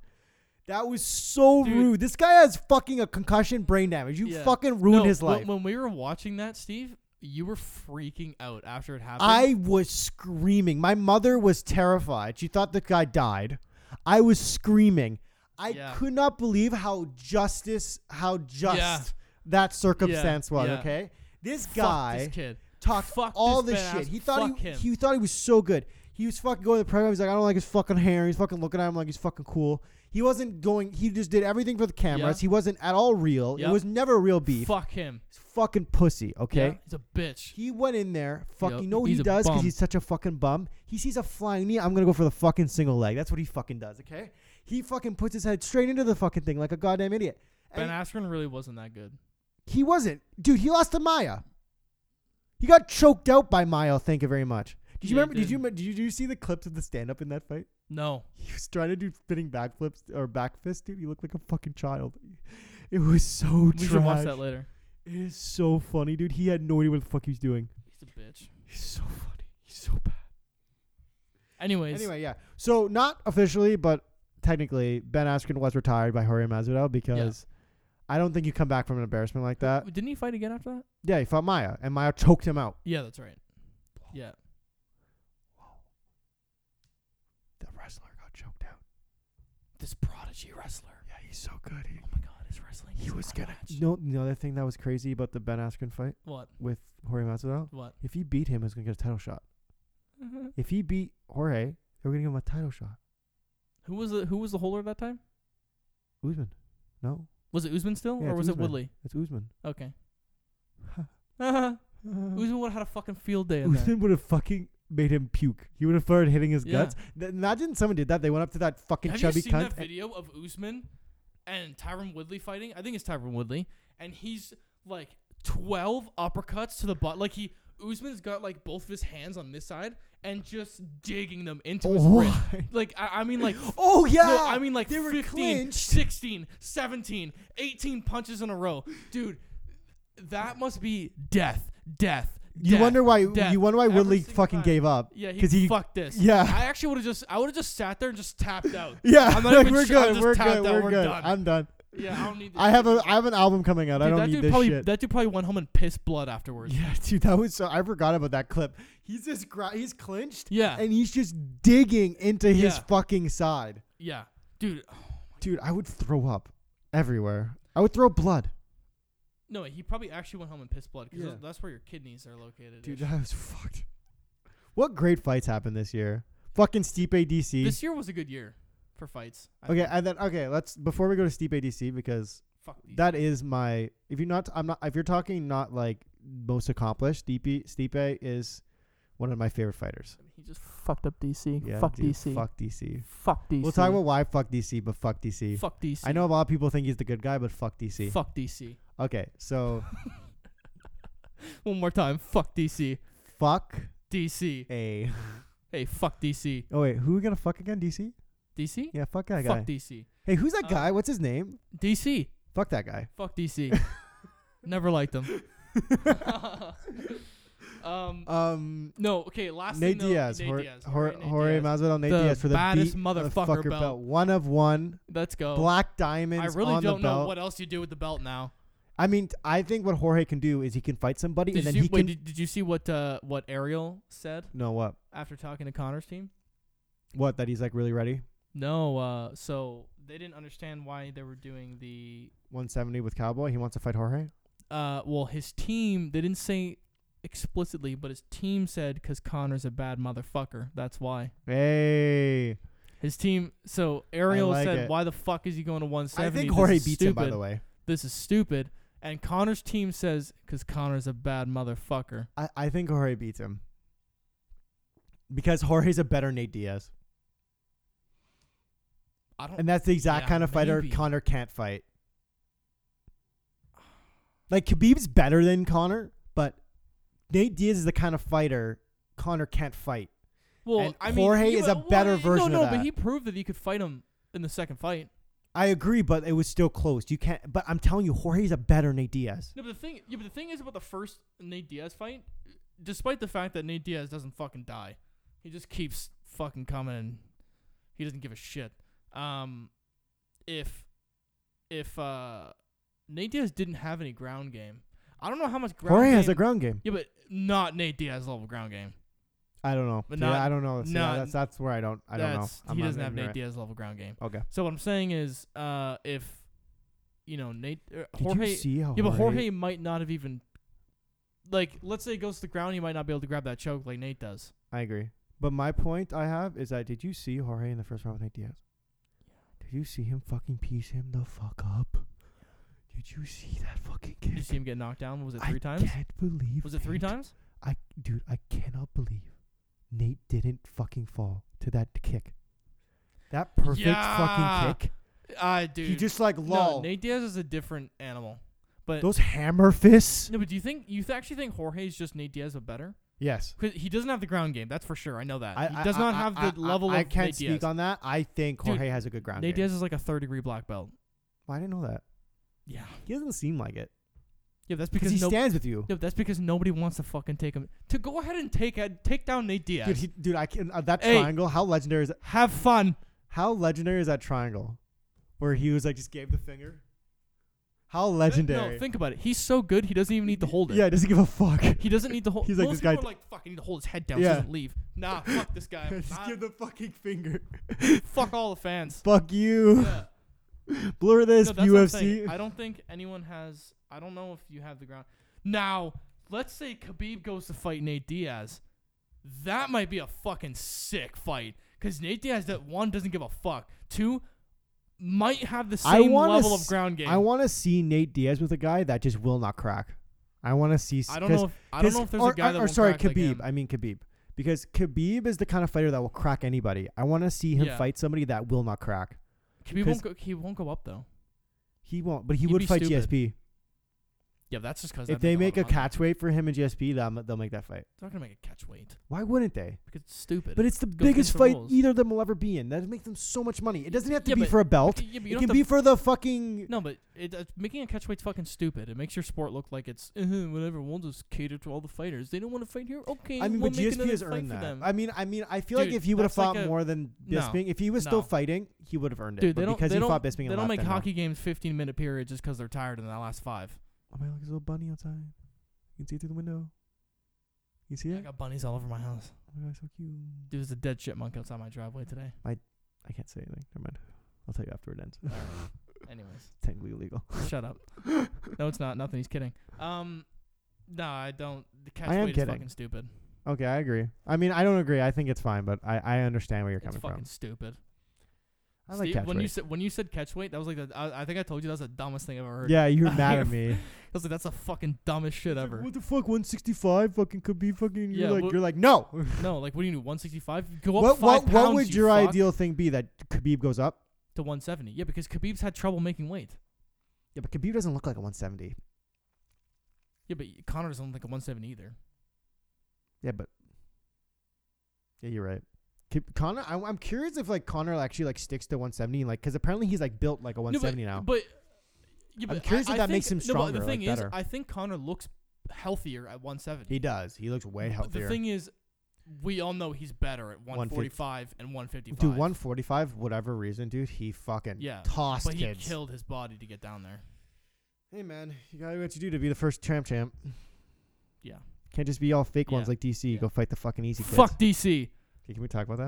[SPEAKER 1] that was so
[SPEAKER 2] Dude.
[SPEAKER 1] rude this guy has fucking a concussion brain damage you
[SPEAKER 2] Yeah.
[SPEAKER 1] fucking ruined
[SPEAKER 2] No,
[SPEAKER 1] his
[SPEAKER 2] when-
[SPEAKER 1] life
[SPEAKER 2] When, we were watching that, Steve, you were freaking out after it happened.
[SPEAKER 1] I was screaming my mother was terrified she thought the guy died I was screaming. I
[SPEAKER 2] Yeah.
[SPEAKER 1] could not believe how justice, how just
[SPEAKER 2] Yeah.
[SPEAKER 1] that circumstance was.
[SPEAKER 2] yeah.
[SPEAKER 1] Okay, this
[SPEAKER 2] Fuck
[SPEAKER 1] guy
[SPEAKER 2] this kid.
[SPEAKER 1] talked
[SPEAKER 2] Fuck
[SPEAKER 1] all
[SPEAKER 2] this
[SPEAKER 1] this
[SPEAKER 2] fat
[SPEAKER 1] shit.
[SPEAKER 2] ass.
[SPEAKER 1] He thought
[SPEAKER 2] Fuck
[SPEAKER 1] he,
[SPEAKER 2] him.
[SPEAKER 1] he thought he was so good. He was fucking going to the program. He's like, I don't like his fucking hair. He's fucking looking at him like he's fucking cool. He wasn't going. He just did everything for the cameras. He
[SPEAKER 2] Yeah.
[SPEAKER 1] wasn't at all real.
[SPEAKER 2] Yep.
[SPEAKER 1] It was never a real beef.
[SPEAKER 2] Fuck him.
[SPEAKER 1] He's fucking pussy. Okay.
[SPEAKER 2] Yeah, he's a bitch.
[SPEAKER 1] He went in there. Fuck,
[SPEAKER 2] Yep,
[SPEAKER 1] you know what
[SPEAKER 2] he's
[SPEAKER 1] he
[SPEAKER 2] a
[SPEAKER 1] does because
[SPEAKER 2] bum.
[SPEAKER 1] he's such a fucking bum. He sees a flying knee. I'm gonna go for the fucking single leg. That's what he fucking does. Okay. He fucking puts his head straight into the fucking thing like a goddamn idiot. And
[SPEAKER 2] Ben Askren really wasn't that good.
[SPEAKER 1] he wasn't, dude. He lost to Maya. He got choked out by Maya. Thank you very much. Did you
[SPEAKER 2] Yeah, he
[SPEAKER 1] remember? Did you
[SPEAKER 2] did.
[SPEAKER 1] me- did you, did you see the clips of the stand up in that fight? [LAUGHS]
[SPEAKER 2] No.
[SPEAKER 1] He was trying to do spinning backflips or back fist, dude. He looked like a fucking child. [LAUGHS] It was so
[SPEAKER 2] We
[SPEAKER 1] trash.
[SPEAKER 2] should watch that later.
[SPEAKER 1] It is so funny, dude. He had no idea what the fuck he was doing.
[SPEAKER 2] He's a bitch.
[SPEAKER 1] He's so funny. He's so bad.
[SPEAKER 2] Anyways.
[SPEAKER 1] Anyway, yeah. So not officially, but technically, Ben Askren was retired by Jorge Masvidal because I don't think you come back from an embarrassment like that.
[SPEAKER 2] Didn't he fight again after that?
[SPEAKER 1] Yeah, he fought Maya, and Maya choked him out.
[SPEAKER 2] Yeah, that's right. Yeah. this prodigy wrestler.
[SPEAKER 1] Yeah, he's so good. He,
[SPEAKER 2] Oh my god, his wrestling.
[SPEAKER 1] he
[SPEAKER 2] is
[SPEAKER 1] was gonna.
[SPEAKER 2] unmatched.
[SPEAKER 1] You know, you know the other thing that was crazy about the Ben Askren fight
[SPEAKER 2] What?
[SPEAKER 1] with Jorge Masvidal?
[SPEAKER 2] What?
[SPEAKER 1] If he beat him, he was gonna get a title shot. If he beat Jorge, they were gonna give him a title shot.
[SPEAKER 2] Who was the Who was the holder that time?
[SPEAKER 1] Usman, no,
[SPEAKER 2] Was it Usman still,
[SPEAKER 1] Yeah,
[SPEAKER 2] or
[SPEAKER 1] it's
[SPEAKER 2] was it
[SPEAKER 1] Usman.
[SPEAKER 2] Woodley?
[SPEAKER 1] it's [LAUGHS] Usman.
[SPEAKER 2] Okay. [LAUGHS] Uh-huh. Usman would have had a fucking field day in there.
[SPEAKER 1] Usman would have fucking made him puke. He would have started hitting his
[SPEAKER 2] Yeah.
[SPEAKER 1] guts. Th- imagine someone did that. They went up to that fucking
[SPEAKER 2] Have you
[SPEAKER 1] chubby
[SPEAKER 2] seen
[SPEAKER 1] cunt.
[SPEAKER 2] that
[SPEAKER 1] and-
[SPEAKER 2] video of Usman and Tyron Woodley fighting? I think it's Tyron Woodley, and he's like twelve uppercuts to the butt. Like he Usman's got like both of his hands on this side and just digging them into his
[SPEAKER 1] [LAUGHS] Oh,
[SPEAKER 2] rib.
[SPEAKER 1] why?
[SPEAKER 2] Like I, I mean, like
[SPEAKER 1] Oh yeah.
[SPEAKER 2] No, I mean like
[SPEAKER 1] they were
[SPEAKER 2] 15,
[SPEAKER 1] clinched.
[SPEAKER 2] 16, 17, 18 punches in a row. Dude, that must be death, death,
[SPEAKER 1] You
[SPEAKER 2] death,
[SPEAKER 1] wonder why.
[SPEAKER 2] death.
[SPEAKER 1] You wonder why
[SPEAKER 2] Every
[SPEAKER 1] Woodley
[SPEAKER 2] single
[SPEAKER 1] fucking
[SPEAKER 2] time.
[SPEAKER 1] gave up.
[SPEAKER 2] Yeah, he,
[SPEAKER 1] 'cause he-
[SPEAKER 2] fucked this.
[SPEAKER 1] yeah. [LAUGHS]
[SPEAKER 2] I actually would have just, I would have just sat there and just tapped out.
[SPEAKER 1] Yeah, [LAUGHS]
[SPEAKER 2] I'm not
[SPEAKER 1] like,
[SPEAKER 2] even
[SPEAKER 1] we're
[SPEAKER 2] sure- I'm
[SPEAKER 1] good.
[SPEAKER 2] just
[SPEAKER 1] We're
[SPEAKER 2] tapped
[SPEAKER 1] good.
[SPEAKER 2] out,
[SPEAKER 1] We're
[SPEAKER 2] we're
[SPEAKER 1] good.
[SPEAKER 2] done.
[SPEAKER 1] I'm done.
[SPEAKER 2] Yeah, I don't need
[SPEAKER 1] [LAUGHS]
[SPEAKER 2] this
[SPEAKER 1] I have
[SPEAKER 2] shit.
[SPEAKER 1] a I have an album coming out.
[SPEAKER 2] Dude,
[SPEAKER 1] I
[SPEAKER 2] that
[SPEAKER 1] don't need
[SPEAKER 2] dude
[SPEAKER 1] this [LAUGHS]
[SPEAKER 2] probably,
[SPEAKER 1] shit.
[SPEAKER 2] That dude probably went home and pissed blood afterwards.
[SPEAKER 1] yeah, dude, that was so. I forgot about that clip. He's just gr- he's clinched
[SPEAKER 2] Yeah.
[SPEAKER 1] and he's just digging into his
[SPEAKER 2] Yeah.
[SPEAKER 1] fucking side.
[SPEAKER 2] yeah. Dude,
[SPEAKER 1] Dude, I would throw up everywhere. I would throw blood.
[SPEAKER 2] no, he probably actually went home and pissed blood because
[SPEAKER 1] Yeah.
[SPEAKER 2] that's where your kidneys are located.
[SPEAKER 1] Dude,
[SPEAKER 2] ish.
[SPEAKER 1] that was [LAUGHS] fucked. What great fights happened this year? Fucking Stipe DC.
[SPEAKER 2] this year was a good year for fights. I
[SPEAKER 1] okay,
[SPEAKER 2] think.
[SPEAKER 1] and then okay, let's before we go to Stipe DC because
[SPEAKER 2] Fuck these.
[SPEAKER 1] That is my. If you're not, I'm not. If you're talking not like most accomplished, DP Stipe is one of my favorite fighters.
[SPEAKER 2] he just
[SPEAKER 3] Fucked up DC.
[SPEAKER 1] Yeah,
[SPEAKER 3] fuck
[SPEAKER 1] dude,
[SPEAKER 3] DC. Fuck.
[SPEAKER 1] Fuck DC.
[SPEAKER 3] DC.
[SPEAKER 1] We'll talk about why fuck DC, but fuck DC.
[SPEAKER 2] fuck DC.
[SPEAKER 1] I know a lot of people think he's the good guy, but fuck DC.
[SPEAKER 2] Fuck DC.
[SPEAKER 1] Okay,
[SPEAKER 2] [LAUGHS]
[SPEAKER 1] so
[SPEAKER 2] One more time. Fuck DC.
[SPEAKER 1] fuck
[SPEAKER 2] DC.
[SPEAKER 1] a.
[SPEAKER 2] Hey, fuck DC.
[SPEAKER 1] Oh wait, who we gonna fuck again? DC?
[SPEAKER 2] DC?
[SPEAKER 1] Yeah, fuck that guy.
[SPEAKER 2] Fuck DC.
[SPEAKER 1] hey, who's that
[SPEAKER 2] Uh,
[SPEAKER 1] guy? What's his name?
[SPEAKER 2] DC.
[SPEAKER 1] Fuck that guy. [LAUGHS]
[SPEAKER 2] Fuck DC. Never liked them. um,
[SPEAKER 1] Um.
[SPEAKER 2] no, okay, last
[SPEAKER 1] Nate
[SPEAKER 2] thing.
[SPEAKER 1] Diaz,
[SPEAKER 2] though, Nate
[SPEAKER 1] Hor-
[SPEAKER 2] Diaz.
[SPEAKER 1] Hor-
[SPEAKER 2] Jorge Nate
[SPEAKER 1] Jorge
[SPEAKER 2] Diaz.
[SPEAKER 1] Masvidal, Nate
[SPEAKER 2] The
[SPEAKER 1] Diaz for the
[SPEAKER 2] baddest
[SPEAKER 1] beat-
[SPEAKER 2] motherfucker
[SPEAKER 1] motherfucker
[SPEAKER 2] belt. Oh.
[SPEAKER 1] belt, one of one,
[SPEAKER 2] Let's go.
[SPEAKER 1] black diamonds
[SPEAKER 2] I really
[SPEAKER 1] on
[SPEAKER 2] don't
[SPEAKER 1] the belt.
[SPEAKER 2] know what else you do with the belt now.
[SPEAKER 1] I mean, t- I think what Jorge can do is he can fight somebody
[SPEAKER 2] Did
[SPEAKER 1] and then
[SPEAKER 2] you
[SPEAKER 1] he
[SPEAKER 2] wait?
[SPEAKER 1] can.
[SPEAKER 2] Did, did you see what uh, what Ariel said
[SPEAKER 1] no, what?
[SPEAKER 2] after talking to Connor's team?
[SPEAKER 1] What? That he's like really ready?
[SPEAKER 2] No. Uh, so they didn't understand why they were doing the
[SPEAKER 1] 170 with Cowboy? He wants to fight Jorge?
[SPEAKER 2] uh, well, his team, they didn't say explicitly, but his team said because Connor's a bad motherfucker. That's why.
[SPEAKER 1] Hey.
[SPEAKER 2] His team, so Ariel
[SPEAKER 1] like
[SPEAKER 2] said,
[SPEAKER 1] it.
[SPEAKER 2] why the fuck is he going to
[SPEAKER 1] I
[SPEAKER 2] 170?
[SPEAKER 1] think
[SPEAKER 2] This
[SPEAKER 1] Jorge
[SPEAKER 2] is
[SPEAKER 1] beats him, by
[SPEAKER 2] stupid.
[SPEAKER 1] the way.
[SPEAKER 2] This is stupid. And Connor's team says, because Connor's a bad motherfucker.
[SPEAKER 1] I, I think Jorge beats him. Because Jorge's a better Nate Diaz.
[SPEAKER 2] I don't.
[SPEAKER 1] And that's the exact
[SPEAKER 2] Yeah,
[SPEAKER 1] kind of fighter
[SPEAKER 2] maybe.
[SPEAKER 1] Connor can't fight. Like, Khabib's better than Connor, but Nate Diaz is the kind of fighter Connor can't fight.
[SPEAKER 2] well,
[SPEAKER 1] and
[SPEAKER 2] I
[SPEAKER 1] Jorge
[SPEAKER 2] mean, he-
[SPEAKER 1] is a
[SPEAKER 2] well,
[SPEAKER 1] better
[SPEAKER 2] no,
[SPEAKER 1] version of
[SPEAKER 2] No,
[SPEAKER 1] that.
[SPEAKER 2] but he proved that he could fight him in the second fight.
[SPEAKER 1] I agree, but it was still close. You can't. But I'm telling you, Jorge's a better Nate Diaz.
[SPEAKER 2] No, but the thing, yeah, but the thing is about the first Nate Diaz fight, despite the fact that Nate Diaz doesn't fucking die, he just keeps fucking coming and he doesn't give a shit. Um, if if uh, Nate Diaz didn't have any ground game, I don't know how much ground.
[SPEAKER 1] Jorge
[SPEAKER 2] game,
[SPEAKER 1] has a ground game.
[SPEAKER 2] Yeah, but not Nate Diaz level ground game.
[SPEAKER 1] I don't know.
[SPEAKER 2] But
[SPEAKER 1] See,
[SPEAKER 2] not-
[SPEAKER 1] I don't know. See,
[SPEAKER 2] not-
[SPEAKER 1] that's that's where I don't. I don't know.
[SPEAKER 2] That's-
[SPEAKER 1] I'm
[SPEAKER 2] He
[SPEAKER 1] not
[SPEAKER 2] doesn't have Nate
[SPEAKER 1] ignorant.
[SPEAKER 2] Diaz level ground game.
[SPEAKER 1] Okay.
[SPEAKER 2] So what I'm saying is, uh, if you know Nate er,
[SPEAKER 1] Did
[SPEAKER 2] Jorge,
[SPEAKER 1] you see how
[SPEAKER 2] Yeah, but Jorge might not have even like let's say he goes to the ground, he might not be able to grab that choke like Nate does.
[SPEAKER 1] I agree. But my point I have is that did you see Jorge in the first round with Nate Diaz? Did you see him fucking piece him the fuck up? Did you see that fucking
[SPEAKER 2] Did you
[SPEAKER 1] kick?
[SPEAKER 2] see him get knocked down? Was it
[SPEAKER 1] I
[SPEAKER 2] three times?
[SPEAKER 1] can't believe.
[SPEAKER 2] Was it three
[SPEAKER 1] Nate-
[SPEAKER 2] times?
[SPEAKER 1] I dude, I cannot believe Nate didn't fucking fall to that kick. That perfect
[SPEAKER 2] Yeah.
[SPEAKER 1] fucking kick.
[SPEAKER 2] I dude.
[SPEAKER 1] Uh, He just like
[SPEAKER 2] no,
[SPEAKER 1] lol.
[SPEAKER 2] Nate Diaz is a different animal. But
[SPEAKER 1] Those hammer fists.
[SPEAKER 2] no, but do you think you th- actually think Jorge's just Nate Diaz but better?
[SPEAKER 1] Yes.
[SPEAKER 2] 'Cause he doesn't have the ground game. That's for sure. I know that.
[SPEAKER 1] I,
[SPEAKER 2] he
[SPEAKER 1] I-
[SPEAKER 2] does
[SPEAKER 1] I-
[SPEAKER 2] not
[SPEAKER 1] I-
[SPEAKER 2] have
[SPEAKER 1] I-
[SPEAKER 2] the level
[SPEAKER 1] I, I
[SPEAKER 2] of
[SPEAKER 1] can't
[SPEAKER 2] Nate
[SPEAKER 1] speak
[SPEAKER 2] Diaz.
[SPEAKER 1] on that. I think
[SPEAKER 2] Dude,
[SPEAKER 1] Jorge has a good ground
[SPEAKER 2] Nate
[SPEAKER 1] game.
[SPEAKER 2] Diaz is like a third degree black belt.
[SPEAKER 1] Well, I didn't know that.
[SPEAKER 2] Yeah.
[SPEAKER 1] He doesn't seem like it
[SPEAKER 2] Yeah, that's
[SPEAKER 1] because
[SPEAKER 2] because
[SPEAKER 1] he
[SPEAKER 2] no.
[SPEAKER 1] stands with you.
[SPEAKER 2] no, that's because nobody wants to fucking take him. To go ahead and take take down Nate Diaz.
[SPEAKER 1] Dude, he, dude, I can uh, that
[SPEAKER 2] Hey.
[SPEAKER 1] triangle. How legendary is
[SPEAKER 2] have fun.
[SPEAKER 1] how legendary is that triangle, where he was like just gave the finger, How
[SPEAKER 2] No,
[SPEAKER 1] legendary.
[SPEAKER 2] think about it. He's so good, he doesn't even need to hold it.
[SPEAKER 1] yeah, doesn't give a fuck. [LAUGHS]
[SPEAKER 2] He doesn't need to hold.
[SPEAKER 1] He's
[SPEAKER 2] He's
[SPEAKER 1] like,
[SPEAKER 2] like
[SPEAKER 1] this
[SPEAKER 2] Most
[SPEAKER 1] guy
[SPEAKER 2] people are like, fuck, I need to hold his head down. so
[SPEAKER 1] Yeah.
[SPEAKER 2] he doesn't leave.
[SPEAKER 1] [LAUGHS]
[SPEAKER 2] Nah, fuck this guy. I'm
[SPEAKER 1] Just
[SPEAKER 2] not-
[SPEAKER 1] give the fucking finger.
[SPEAKER 2] [LAUGHS] fuck all
[SPEAKER 1] [LAUGHS]
[SPEAKER 2] the fans.
[SPEAKER 1] fuck you.
[SPEAKER 2] Yeah.
[SPEAKER 1] Blur this
[SPEAKER 2] No, that's what I'm saying.
[SPEAKER 1] UFC.
[SPEAKER 2] I don't think anyone has. I don't know if you have the ground. Now, let's say Khabib goes to fight Nate Diaz. That might be a fucking sick fight because Nate Diaz, that one doesn't give a fuck. Two, might have the
[SPEAKER 1] I
[SPEAKER 2] same
[SPEAKER 1] wanna
[SPEAKER 2] level
[SPEAKER 1] s-
[SPEAKER 2] of ground game.
[SPEAKER 1] I want to see Nate Diaz with a guy that just will not crack. I want to see.
[SPEAKER 2] I don't know. If, I don't know if there's
[SPEAKER 1] or,
[SPEAKER 2] a guy
[SPEAKER 1] or,
[SPEAKER 2] that
[SPEAKER 1] or
[SPEAKER 2] won't
[SPEAKER 1] sorry,
[SPEAKER 2] crack like
[SPEAKER 1] Khabib.
[SPEAKER 2] him.
[SPEAKER 1] I mean Khabib, because Khabib is the kind of fighter that will crack anybody. I want to see him
[SPEAKER 2] Yeah.
[SPEAKER 1] fight somebody that will not crack.
[SPEAKER 2] Khabib
[SPEAKER 1] 'cause-
[SPEAKER 2] won't go. He won't go up though.
[SPEAKER 1] He won't, but he
[SPEAKER 2] He'd
[SPEAKER 1] would
[SPEAKER 2] be
[SPEAKER 1] fight
[SPEAKER 2] stupid.
[SPEAKER 1] GSP.
[SPEAKER 2] Yeah, that's just because
[SPEAKER 1] If they make a catch weight for him and GSP, they'll, they'll make that fight.
[SPEAKER 2] they're not gonna make a catch weight
[SPEAKER 1] Why wouldn't they?
[SPEAKER 2] because it's stupid.
[SPEAKER 1] But it's the
[SPEAKER 2] goes
[SPEAKER 1] biggest
[SPEAKER 2] against the
[SPEAKER 1] fight
[SPEAKER 2] rules.
[SPEAKER 1] either of them will ever be in. That makes them so much money. It doesn't have to
[SPEAKER 2] Yeah,
[SPEAKER 1] be
[SPEAKER 2] but-
[SPEAKER 1] for a belt.
[SPEAKER 2] Okay, yeah, but you
[SPEAKER 1] It
[SPEAKER 2] don't
[SPEAKER 1] can
[SPEAKER 2] have
[SPEAKER 1] be
[SPEAKER 2] to-
[SPEAKER 1] for the fucking.
[SPEAKER 2] No, but it, uh, making a catchweight's fucking stupid. It makes your sport look like it's "Uh-huh, whatever. We'll just cater to all the fighters. They don't want to fight here. Okay,
[SPEAKER 1] I mean,
[SPEAKER 2] we'll
[SPEAKER 1] but
[SPEAKER 2] make
[SPEAKER 1] GSP
[SPEAKER 2] another
[SPEAKER 1] has
[SPEAKER 2] fight
[SPEAKER 1] earned
[SPEAKER 2] for
[SPEAKER 1] that.
[SPEAKER 2] them.
[SPEAKER 1] I mean, I mean, I feel like
[SPEAKER 2] Dude,
[SPEAKER 1] if he would have
[SPEAKER 2] that's like
[SPEAKER 1] fought
[SPEAKER 2] a-
[SPEAKER 1] more than
[SPEAKER 2] No.
[SPEAKER 1] Bisping, if he was still
[SPEAKER 2] No.
[SPEAKER 1] fighting, he would have earned it.
[SPEAKER 2] Dude,
[SPEAKER 1] but
[SPEAKER 2] they don't.
[SPEAKER 1] because
[SPEAKER 2] they
[SPEAKER 1] he
[SPEAKER 2] don't,
[SPEAKER 1] fought Bisping,
[SPEAKER 2] they
[SPEAKER 1] and
[SPEAKER 2] don't
[SPEAKER 1] left,
[SPEAKER 2] make
[SPEAKER 1] then no.
[SPEAKER 2] hockey games 15 minute periods just 'cause they're tired in that last five.
[SPEAKER 1] Oh my, look, there's a little bunny outside. You can see it through the window. You see
[SPEAKER 2] I
[SPEAKER 1] it?
[SPEAKER 2] got bunnies all over my house.
[SPEAKER 1] Oh my god, so cute.
[SPEAKER 2] Dude, there's a dead chipmunk outside my driveway today.
[SPEAKER 1] I can't say anything. Never mind. I'll tell you after it ends. [LAUGHS]
[SPEAKER 2] Anyways,
[SPEAKER 1] Technically illegal. [LAUGHS]
[SPEAKER 2] shut up. No, it's not. Nothing. He's kidding. Um, no, I don't. The
[SPEAKER 1] I am
[SPEAKER 2] catchweight is
[SPEAKER 1] kidding.
[SPEAKER 2] fucking stupid.
[SPEAKER 1] Okay, I agree. I mean, I don't agree. I think it's fine, but I, I understand where you're
[SPEAKER 2] It's
[SPEAKER 1] coming
[SPEAKER 2] fucking
[SPEAKER 1] from.
[SPEAKER 2] stupid.
[SPEAKER 1] I like
[SPEAKER 2] Steve,
[SPEAKER 1] catch
[SPEAKER 2] when you
[SPEAKER 1] weight.
[SPEAKER 2] said when you said catchweight, that was like the, I, I think I told you that was the dumbest thing I've ever heard.
[SPEAKER 1] Yeah,
[SPEAKER 2] [LAUGHS]
[SPEAKER 1] you're
[SPEAKER 2] I
[SPEAKER 1] mad at
[SPEAKER 2] am
[SPEAKER 1] me.
[SPEAKER 2] I was like, that's the fucking dumbest shit
[SPEAKER 1] Like,
[SPEAKER 2] ever.
[SPEAKER 1] What the fuck? 165 fucking could be fucking. You're
[SPEAKER 2] Yeah,
[SPEAKER 1] like
[SPEAKER 2] what-
[SPEAKER 1] you're like no.
[SPEAKER 2] No, like [LAUGHS] what do you do? 165? Go up
[SPEAKER 1] what
[SPEAKER 2] five
[SPEAKER 1] what
[SPEAKER 2] pounds,
[SPEAKER 1] what would
[SPEAKER 2] you
[SPEAKER 1] your
[SPEAKER 2] fuck,
[SPEAKER 1] ideal thing be that Khabib goes up?
[SPEAKER 2] to 170? Yeah, because Khabib's had trouble making weight.
[SPEAKER 1] Yeah, but Khabib doesn't look like a 170.
[SPEAKER 2] Yeah, but Connor doesn't think a 170 either.
[SPEAKER 1] Yeah, but yeah, you're right. Khab- Connor, I, I'm curious if like Connor actually like sticks to 170, like because apparently he's like built like a 170
[SPEAKER 2] no, but,
[SPEAKER 1] now.
[SPEAKER 2] But, yeah,
[SPEAKER 1] I'm
[SPEAKER 2] but
[SPEAKER 1] curious if
[SPEAKER 2] I, I
[SPEAKER 1] that makes
[SPEAKER 2] think-
[SPEAKER 1] him
[SPEAKER 2] no, but
[SPEAKER 1] stronger,
[SPEAKER 2] the thing
[SPEAKER 1] like,
[SPEAKER 2] is,
[SPEAKER 1] better.
[SPEAKER 2] I think Connor looks healthier at 170.
[SPEAKER 1] he does. He looks way
[SPEAKER 2] But
[SPEAKER 1] healthier.
[SPEAKER 2] The thing is, we all know he's better at 145 and 155.
[SPEAKER 1] dude, 145, whatever reason, dude, he fucking
[SPEAKER 2] Yeah,
[SPEAKER 1] tossed
[SPEAKER 2] But he
[SPEAKER 1] kids.
[SPEAKER 2] killed his body to get down there.
[SPEAKER 1] Hey man, you gotta do what you do to be the first champ champ.
[SPEAKER 2] Yeah.
[SPEAKER 1] Can't just be all fake ones
[SPEAKER 2] Yeah.
[SPEAKER 1] like DC.
[SPEAKER 2] Yeah.
[SPEAKER 1] Go fight the fucking easy kids.
[SPEAKER 2] Fuck DC.
[SPEAKER 1] Okay, can we talk about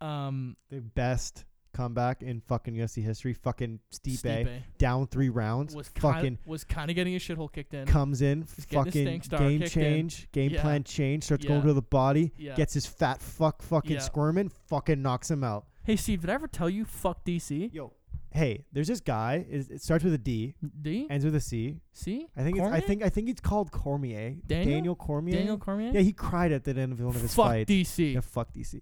[SPEAKER 1] that?
[SPEAKER 2] Um,
[SPEAKER 1] The best comeback in fucking UFC history. Fucking Stipe,
[SPEAKER 2] Stipe
[SPEAKER 1] down three rounds.
[SPEAKER 2] was
[SPEAKER 1] fucking
[SPEAKER 2] kind of, was kind of getting his shithole kicked in.
[SPEAKER 1] comes in.
[SPEAKER 2] He's getting his
[SPEAKER 1] Fucking
[SPEAKER 2] stank star
[SPEAKER 1] game
[SPEAKER 2] kicked in.
[SPEAKER 1] change. Game
[SPEAKER 2] Yeah.
[SPEAKER 1] plan change. Starts going
[SPEAKER 2] Yeah.
[SPEAKER 1] to the body.
[SPEAKER 2] yeah.
[SPEAKER 1] Gets his fat fuck fucking
[SPEAKER 2] Yeah.
[SPEAKER 1] squirming. Fucking knocks him out.
[SPEAKER 2] Hey Steve, did I ever tell you fuck DC?
[SPEAKER 1] Yo, hey, there's this guy. It, it starts with a D,
[SPEAKER 2] D?
[SPEAKER 1] ends with a C.
[SPEAKER 2] C?
[SPEAKER 1] I think it's, I
[SPEAKER 2] Cormier?
[SPEAKER 1] think I think it's called Cormier.
[SPEAKER 2] Daniel?
[SPEAKER 1] Cormier.
[SPEAKER 2] Daniel Cormier?
[SPEAKER 1] Yeah, he cried at the end of one of his
[SPEAKER 2] Mm-hmm. fuck
[SPEAKER 1] fights.
[SPEAKER 2] DC.
[SPEAKER 1] Yeah, fuck DC.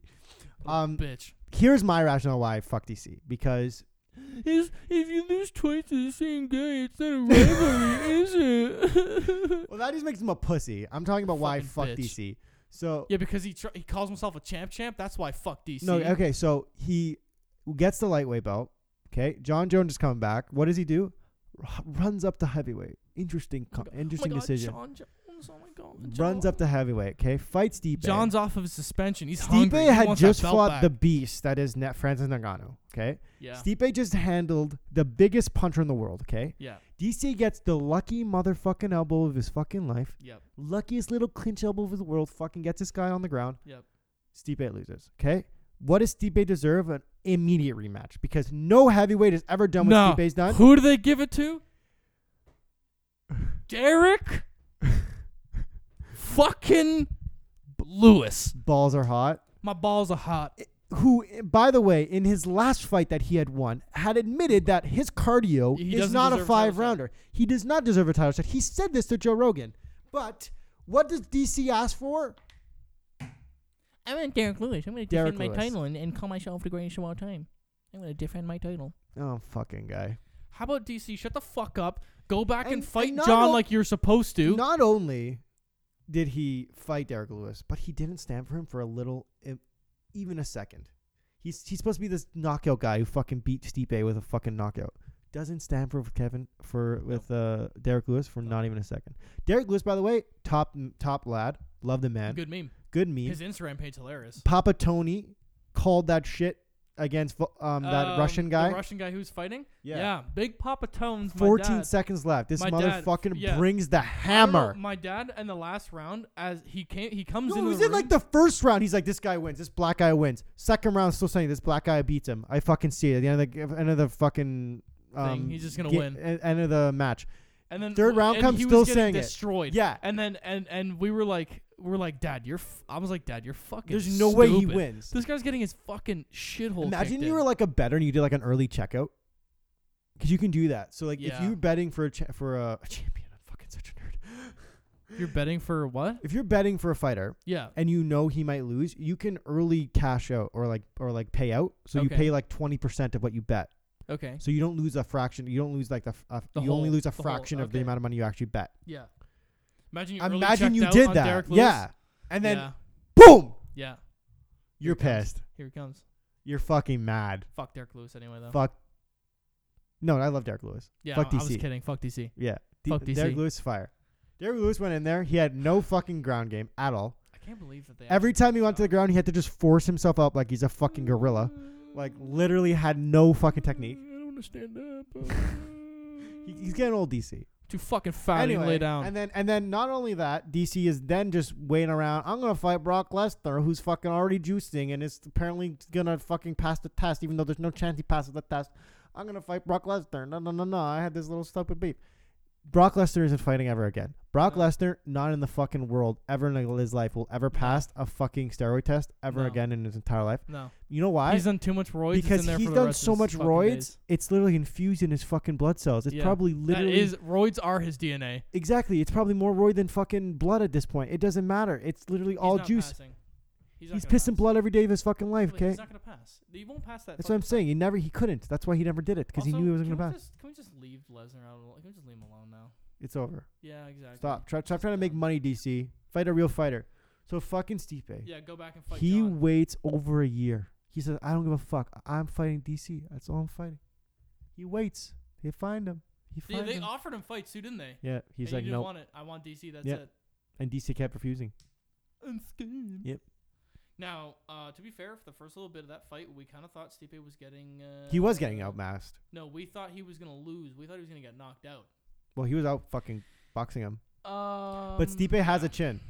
[SPEAKER 2] Little
[SPEAKER 1] um,
[SPEAKER 2] bitch.
[SPEAKER 1] Here's my rationale why I fuck DC because
[SPEAKER 2] If, if you lose twice to the same guy, it's not a rivalry, is it?
[SPEAKER 1] well, that just makes him a pussy. I'm talking about why I
[SPEAKER 2] Fucking
[SPEAKER 1] fuck
[SPEAKER 2] bitch.
[SPEAKER 1] DC. So
[SPEAKER 2] [LAUGHS] yeah, because he tr- he calls himself a champ champ. That's why fuck Oh DC.
[SPEAKER 1] no, okay, so he gets the lightweight belt. Okay, John Jones is coming back. What does he do? R- runs up to heavyweight. Interesting,
[SPEAKER 2] Oh my
[SPEAKER 1] com-
[SPEAKER 2] God.
[SPEAKER 1] interesting
[SPEAKER 2] oh my God,
[SPEAKER 1] decision.
[SPEAKER 2] John Jones, oh my God,
[SPEAKER 1] Runs up to heavyweight. Okay, fights Stipe.
[SPEAKER 2] John's off of his suspension. He's
[SPEAKER 1] Stipe
[SPEAKER 2] hungry. He
[SPEAKER 1] had
[SPEAKER 2] wants that
[SPEAKER 1] just
[SPEAKER 2] belt
[SPEAKER 1] fought
[SPEAKER 2] back.
[SPEAKER 1] the beast that is Net Francis Ngannou. Okay,
[SPEAKER 2] yeah
[SPEAKER 1] Stipe just handled the biggest puncher in the world. Okay,
[SPEAKER 2] yeah
[SPEAKER 1] DC gets the lucky motherfucking elbow of his fucking life.
[SPEAKER 2] yep
[SPEAKER 1] luckiest little clinch elbow of the world fucking gets this guy on the ground.
[SPEAKER 2] yep.
[SPEAKER 1] Stipe loses. Okay? What does Stipe deserve? An immediate rematch because no heavyweight has ever done what
[SPEAKER 2] No.
[SPEAKER 1] Stipe's done.
[SPEAKER 2] Who do they give
[SPEAKER 1] [LAUGHS]
[SPEAKER 2] it to? Derek. fucking Lewis.
[SPEAKER 1] Balls are hot.
[SPEAKER 2] My balls are hot.
[SPEAKER 1] Who, by the way, in his last fight that he had won, had admitted that his cardio
[SPEAKER 2] He
[SPEAKER 1] is
[SPEAKER 2] doesn't
[SPEAKER 1] not a
[SPEAKER 2] deserve a title
[SPEAKER 1] five
[SPEAKER 2] shot.
[SPEAKER 1] rounder. He does not deserve a title shot. He said this to Joe Rogan. But what does DC ask for?
[SPEAKER 3] I'm in Derek Lewis. I'm going to
[SPEAKER 1] Derek
[SPEAKER 3] defend my
[SPEAKER 1] Lewis.
[SPEAKER 3] title and, and call myself the greatest of all time. I'm going to defend my title.
[SPEAKER 1] Oh, fucking guy.
[SPEAKER 2] How about DC? Shut the fuck up. Go back and,
[SPEAKER 1] And-
[SPEAKER 2] fight
[SPEAKER 1] and not
[SPEAKER 2] John
[SPEAKER 1] o-
[SPEAKER 2] like you're supposed to.
[SPEAKER 1] Not only did he fight Derek Lewis, but he didn't stand for him for a little, e- even a second. He's he's supposed to be this knockout guy who fucking beat Stipe with a fucking knockout. Doesn't stand for with Kevin for with uh, Derek Lewis for not even a second. Derek Lewis, by the way, top top lad, love the man, good,
[SPEAKER 2] Good meme.
[SPEAKER 1] meme.
[SPEAKER 2] His Instagram page hilarious.
[SPEAKER 1] Papa Tony called that shit against Vo- um, that
[SPEAKER 2] Um,
[SPEAKER 1] Russian
[SPEAKER 2] the
[SPEAKER 1] guy.
[SPEAKER 2] Russian guy who's fighting. Yeah, Big Papa Tones. my
[SPEAKER 1] 14
[SPEAKER 2] dad.
[SPEAKER 1] seconds left. This
[SPEAKER 2] My dad,
[SPEAKER 1] motherfucking
[SPEAKER 2] yeah.
[SPEAKER 1] brings the
[SPEAKER 2] I don't know,
[SPEAKER 1] hammer.
[SPEAKER 2] My dad in the last round, as he came, he comes
[SPEAKER 1] No, it
[SPEAKER 2] in. the
[SPEAKER 1] was in like
[SPEAKER 2] room.
[SPEAKER 1] the first round. He's like, this guy wins. This black guy wins. Second round, still saying this black guy beats him. I fucking see it. At the end of the, end of the fucking. Um,
[SPEAKER 2] Thing. He's just gonna
[SPEAKER 1] ga-
[SPEAKER 2] win.
[SPEAKER 1] e- End of the match.
[SPEAKER 2] and then
[SPEAKER 1] third round
[SPEAKER 2] and
[SPEAKER 1] comes,
[SPEAKER 2] he
[SPEAKER 1] still
[SPEAKER 2] was getting
[SPEAKER 1] saying it.
[SPEAKER 2] destroyed.
[SPEAKER 1] Yeah.
[SPEAKER 2] And then and and we were like, we were like, Dad, you're. F-. I was like, Dad, you're fucking.
[SPEAKER 1] There's no way he
[SPEAKER 2] stupid."
[SPEAKER 1] wins.
[SPEAKER 2] This guy's getting his fucking shithole.
[SPEAKER 1] Imagine
[SPEAKER 2] kicked
[SPEAKER 1] you were
[SPEAKER 2] in.
[SPEAKER 1] like a better and you did like an early checkout. Because you can do that. So like if
[SPEAKER 2] Yeah.
[SPEAKER 1] you're betting for a cha- for a, a champion, I'm fucking such a nerd.
[SPEAKER 2] you're betting for what?
[SPEAKER 1] If you're betting for a fighter
[SPEAKER 2] Yeah.
[SPEAKER 1] and you know he might lose, you can early cash out or like or like pay out. So you
[SPEAKER 2] Okay.
[SPEAKER 1] pay like twenty percent of what you bet.
[SPEAKER 2] Okay.
[SPEAKER 1] So you don't lose a fraction. You don't lose like the, f- a,
[SPEAKER 2] The
[SPEAKER 1] you only
[SPEAKER 2] whole-
[SPEAKER 1] lose a
[SPEAKER 2] the whole-
[SPEAKER 1] fraction of the
[SPEAKER 2] okay.
[SPEAKER 1] amount of money you actually bet.
[SPEAKER 2] Yeah. Imagine you. early
[SPEAKER 1] Imagine
[SPEAKER 2] checked
[SPEAKER 1] you
[SPEAKER 2] out
[SPEAKER 1] did
[SPEAKER 2] on
[SPEAKER 1] that.
[SPEAKER 2] Derek Lewis.
[SPEAKER 1] Yeah. And then
[SPEAKER 2] yeah.
[SPEAKER 1] boom,
[SPEAKER 2] Yeah.
[SPEAKER 1] you're
[SPEAKER 2] Here it comes.
[SPEAKER 1] pissed.
[SPEAKER 2] Here he comes.
[SPEAKER 1] You're fucking mad.
[SPEAKER 2] Fuck Derek Lewis anyway though.
[SPEAKER 1] Fuck. No, I love Derek Lewis.
[SPEAKER 2] yeah.
[SPEAKER 1] fuck
[SPEAKER 2] I, I was
[SPEAKER 1] DC.
[SPEAKER 2] kidding. Fuck DC.
[SPEAKER 1] Yeah.
[SPEAKER 2] Fuck DC.
[SPEAKER 1] Derek Lewis fire. Derek Lewis went in there. He had no fucking ground game at all.
[SPEAKER 2] I can't believe that they.
[SPEAKER 1] Every time he went to the ground, he had to just force himself up like he's a fucking gorilla. Like literally had no fucking [LAUGHS] technique.
[SPEAKER 2] I don't understand that.
[SPEAKER 1] [LAUGHS] He- He's getting old DC.
[SPEAKER 2] Too fucking fat. Anyway, lay down.
[SPEAKER 1] And then and then not only that, DC is then just waiting around. I'm gonna fight Brock Lesnar, who's fucking already juicing and is apparently gonna fucking pass the test, even though there's no chance he passes the test. I'm gonna fight Brock Lesnar. No, no, no, no. I had this little stupid beef. Brock Lesnar isn't fighting ever again. Brock
[SPEAKER 2] No.
[SPEAKER 1] Lesnar, not in the fucking world, ever in his life, will ever pass a fucking steroid test ever
[SPEAKER 2] No.
[SPEAKER 1] again in his entire life.
[SPEAKER 2] no,
[SPEAKER 1] You know why?
[SPEAKER 2] he's done too much roids. it's
[SPEAKER 1] because
[SPEAKER 2] in there
[SPEAKER 1] he's
[SPEAKER 2] for the
[SPEAKER 1] done
[SPEAKER 2] rest of
[SPEAKER 1] so
[SPEAKER 2] his
[SPEAKER 1] much
[SPEAKER 2] fucking
[SPEAKER 1] roids,
[SPEAKER 2] days.
[SPEAKER 1] it's literally infused in his fucking blood cells. It's
[SPEAKER 2] Yeah.
[SPEAKER 1] probably literally
[SPEAKER 2] That is roids are his DNA. He's
[SPEAKER 1] Exactly. It's probably more roid than fucking blood at this point. It doesn't matter. It's literally all
[SPEAKER 2] not
[SPEAKER 1] juice.
[SPEAKER 2] Passing. He's, not
[SPEAKER 1] He's,
[SPEAKER 2] gonna
[SPEAKER 1] pissing
[SPEAKER 2] pass.
[SPEAKER 1] blood every day of his fucking life,
[SPEAKER 2] Wait,
[SPEAKER 1] okay?
[SPEAKER 2] He's not gonna pass. He won't pass that.
[SPEAKER 1] That's what I'm saying. He never he couldn't. That's why he never did it because he knew he wasn't going to pass.
[SPEAKER 2] Can we just leave Lesnar out? Of, can we just leave him alone now?
[SPEAKER 1] It's over.
[SPEAKER 2] Yeah, exactly.
[SPEAKER 1] Stop. Try, stop trying to make
[SPEAKER 2] done.
[SPEAKER 1] money, DC. Fight a real fighter. So fucking Stipe.
[SPEAKER 2] Yeah, go back and fight.
[SPEAKER 1] he
[SPEAKER 2] John.
[SPEAKER 1] waits over a year. He says, "I don't give a fuck. I- I'm fighting DC. That's all I'm fighting." He waits. They find him. He
[SPEAKER 2] They,
[SPEAKER 1] finds
[SPEAKER 2] they
[SPEAKER 1] him.
[SPEAKER 2] offered him fights too, didn't they?
[SPEAKER 1] Yeah, he's
[SPEAKER 2] and
[SPEAKER 1] like,
[SPEAKER 2] you didn't
[SPEAKER 1] "No."
[SPEAKER 2] want it. I want DC. That's
[SPEAKER 1] Yeah.
[SPEAKER 2] it.
[SPEAKER 1] and DC kept refusing.
[SPEAKER 2] I'm scared.
[SPEAKER 1] Yep.
[SPEAKER 2] Now, uh, to be fair, for the first little bit of that fight, we kind of thought Stipe was getting. Uh,
[SPEAKER 1] He was getting outmassed.
[SPEAKER 2] No, we thought he was gonna lose. We thought he was gonna get knocked out.
[SPEAKER 1] Well, he was out fucking boxing him.
[SPEAKER 2] Um,
[SPEAKER 1] But Stipe has
[SPEAKER 2] yeah.
[SPEAKER 1] a chin.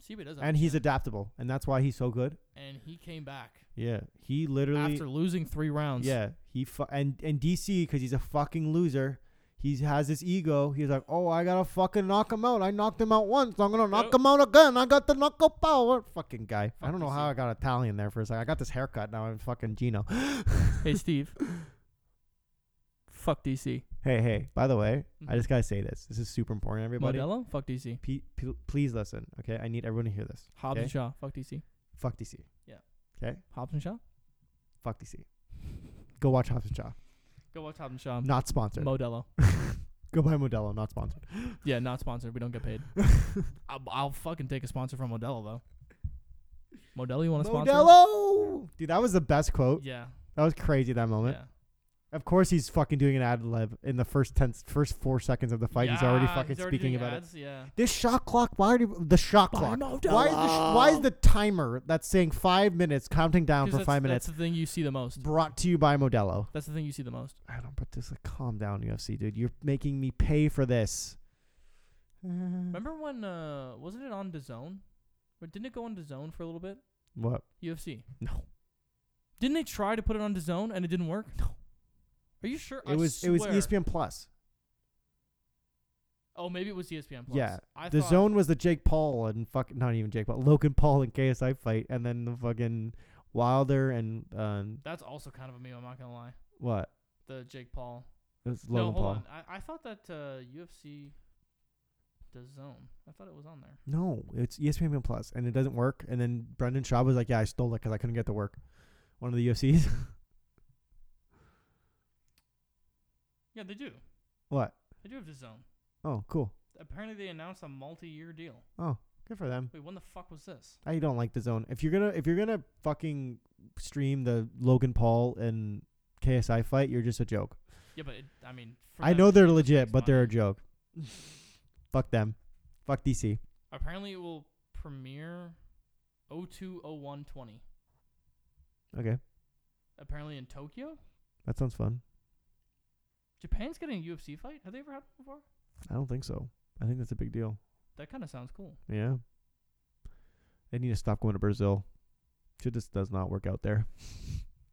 [SPEAKER 2] Stipe does, have
[SPEAKER 1] and
[SPEAKER 2] a
[SPEAKER 1] he's
[SPEAKER 2] chin.
[SPEAKER 1] adaptable, and that's why he's so good.
[SPEAKER 2] and he came back
[SPEAKER 1] Yeah, he literally.
[SPEAKER 2] after losing three rounds.
[SPEAKER 1] yeah, he fu- and and DC because he's a fucking loser. He has this ego. He's like, oh, I gotta fucking knock him out. I knocked him out once. I'm gonna knock
[SPEAKER 2] Yep.
[SPEAKER 1] him out again. I got the knuckle power. Fucking guy. I
[SPEAKER 2] Fuck
[SPEAKER 1] don't know
[SPEAKER 2] DC.
[SPEAKER 1] how I got Italian there for a second. I got this haircut now. I'm fucking Gino. [GASPS] [LAUGHS]
[SPEAKER 2] Hey, Steve. Fuck DC.
[SPEAKER 1] hey, hey. By the way, I
[SPEAKER 2] Mhm.
[SPEAKER 1] just gotta say this. This is super important, everybody.
[SPEAKER 2] Modelo? Fuck DC.
[SPEAKER 1] P- p- please listen, okay? I need everyone to hear this.
[SPEAKER 2] Hobbs
[SPEAKER 1] Okay.
[SPEAKER 2] and Shaw. Fuck DC.
[SPEAKER 1] Fuck DC.
[SPEAKER 2] Yeah.
[SPEAKER 1] Okay.
[SPEAKER 2] Hobbs and Shaw?
[SPEAKER 1] Fuck DC. Go watch Hobbs and Shaw.
[SPEAKER 2] Go watch Hobbs and Shaw.
[SPEAKER 1] Not sponsored. [LAUGHS]
[SPEAKER 2] Modelo.
[SPEAKER 1] Go buy Modelo. Not sponsored.
[SPEAKER 2] Yeah, not sponsored. We don't
[SPEAKER 1] [LAUGHS]
[SPEAKER 2] get paid. I'll, I'll fucking take a sponsor from Modelo, though. Modelo, you want to sponsor?
[SPEAKER 1] Modelo. Dude, that was the best quote.
[SPEAKER 2] Yeah.
[SPEAKER 1] That was crazy that moment.
[SPEAKER 2] yeah.
[SPEAKER 1] Of course, he's fucking doing an ad lib in the first ten, first four seconds of the fight. he's already fucking speaking about it.
[SPEAKER 2] it. Yeah.
[SPEAKER 1] This shot clock. Why are you, the shot
[SPEAKER 3] Buy
[SPEAKER 1] clock?
[SPEAKER 3] Modelo.
[SPEAKER 1] Why is, the sh- why is the timer that's saying five minutes counting down
[SPEAKER 2] 'Cause
[SPEAKER 1] for
[SPEAKER 2] that's-
[SPEAKER 1] five minutes
[SPEAKER 2] That's the thing you see the most.
[SPEAKER 1] brought to you by Modelo?
[SPEAKER 2] That's the thing you see the most.
[SPEAKER 1] I don't. But this like calm down, UFC dude. You're making me pay for this. Remember
[SPEAKER 2] Remember when, uh, wasn't it on DAZN? But didn't it go on DAZN for a little bit?
[SPEAKER 1] what?
[SPEAKER 2] UFC.
[SPEAKER 1] No.
[SPEAKER 2] Didn't they try to put it on DAZN and it didn't work? No. Are you sure? I
[SPEAKER 1] It was E
[SPEAKER 2] swear.
[SPEAKER 1] it was ESPN Plus.
[SPEAKER 2] Oh, maybe it was ESPN Plus.
[SPEAKER 1] Yeah,
[SPEAKER 2] I
[SPEAKER 1] the
[SPEAKER 2] thought,
[SPEAKER 1] zone was the Jake Paul and fuck, not even Jake Paul, Logan Paul and KSI fight, and then the fucking Wilder and um,
[SPEAKER 2] That's also kind of a meme. I'm not gonna lie.
[SPEAKER 1] what?
[SPEAKER 2] The Jake Paul.
[SPEAKER 1] It was
[SPEAKER 2] no,
[SPEAKER 1] Logan
[SPEAKER 2] hold
[SPEAKER 1] Paul.
[SPEAKER 2] on. I, I thought that uh, UFC, the zone. I thought it was on there.
[SPEAKER 1] No, it's E ESPN Plus, and it doesn't work. And then Brendan Shaw was like, "Yeah, I stole it because I couldn't get to work." One of the UFCs.
[SPEAKER 2] Yeah, they do.
[SPEAKER 1] [LAUGHS] what?
[SPEAKER 2] They do have the zone.
[SPEAKER 1] Oh, cool. Oh,
[SPEAKER 2] Apparently, they announced a multi-year deal.
[SPEAKER 1] Good for them.
[SPEAKER 2] Wait, when the fuck was this?
[SPEAKER 1] I don't like the zone. If you're gonna, if you're gonna fucking stream the Logan Paul and KSI fight, you're just a joke.
[SPEAKER 2] Yeah, but it, I mean, for
[SPEAKER 1] I
[SPEAKER 2] them,
[SPEAKER 1] know
[SPEAKER 2] it
[SPEAKER 1] they're
[SPEAKER 2] just
[SPEAKER 1] legit,
[SPEAKER 2] makes
[SPEAKER 1] but they're a
[SPEAKER 2] money. [LAUGHS]
[SPEAKER 1] joke. Fuck them. Fuck DC.
[SPEAKER 2] Apparently, it will oh premiere 020120.
[SPEAKER 1] Okay.
[SPEAKER 2] apparently in Tokyo.
[SPEAKER 1] That sounds fun.
[SPEAKER 2] Japan's getting a UFC fight. Have they ever had one before?
[SPEAKER 1] I don't think so. I think that's a big deal.
[SPEAKER 2] That kind of sounds cool.
[SPEAKER 1] Yeah. They need to stop going to Brazil. Shit just does not work out there.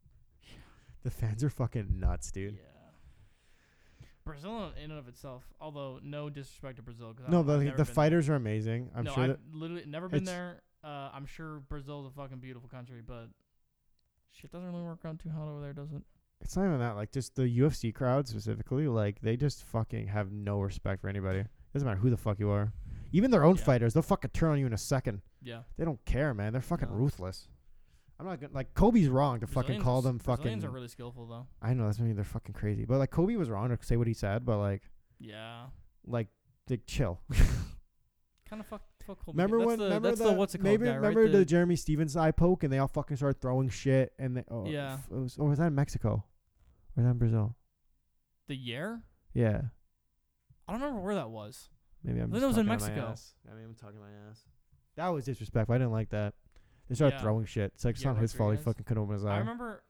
[SPEAKER 1] [LAUGHS] the fans are fucking nuts, dude.
[SPEAKER 2] Yeah. Brazil in and of itself, although no disrespect to Brazil. 'cause I
[SPEAKER 1] No,
[SPEAKER 2] don't- I've
[SPEAKER 1] the
[SPEAKER 2] never
[SPEAKER 1] the
[SPEAKER 2] been
[SPEAKER 1] fighters are amazing. I'm
[SPEAKER 2] no,
[SPEAKER 1] sure
[SPEAKER 2] I've
[SPEAKER 1] that
[SPEAKER 2] literally never been
[SPEAKER 1] it's-
[SPEAKER 2] there. Uh, I'm sure Brazil's a fucking beautiful country, but shit doesn't really work out too hot over there, does it?
[SPEAKER 1] it's not even that. Like just the UFC crowd specifically, like they just fucking have no respect for anybody. Doesn't matter who the fuck you are. Even their own
[SPEAKER 2] Yeah.
[SPEAKER 1] fighters, they'll fucking turn on you in a second.
[SPEAKER 2] Yeah.
[SPEAKER 1] They don't care, man. They're fucking
[SPEAKER 2] No.
[SPEAKER 1] ruthless. I'm not gonna like Kobe's wrong to fucking
[SPEAKER 2] Brazilians are
[SPEAKER 1] call
[SPEAKER 2] s-
[SPEAKER 1] them fucking.
[SPEAKER 2] Brazilians are really skillful though.
[SPEAKER 1] I know that's maybe they're fucking crazy, but like Kobe was wrong to say what he said, but like
[SPEAKER 2] Yeah.
[SPEAKER 1] like like chill.
[SPEAKER 2] Kind of fuck fuck Kobe.
[SPEAKER 1] Remember
[SPEAKER 2] that's
[SPEAKER 1] when?
[SPEAKER 2] The,
[SPEAKER 1] remember
[SPEAKER 2] that's
[SPEAKER 1] the,
[SPEAKER 2] the, what's it called
[SPEAKER 1] maybe-
[SPEAKER 2] guy,
[SPEAKER 1] remember
[SPEAKER 2] right?
[SPEAKER 1] the, Jeremy Stevens eye poke, and they all fucking started throwing shit, and they oh
[SPEAKER 2] Yeah.
[SPEAKER 1] f- it was, or was that in Mexico? Or was that in Brazil?
[SPEAKER 2] the year?
[SPEAKER 1] Yeah,
[SPEAKER 2] I don't remember where that was.
[SPEAKER 1] maybe I'm.
[SPEAKER 2] I think
[SPEAKER 1] just
[SPEAKER 2] it was in
[SPEAKER 1] talking out my
[SPEAKER 2] Mexico.
[SPEAKER 1] ass. I mean, I'm talking my ass. That was disrespectful. I didn't like that. They started
[SPEAKER 2] Yeah.
[SPEAKER 1] throwing shit. It's like it's
[SPEAKER 2] Yeah,
[SPEAKER 1] not his fault. He
[SPEAKER 2] Rodriguez.
[SPEAKER 1] fucking couldn't open his
[SPEAKER 2] I
[SPEAKER 1] eye.
[SPEAKER 2] remember.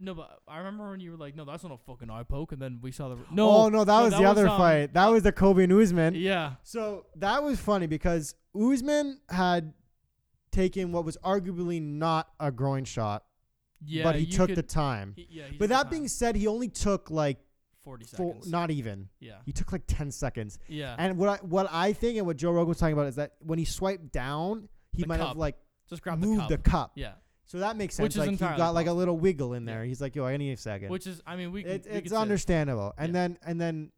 [SPEAKER 2] No, but I remember when you were like, "No, that's not a fucking eye poke," and then we saw the no.
[SPEAKER 1] oh no, that
[SPEAKER 2] no,
[SPEAKER 1] was
[SPEAKER 2] that
[SPEAKER 1] the
[SPEAKER 2] was,
[SPEAKER 1] other
[SPEAKER 2] um,
[SPEAKER 1] fight. That was the Kobe and Usman.
[SPEAKER 2] Yeah.
[SPEAKER 1] So that was funny because Usman had taken what was arguably not a groin shot,
[SPEAKER 2] Yeah.
[SPEAKER 1] but he
[SPEAKER 2] you
[SPEAKER 1] took
[SPEAKER 2] could,
[SPEAKER 1] the time.
[SPEAKER 2] He, yeah. he
[SPEAKER 1] But
[SPEAKER 2] took the
[SPEAKER 1] that being
[SPEAKER 2] time.
[SPEAKER 1] said, he only took like
[SPEAKER 2] forty
[SPEAKER 1] four,
[SPEAKER 2] seconds.
[SPEAKER 1] not even.
[SPEAKER 2] yeah.
[SPEAKER 1] He took like ten seconds.
[SPEAKER 2] Yeah.
[SPEAKER 1] And what I what I think and what Joe Rogan was talking about is that when he swiped down, he
[SPEAKER 2] The
[SPEAKER 1] might have
[SPEAKER 2] cup.
[SPEAKER 1] like
[SPEAKER 2] Just grab the
[SPEAKER 1] moved
[SPEAKER 2] cup.
[SPEAKER 1] the cup.
[SPEAKER 2] yeah.
[SPEAKER 1] So that makes sense.
[SPEAKER 2] Which is
[SPEAKER 1] like he got
[SPEAKER 2] entirely
[SPEAKER 1] like a
[SPEAKER 2] possible.
[SPEAKER 1] little wiggle in
[SPEAKER 2] Yeah.
[SPEAKER 1] there. He's like, yo, I need a second.
[SPEAKER 2] Which is, I mean, we. Can,
[SPEAKER 1] It-
[SPEAKER 2] we
[SPEAKER 1] it's
[SPEAKER 2] could sit.
[SPEAKER 1] understandable. And
[SPEAKER 2] Yeah.
[SPEAKER 1] then and then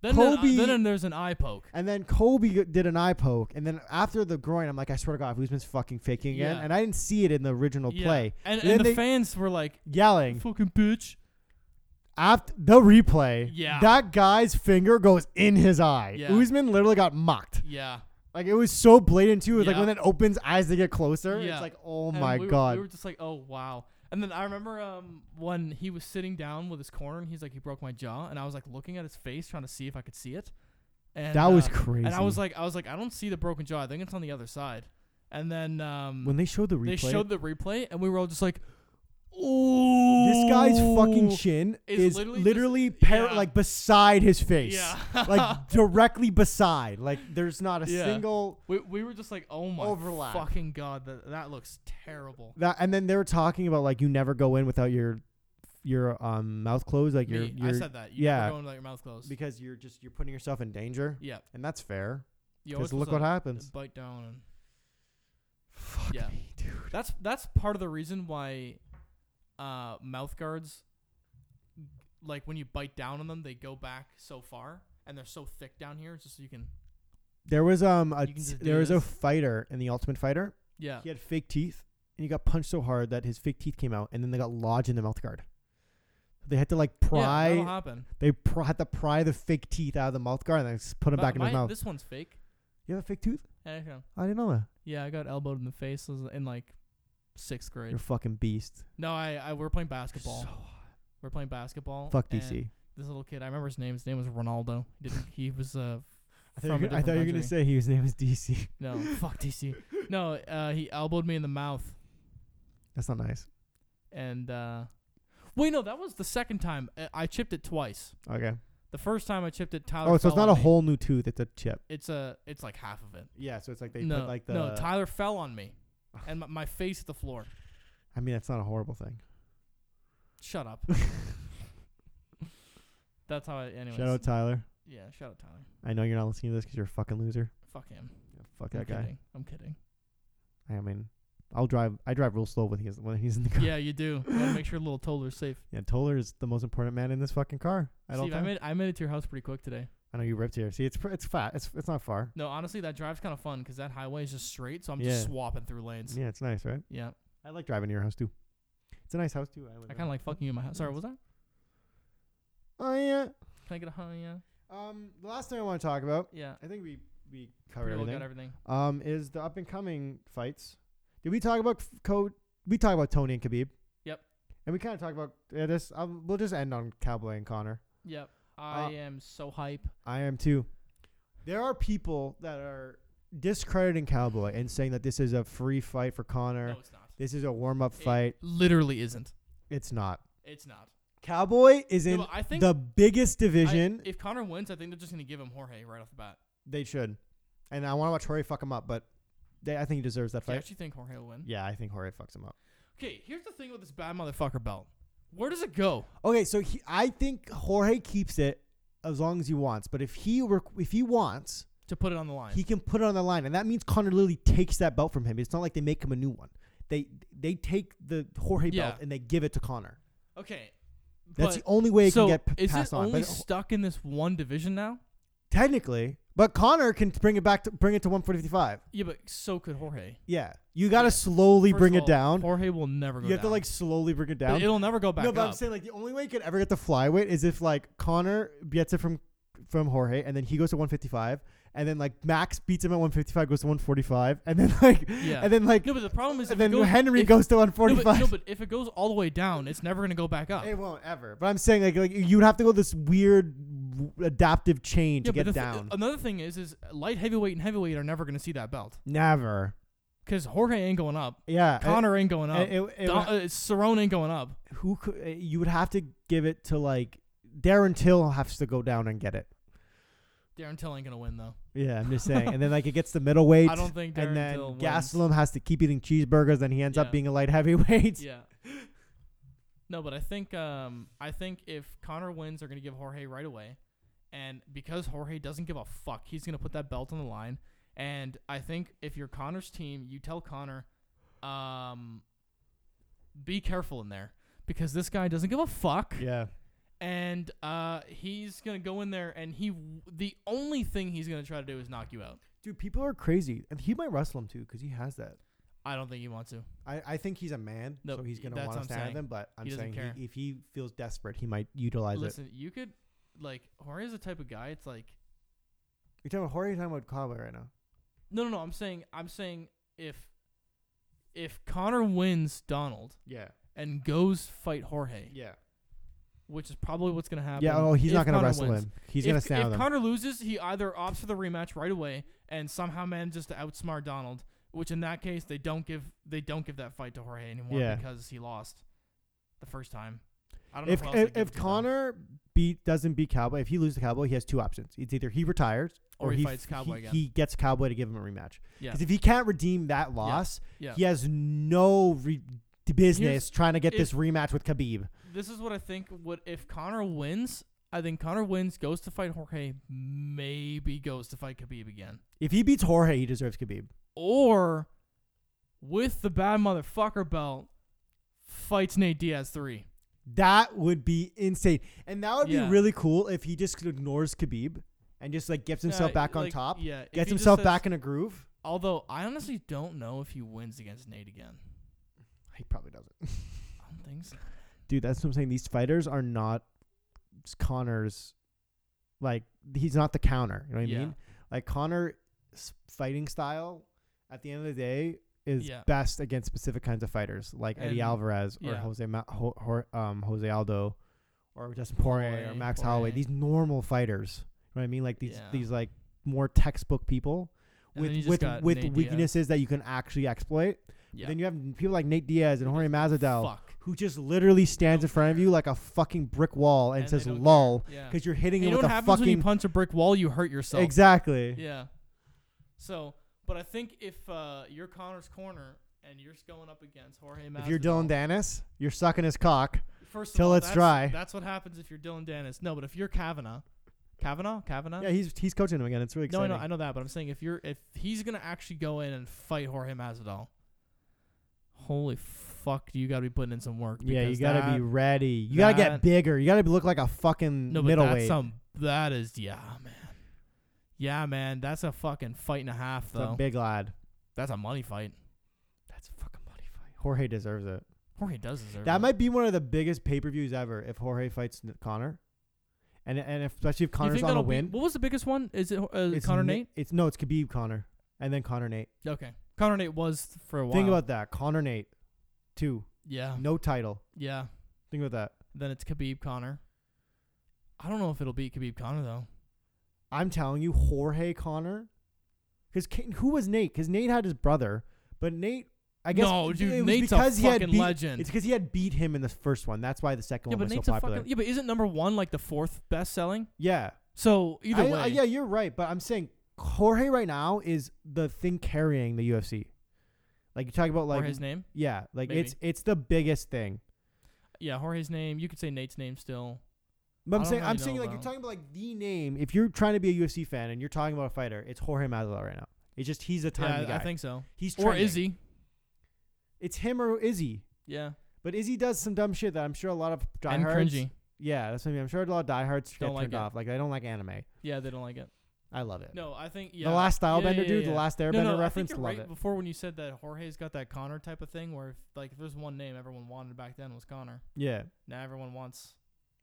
[SPEAKER 2] Then, an-
[SPEAKER 1] Kobe-
[SPEAKER 2] then, then there's an eye poke.
[SPEAKER 1] And then Kobe g- did an eye poke, and then after the groin, I'm like, I swear to God, if Usman's fucking faking again,
[SPEAKER 2] Yeah.
[SPEAKER 1] and I didn't see it in the original
[SPEAKER 2] Yeah.
[SPEAKER 1] play,
[SPEAKER 2] And,
[SPEAKER 1] Then
[SPEAKER 2] and the
[SPEAKER 1] they-
[SPEAKER 2] fans were like,
[SPEAKER 1] yelling
[SPEAKER 2] "Fucking bitch!"
[SPEAKER 1] after the replay.
[SPEAKER 2] Yeah.
[SPEAKER 1] that guy's finger goes in his eye.
[SPEAKER 2] Yeah.
[SPEAKER 1] Usman literally got mocked.
[SPEAKER 2] Yeah.
[SPEAKER 1] Like it was so blatant too. It was like
[SPEAKER 2] Yeah.
[SPEAKER 1] when it opens eyes to get closer,
[SPEAKER 2] Yeah.
[SPEAKER 1] it's like, oh
[SPEAKER 2] And
[SPEAKER 1] my
[SPEAKER 2] we were-
[SPEAKER 1] God.
[SPEAKER 2] we were just like, "Oh wow!" And then I remember um when he was sitting down with his corner, and he's like, "He broke my jaw," and I was like looking at his face, trying to see if I could see it. And
[SPEAKER 1] that was
[SPEAKER 2] uh,
[SPEAKER 1] crazy.
[SPEAKER 2] And I was like, I was like, I don't see the broken jaw. I think it's on the other side. And then um
[SPEAKER 1] when they showed the replay,
[SPEAKER 2] they showed the replay, and we were all just like, "Oh,
[SPEAKER 1] this guy's fucking chin
[SPEAKER 2] It's
[SPEAKER 1] is
[SPEAKER 2] literally
[SPEAKER 1] literally,
[SPEAKER 2] just-
[SPEAKER 1] par-
[SPEAKER 2] yeah.
[SPEAKER 1] like beside his face.
[SPEAKER 2] Yeah.
[SPEAKER 1] [LAUGHS] like directly beside. Like there's not a
[SPEAKER 2] Yeah.
[SPEAKER 1] single
[SPEAKER 2] [LAUGHS] we, we were just like, "Oh my
[SPEAKER 1] Overlap.
[SPEAKER 2] fucking god, that that looks terrible."
[SPEAKER 1] That and then they were talking about like you never go in without your your um mouth closed, like your
[SPEAKER 2] Me, I
[SPEAKER 1] your
[SPEAKER 2] said that. You yeah.
[SPEAKER 1] yeah.
[SPEAKER 2] Never go in without your mouth closed.
[SPEAKER 1] because you're just you're putting yourself in danger,
[SPEAKER 2] yeah.
[SPEAKER 1] and that's fair.
[SPEAKER 2] You always
[SPEAKER 1] Because look what
[SPEAKER 2] supposed to
[SPEAKER 1] happens.
[SPEAKER 2] Bite down and
[SPEAKER 1] Fuck
[SPEAKER 2] Yeah.
[SPEAKER 1] me, dude.
[SPEAKER 2] That's that's part of the reason why uh, mouth guards, like when you bite down on them, they go back so far and they're so thick down here, just so you can.
[SPEAKER 1] There was um a
[SPEAKER 2] You can
[SPEAKER 1] t-
[SPEAKER 2] just do
[SPEAKER 1] there was a
[SPEAKER 2] this.
[SPEAKER 1] fighter in the Ultimate Fighter.
[SPEAKER 2] Yeah.
[SPEAKER 1] He had fake teeth, and he got punched so hard that his fake teeth came out, and then they got lodged in the mouth guard. They had to like pry.
[SPEAKER 2] Yeah, that'll happen.
[SPEAKER 1] they pr- had to pry the fake teeth out of the mouth guard and then just put them
[SPEAKER 2] But
[SPEAKER 1] back in his
[SPEAKER 2] my-
[SPEAKER 1] mouth.
[SPEAKER 2] This one's fake.
[SPEAKER 1] you have a fake tooth?
[SPEAKER 2] Yeah, I know.
[SPEAKER 1] I didn't know that.
[SPEAKER 2] Yeah, I got elbowed in the face as- in like sixth grade.
[SPEAKER 1] You're a fucking beast.
[SPEAKER 2] No, I, I we're playing basketball.
[SPEAKER 1] So,
[SPEAKER 2] we're playing basketball.
[SPEAKER 1] fuck
[SPEAKER 2] and
[SPEAKER 1] DC.
[SPEAKER 2] This little kid, I remember his name. His name was Ronaldo. He didn't. He was uh
[SPEAKER 1] I thought,
[SPEAKER 2] from
[SPEAKER 1] you,
[SPEAKER 2] a
[SPEAKER 1] I thought you were
[SPEAKER 2] different
[SPEAKER 1] gonna say his name was
[SPEAKER 2] [LAUGHS]
[SPEAKER 1] DC.
[SPEAKER 2] no
[SPEAKER 1] [LAUGHS]
[SPEAKER 2] fuck DC. No, uh, he elbowed me in the mouth.
[SPEAKER 1] That's not nice.
[SPEAKER 2] and uh wait no that was the second time I- i chipped it twice
[SPEAKER 1] Okay.
[SPEAKER 2] the first time i chipped it tyler
[SPEAKER 1] Oh, so it's
[SPEAKER 2] fell
[SPEAKER 1] not
[SPEAKER 2] on
[SPEAKER 1] a
[SPEAKER 2] me.
[SPEAKER 1] whole new tooth; it's a chip.
[SPEAKER 2] it's a it's like half of it
[SPEAKER 1] Yeah, so it's like
[SPEAKER 2] no no tyler fell on me and
[SPEAKER 1] [LAUGHS]
[SPEAKER 2] my, my face hit the floor
[SPEAKER 1] I mean, that's not a horrible thing. [LAUGHS]
[SPEAKER 2] shut up that's how i anyways
[SPEAKER 1] Shout out Tyler.
[SPEAKER 2] yeah shout out tyler
[SPEAKER 1] I know you're not listening to this because you're a fucking loser.
[SPEAKER 2] fuck him
[SPEAKER 1] Yeah, fuck
[SPEAKER 2] i'm
[SPEAKER 1] that guy.
[SPEAKER 2] kidding
[SPEAKER 1] [LAUGHS]
[SPEAKER 2] i'm kidding
[SPEAKER 1] I mean, I'll drive. I drive real slow when he's when he's in the car.
[SPEAKER 2] yeah you do you gotta make sure little toddler's safe
[SPEAKER 1] Yeah, Toller is the most important man in this fucking car. I don't.
[SPEAKER 2] Steve, I made I made it to your house pretty quick today.
[SPEAKER 1] I know you ripped here. See, it's pr- it's fat. It's it's not far.
[SPEAKER 2] No, honestly, that drive's kind of fun because that highway is just straight, so I'm
[SPEAKER 1] Yeah.
[SPEAKER 2] just swapping through lanes. Yeah,
[SPEAKER 1] Yeah, it's nice, right? I like driving to your house too. It's a nice house too. live
[SPEAKER 2] I
[SPEAKER 1] in
[SPEAKER 2] kind of
[SPEAKER 1] it.
[SPEAKER 2] like fucking you in my house.
[SPEAKER 1] Mm.
[SPEAKER 2] Sorry, what was that?
[SPEAKER 1] Oh yeah.
[SPEAKER 2] Can I get a huh? Yeah,
[SPEAKER 1] Um, the last thing I want to talk about,
[SPEAKER 2] yeah.
[SPEAKER 1] I think we we covered
[SPEAKER 2] Pretty well
[SPEAKER 1] everything.
[SPEAKER 2] got
[SPEAKER 1] um,
[SPEAKER 2] everything.
[SPEAKER 1] is the up and coming fights. Did we talk about f- code? We talked about Tony and Khabib.
[SPEAKER 2] Yep.
[SPEAKER 1] And we kind of talked about yeah, this. Um, we'll just end on Cowboy and Connor.
[SPEAKER 2] Yep.
[SPEAKER 1] Uh,
[SPEAKER 2] I am so hype.
[SPEAKER 1] I am too. There are people that are discrediting Cowboy and saying that this is a free fight for Connor.
[SPEAKER 2] No, it's not.
[SPEAKER 1] This is a warm up
[SPEAKER 2] It
[SPEAKER 1] fight.
[SPEAKER 2] literally isn't.
[SPEAKER 1] It's not.
[SPEAKER 2] It's not.
[SPEAKER 1] Cowboy is
[SPEAKER 2] Yeah,
[SPEAKER 1] in
[SPEAKER 2] but I think
[SPEAKER 1] the biggest
[SPEAKER 2] I-
[SPEAKER 1] division.
[SPEAKER 2] if Connor wins, I think they're just gonna give him Jorge right off the bat.
[SPEAKER 1] they should. And I want to watch Jorge fuck him up, but they, I think he deserves that
[SPEAKER 2] Do you
[SPEAKER 1] fight.
[SPEAKER 2] actually think Jorge will win?
[SPEAKER 1] Yeah, I think Jorge fucks him up.
[SPEAKER 2] Okay, here's the thing with this bad motherfucker belt. Where does it go?
[SPEAKER 1] Okay, so he, I think Jorge keeps it as long as he wants. But if he were, if he wants,
[SPEAKER 2] To put it on the line.
[SPEAKER 1] he can put it on the line, and that means Connor Lilly takes that belt from him. It's not like they make him a new one. They they take the Jorge
[SPEAKER 2] Yeah.
[SPEAKER 1] belt and they give it to Connor.
[SPEAKER 2] okay.
[SPEAKER 1] That's
[SPEAKER 2] but-
[SPEAKER 1] the only way it
[SPEAKER 2] so
[SPEAKER 1] can get p-
[SPEAKER 2] is
[SPEAKER 1] passed
[SPEAKER 2] it
[SPEAKER 1] on.
[SPEAKER 2] only
[SPEAKER 1] But
[SPEAKER 2] stuck in this one division now?
[SPEAKER 1] technically, but Connor can bring it back to bring it to 145.
[SPEAKER 2] Yeah, but so could Jorge.
[SPEAKER 1] Yeah, you got to
[SPEAKER 2] Yeah.
[SPEAKER 1] slowly
[SPEAKER 2] First
[SPEAKER 1] bring
[SPEAKER 2] of
[SPEAKER 1] it
[SPEAKER 2] all,
[SPEAKER 1] down.
[SPEAKER 2] Jorge will never go.
[SPEAKER 1] You have to
[SPEAKER 2] down.
[SPEAKER 1] like slowly bring it
[SPEAKER 2] But
[SPEAKER 1] down.
[SPEAKER 2] It'll never go back
[SPEAKER 1] no, but
[SPEAKER 2] up.
[SPEAKER 1] I'm saying like the only way you could ever get the flyweight is if like Connor gets it from from Jorge, and then he goes to 155, and then like Max beats him at 155, goes to 145, and then [LAUGHS] like
[SPEAKER 2] Yeah.
[SPEAKER 1] and then like
[SPEAKER 2] no, but the problem is if
[SPEAKER 1] and
[SPEAKER 2] it
[SPEAKER 1] then
[SPEAKER 2] goes,
[SPEAKER 1] Henry
[SPEAKER 2] if,
[SPEAKER 1] goes to
[SPEAKER 2] [LAUGHS] no, but,
[SPEAKER 1] 145.
[SPEAKER 2] no, but if it goes all the way down, it's never gonna go back up.
[SPEAKER 1] It won't ever. But I'm saying like like you'd have to go this weird w- adaptive chain
[SPEAKER 2] Yeah,
[SPEAKER 1] to
[SPEAKER 2] but
[SPEAKER 1] get
[SPEAKER 2] the th-
[SPEAKER 1] down.
[SPEAKER 2] another thing uh, is, is light heavyweight and heavyweight are never gonna see that belt
[SPEAKER 1] Never.
[SPEAKER 2] because Jorge ain't going up,
[SPEAKER 1] Yeah. it-
[SPEAKER 2] Connor ain't going up,
[SPEAKER 1] it- it- it
[SPEAKER 2] Don-
[SPEAKER 1] would-
[SPEAKER 2] uh, Cerrone ain't going up.
[SPEAKER 1] who could, you would have to give it to like Darren Till has to go down and get it.
[SPEAKER 2] Darren Till ain't gonna win though.
[SPEAKER 1] Yeah, I'm just saying. and then like it gets the middleweight.
[SPEAKER 2] I don't think Darren
[SPEAKER 1] and then
[SPEAKER 2] Till wins.
[SPEAKER 1] Gaslam has to keep eating cheeseburgers, then he ends
[SPEAKER 2] Yeah.
[SPEAKER 1] up being a light [LAUGHS] heavyweight.
[SPEAKER 2] Yeah. No, but I think um I think if Connor wins, they're gonna give Jorge right away, and because Jorge doesn't give a fuck, he's gonna put that belt on the line. And I think if you're Connor's team, you tell Connor, um, be careful in there because this guy doesn't give a fuck,
[SPEAKER 1] Yeah.
[SPEAKER 2] and uh he's gonna go in there and he w- the only thing he's gonna try to do is knock you out.
[SPEAKER 1] Dude, people are crazy. And he might wrestle him too because he has that.
[SPEAKER 2] I don't think he wants to.
[SPEAKER 1] I, I think he's a man,
[SPEAKER 2] No,
[SPEAKER 1] so he's going to
[SPEAKER 2] that's
[SPEAKER 1] want
[SPEAKER 2] what
[SPEAKER 1] to
[SPEAKER 2] I'm
[SPEAKER 1] stand
[SPEAKER 2] saying.
[SPEAKER 1] with him. But I'm
[SPEAKER 2] He doesn't
[SPEAKER 1] saying
[SPEAKER 2] care.
[SPEAKER 1] he, if he feels desperate, he might utilize it.
[SPEAKER 2] Listen, you could like Jorge's the type of guy. It's like
[SPEAKER 1] You're talking about Jorge, you're talking about Cowboy right now.
[SPEAKER 2] No, no, no. I'm saying, I'm saying, if if Connor wins Donald
[SPEAKER 1] Yeah,
[SPEAKER 2] and goes fight Jorge,
[SPEAKER 1] yeah,
[SPEAKER 2] which is probably what's gonna happen.
[SPEAKER 1] yeah. Oh, he's
[SPEAKER 2] if
[SPEAKER 1] not gonna
[SPEAKER 2] Conor
[SPEAKER 1] wrestle
[SPEAKER 2] wins.
[SPEAKER 1] him. He's
[SPEAKER 2] if,
[SPEAKER 1] gonna stand
[SPEAKER 2] If
[SPEAKER 1] with him.
[SPEAKER 2] Connor loses, he either opts for the rematch right away and somehow manages to outsmart Donald, which in that case they don't give they don't give that fight to Jorge anymore
[SPEAKER 1] Yeah.
[SPEAKER 2] because he lost the first time. I don't know
[SPEAKER 1] if
[SPEAKER 2] who else they
[SPEAKER 1] if,
[SPEAKER 2] give
[SPEAKER 1] if
[SPEAKER 2] it to, though.
[SPEAKER 1] Connor beat doesn't beat Cowboy, if he loses to Cowboy, he has two options. It's either he retires
[SPEAKER 2] Or he
[SPEAKER 1] f-
[SPEAKER 2] fights Cowboy again.
[SPEAKER 1] He gets Cowboy to give him a rematch.
[SPEAKER 2] Yeah.
[SPEAKER 1] Because if he can't redeem that loss,
[SPEAKER 2] yeah.
[SPEAKER 1] he has no re- business
[SPEAKER 2] Here's-
[SPEAKER 1] trying to get
[SPEAKER 2] if-
[SPEAKER 1] this rematch with Khabib.
[SPEAKER 2] this is what I think. What if Connor wins? I think Connor wins, goes to fight Jorge, maybe goes to fight Khabib again,
[SPEAKER 1] If he beats Jorge, he deserves Khabib.
[SPEAKER 2] or with the bad motherfucker belt, fights Nate Diaz three.
[SPEAKER 1] That would be insane, and that would
[SPEAKER 2] Yeah.
[SPEAKER 1] be really cool if he just ignores Khabib and just like gets himself
[SPEAKER 2] Uh,
[SPEAKER 1] back on
[SPEAKER 2] like,
[SPEAKER 1] top,
[SPEAKER 2] Yeah,
[SPEAKER 1] gets
[SPEAKER 2] if he just
[SPEAKER 1] himself
[SPEAKER 2] says-
[SPEAKER 1] back in a groove.
[SPEAKER 2] Although I honestly don't know if he wins against Nate again.
[SPEAKER 1] He probably doesn't.
[SPEAKER 2] I don't think so.
[SPEAKER 1] Dude, that's what I'm saying. These fighters are not Connor's. Like he's not the counter. You know what I
[SPEAKER 2] Yeah.
[SPEAKER 1] mean? Like Connor's fighting style, at the end of the day, is
[SPEAKER 2] Yeah.
[SPEAKER 1] best against specific kinds of fighters, like
[SPEAKER 2] And-
[SPEAKER 1] Eddie Alvarez or
[SPEAKER 2] yeah.
[SPEAKER 1] Jose Ma- Ho- Ho- um, Jose Aldo, or Justin Poirier or
[SPEAKER 2] Poirier,
[SPEAKER 1] Max Holloway.
[SPEAKER 2] Poirier.
[SPEAKER 1] These normal fighters. You know what I mean? Like these
[SPEAKER 2] Yeah.
[SPEAKER 1] these like more textbook people
[SPEAKER 2] And then you
[SPEAKER 1] with
[SPEAKER 2] just
[SPEAKER 1] with
[SPEAKER 2] got
[SPEAKER 1] with
[SPEAKER 2] Nate Diaz.
[SPEAKER 1] weaknesses that you can actually exploit.
[SPEAKER 2] Yeah.
[SPEAKER 1] Then you have people like Nate Diaz and Jorge Masvidal
[SPEAKER 2] Fuck.
[SPEAKER 1] who just literally stands in front of you like a fucking brick wall and,
[SPEAKER 2] And they
[SPEAKER 1] says
[SPEAKER 2] don't care.
[SPEAKER 1] lol
[SPEAKER 2] Yeah.
[SPEAKER 1] because you're hitting
[SPEAKER 2] You
[SPEAKER 1] him
[SPEAKER 2] know
[SPEAKER 1] with
[SPEAKER 2] what
[SPEAKER 1] a
[SPEAKER 2] happens
[SPEAKER 1] fucking
[SPEAKER 2] when you punch a brick wall? You hurt yourself.
[SPEAKER 1] exactly
[SPEAKER 2] Yeah. So, but I think if uh, you're Connor's corner and you're just going up against Jorge Masvidal,
[SPEAKER 1] if you're dylan danis you're sucking his cock
[SPEAKER 2] first of
[SPEAKER 1] till
[SPEAKER 2] all,
[SPEAKER 1] it's
[SPEAKER 2] that's-
[SPEAKER 1] dry.
[SPEAKER 2] That's what happens if you're Dylan Dennis. No, but if you're Kavanaugh, Kavanaugh, Kavanaugh.
[SPEAKER 1] yeah he's he's coaching him again it's really
[SPEAKER 2] no, I
[SPEAKER 1] exciting
[SPEAKER 2] know, I know that, but I'm saying if you're if he's gonna actually go in and fight Jorge Masvidal, holy fuck, you gotta be putting in some work.
[SPEAKER 1] yeah you
[SPEAKER 2] because
[SPEAKER 1] gotta
[SPEAKER 2] that-
[SPEAKER 1] be ready you gotta
[SPEAKER 2] that-
[SPEAKER 1] get bigger you gotta look like a fucking
[SPEAKER 2] no, but that's
[SPEAKER 1] middleweight
[SPEAKER 2] some that is yeah, man. Yeah, man, that's a fucking fight and a half
[SPEAKER 1] Some
[SPEAKER 2] though.
[SPEAKER 1] big lad
[SPEAKER 2] That's a money fight.
[SPEAKER 1] that's a fucking money fight jorge deserves it
[SPEAKER 2] Jorge does deserve
[SPEAKER 1] that
[SPEAKER 2] it.
[SPEAKER 1] might be one of the biggest pay-per-views ever if jorge fights N- connor and and especially if
[SPEAKER 2] You think
[SPEAKER 1] connor's on a
[SPEAKER 2] that'll be-
[SPEAKER 1] win
[SPEAKER 2] what was the biggest one? Is it uh, Connor
[SPEAKER 1] Na-
[SPEAKER 2] Nate?
[SPEAKER 1] it's no it's khabib connor and then connor nate
[SPEAKER 2] Okay, Connor Nate was for a while.
[SPEAKER 1] Think about that. Connor Nate, two,
[SPEAKER 2] yeah,
[SPEAKER 1] no title.
[SPEAKER 2] yeah.
[SPEAKER 1] Think about that.
[SPEAKER 2] Then it's Khabib Connor. I don't know if it'll beat Khabib Connor though.
[SPEAKER 1] I'm telling you, Jorge Connor. Because who was Nate? Because Nate had his brother, but Nate I guess
[SPEAKER 2] no, dude,
[SPEAKER 1] it was
[SPEAKER 2] Nate's
[SPEAKER 1] because
[SPEAKER 2] a
[SPEAKER 1] he
[SPEAKER 2] fucking
[SPEAKER 1] had beat,
[SPEAKER 2] legend.
[SPEAKER 1] It's because he had beat him in the first one. That's why the second
[SPEAKER 2] yeah,
[SPEAKER 1] one
[SPEAKER 2] but
[SPEAKER 1] was
[SPEAKER 2] Nate's
[SPEAKER 1] so
[SPEAKER 2] a
[SPEAKER 1] popular.
[SPEAKER 2] fucking yeah, but isn't number one like the fourth best selling?
[SPEAKER 1] yeah.
[SPEAKER 2] So either
[SPEAKER 1] I-
[SPEAKER 2] way,
[SPEAKER 1] I- yeah, you're right. But I'm saying Jorge right now is the thing carrying the UFC. Like you talk about like
[SPEAKER 2] Jorge's name.
[SPEAKER 1] yeah, like
[SPEAKER 2] Maybe.
[SPEAKER 1] it's it's the biggest thing.
[SPEAKER 2] Yeah, Jorge's name. You could say Nate's name still.
[SPEAKER 1] But I'm
[SPEAKER 2] I don't
[SPEAKER 1] saying
[SPEAKER 2] really
[SPEAKER 1] I'm saying
[SPEAKER 2] know
[SPEAKER 1] like you're
[SPEAKER 2] about-
[SPEAKER 1] talking about like the name. If you're trying to be a UFC fan and you're talking about a fighter, it's Jorge Masvidal right now. It's just he's the time
[SPEAKER 2] yeah,
[SPEAKER 1] guy.
[SPEAKER 2] I think so.
[SPEAKER 1] he's
[SPEAKER 2] Or
[SPEAKER 1] trending.
[SPEAKER 2] Izzy.
[SPEAKER 1] It's him or Izzy.
[SPEAKER 2] Yeah,
[SPEAKER 1] But Izzy does some dumb shit that I'm sure a lot of
[SPEAKER 2] and
[SPEAKER 1] diehards.
[SPEAKER 2] cringy.
[SPEAKER 1] Yeah, that's what I mean. I'm sure a lot of diehards get
[SPEAKER 2] Don't like
[SPEAKER 1] turned
[SPEAKER 2] it.
[SPEAKER 1] off. Like I don't like anime.
[SPEAKER 2] Yeah, they don't like it.
[SPEAKER 1] I love it.
[SPEAKER 2] No, I think yeah.
[SPEAKER 1] The last
[SPEAKER 2] Yeah,
[SPEAKER 1] Stylebender
[SPEAKER 2] yeah,
[SPEAKER 1] dude,
[SPEAKER 2] yeah.
[SPEAKER 1] the last Airbender
[SPEAKER 2] no, no,
[SPEAKER 1] reference,
[SPEAKER 2] I think you're
[SPEAKER 1] love
[SPEAKER 2] right
[SPEAKER 1] it.
[SPEAKER 2] Before when you said that Jorge's got that Connor type of thing, where if, like if there's one name everyone wanted back then was Connor.
[SPEAKER 1] Yeah,
[SPEAKER 2] Now everyone wants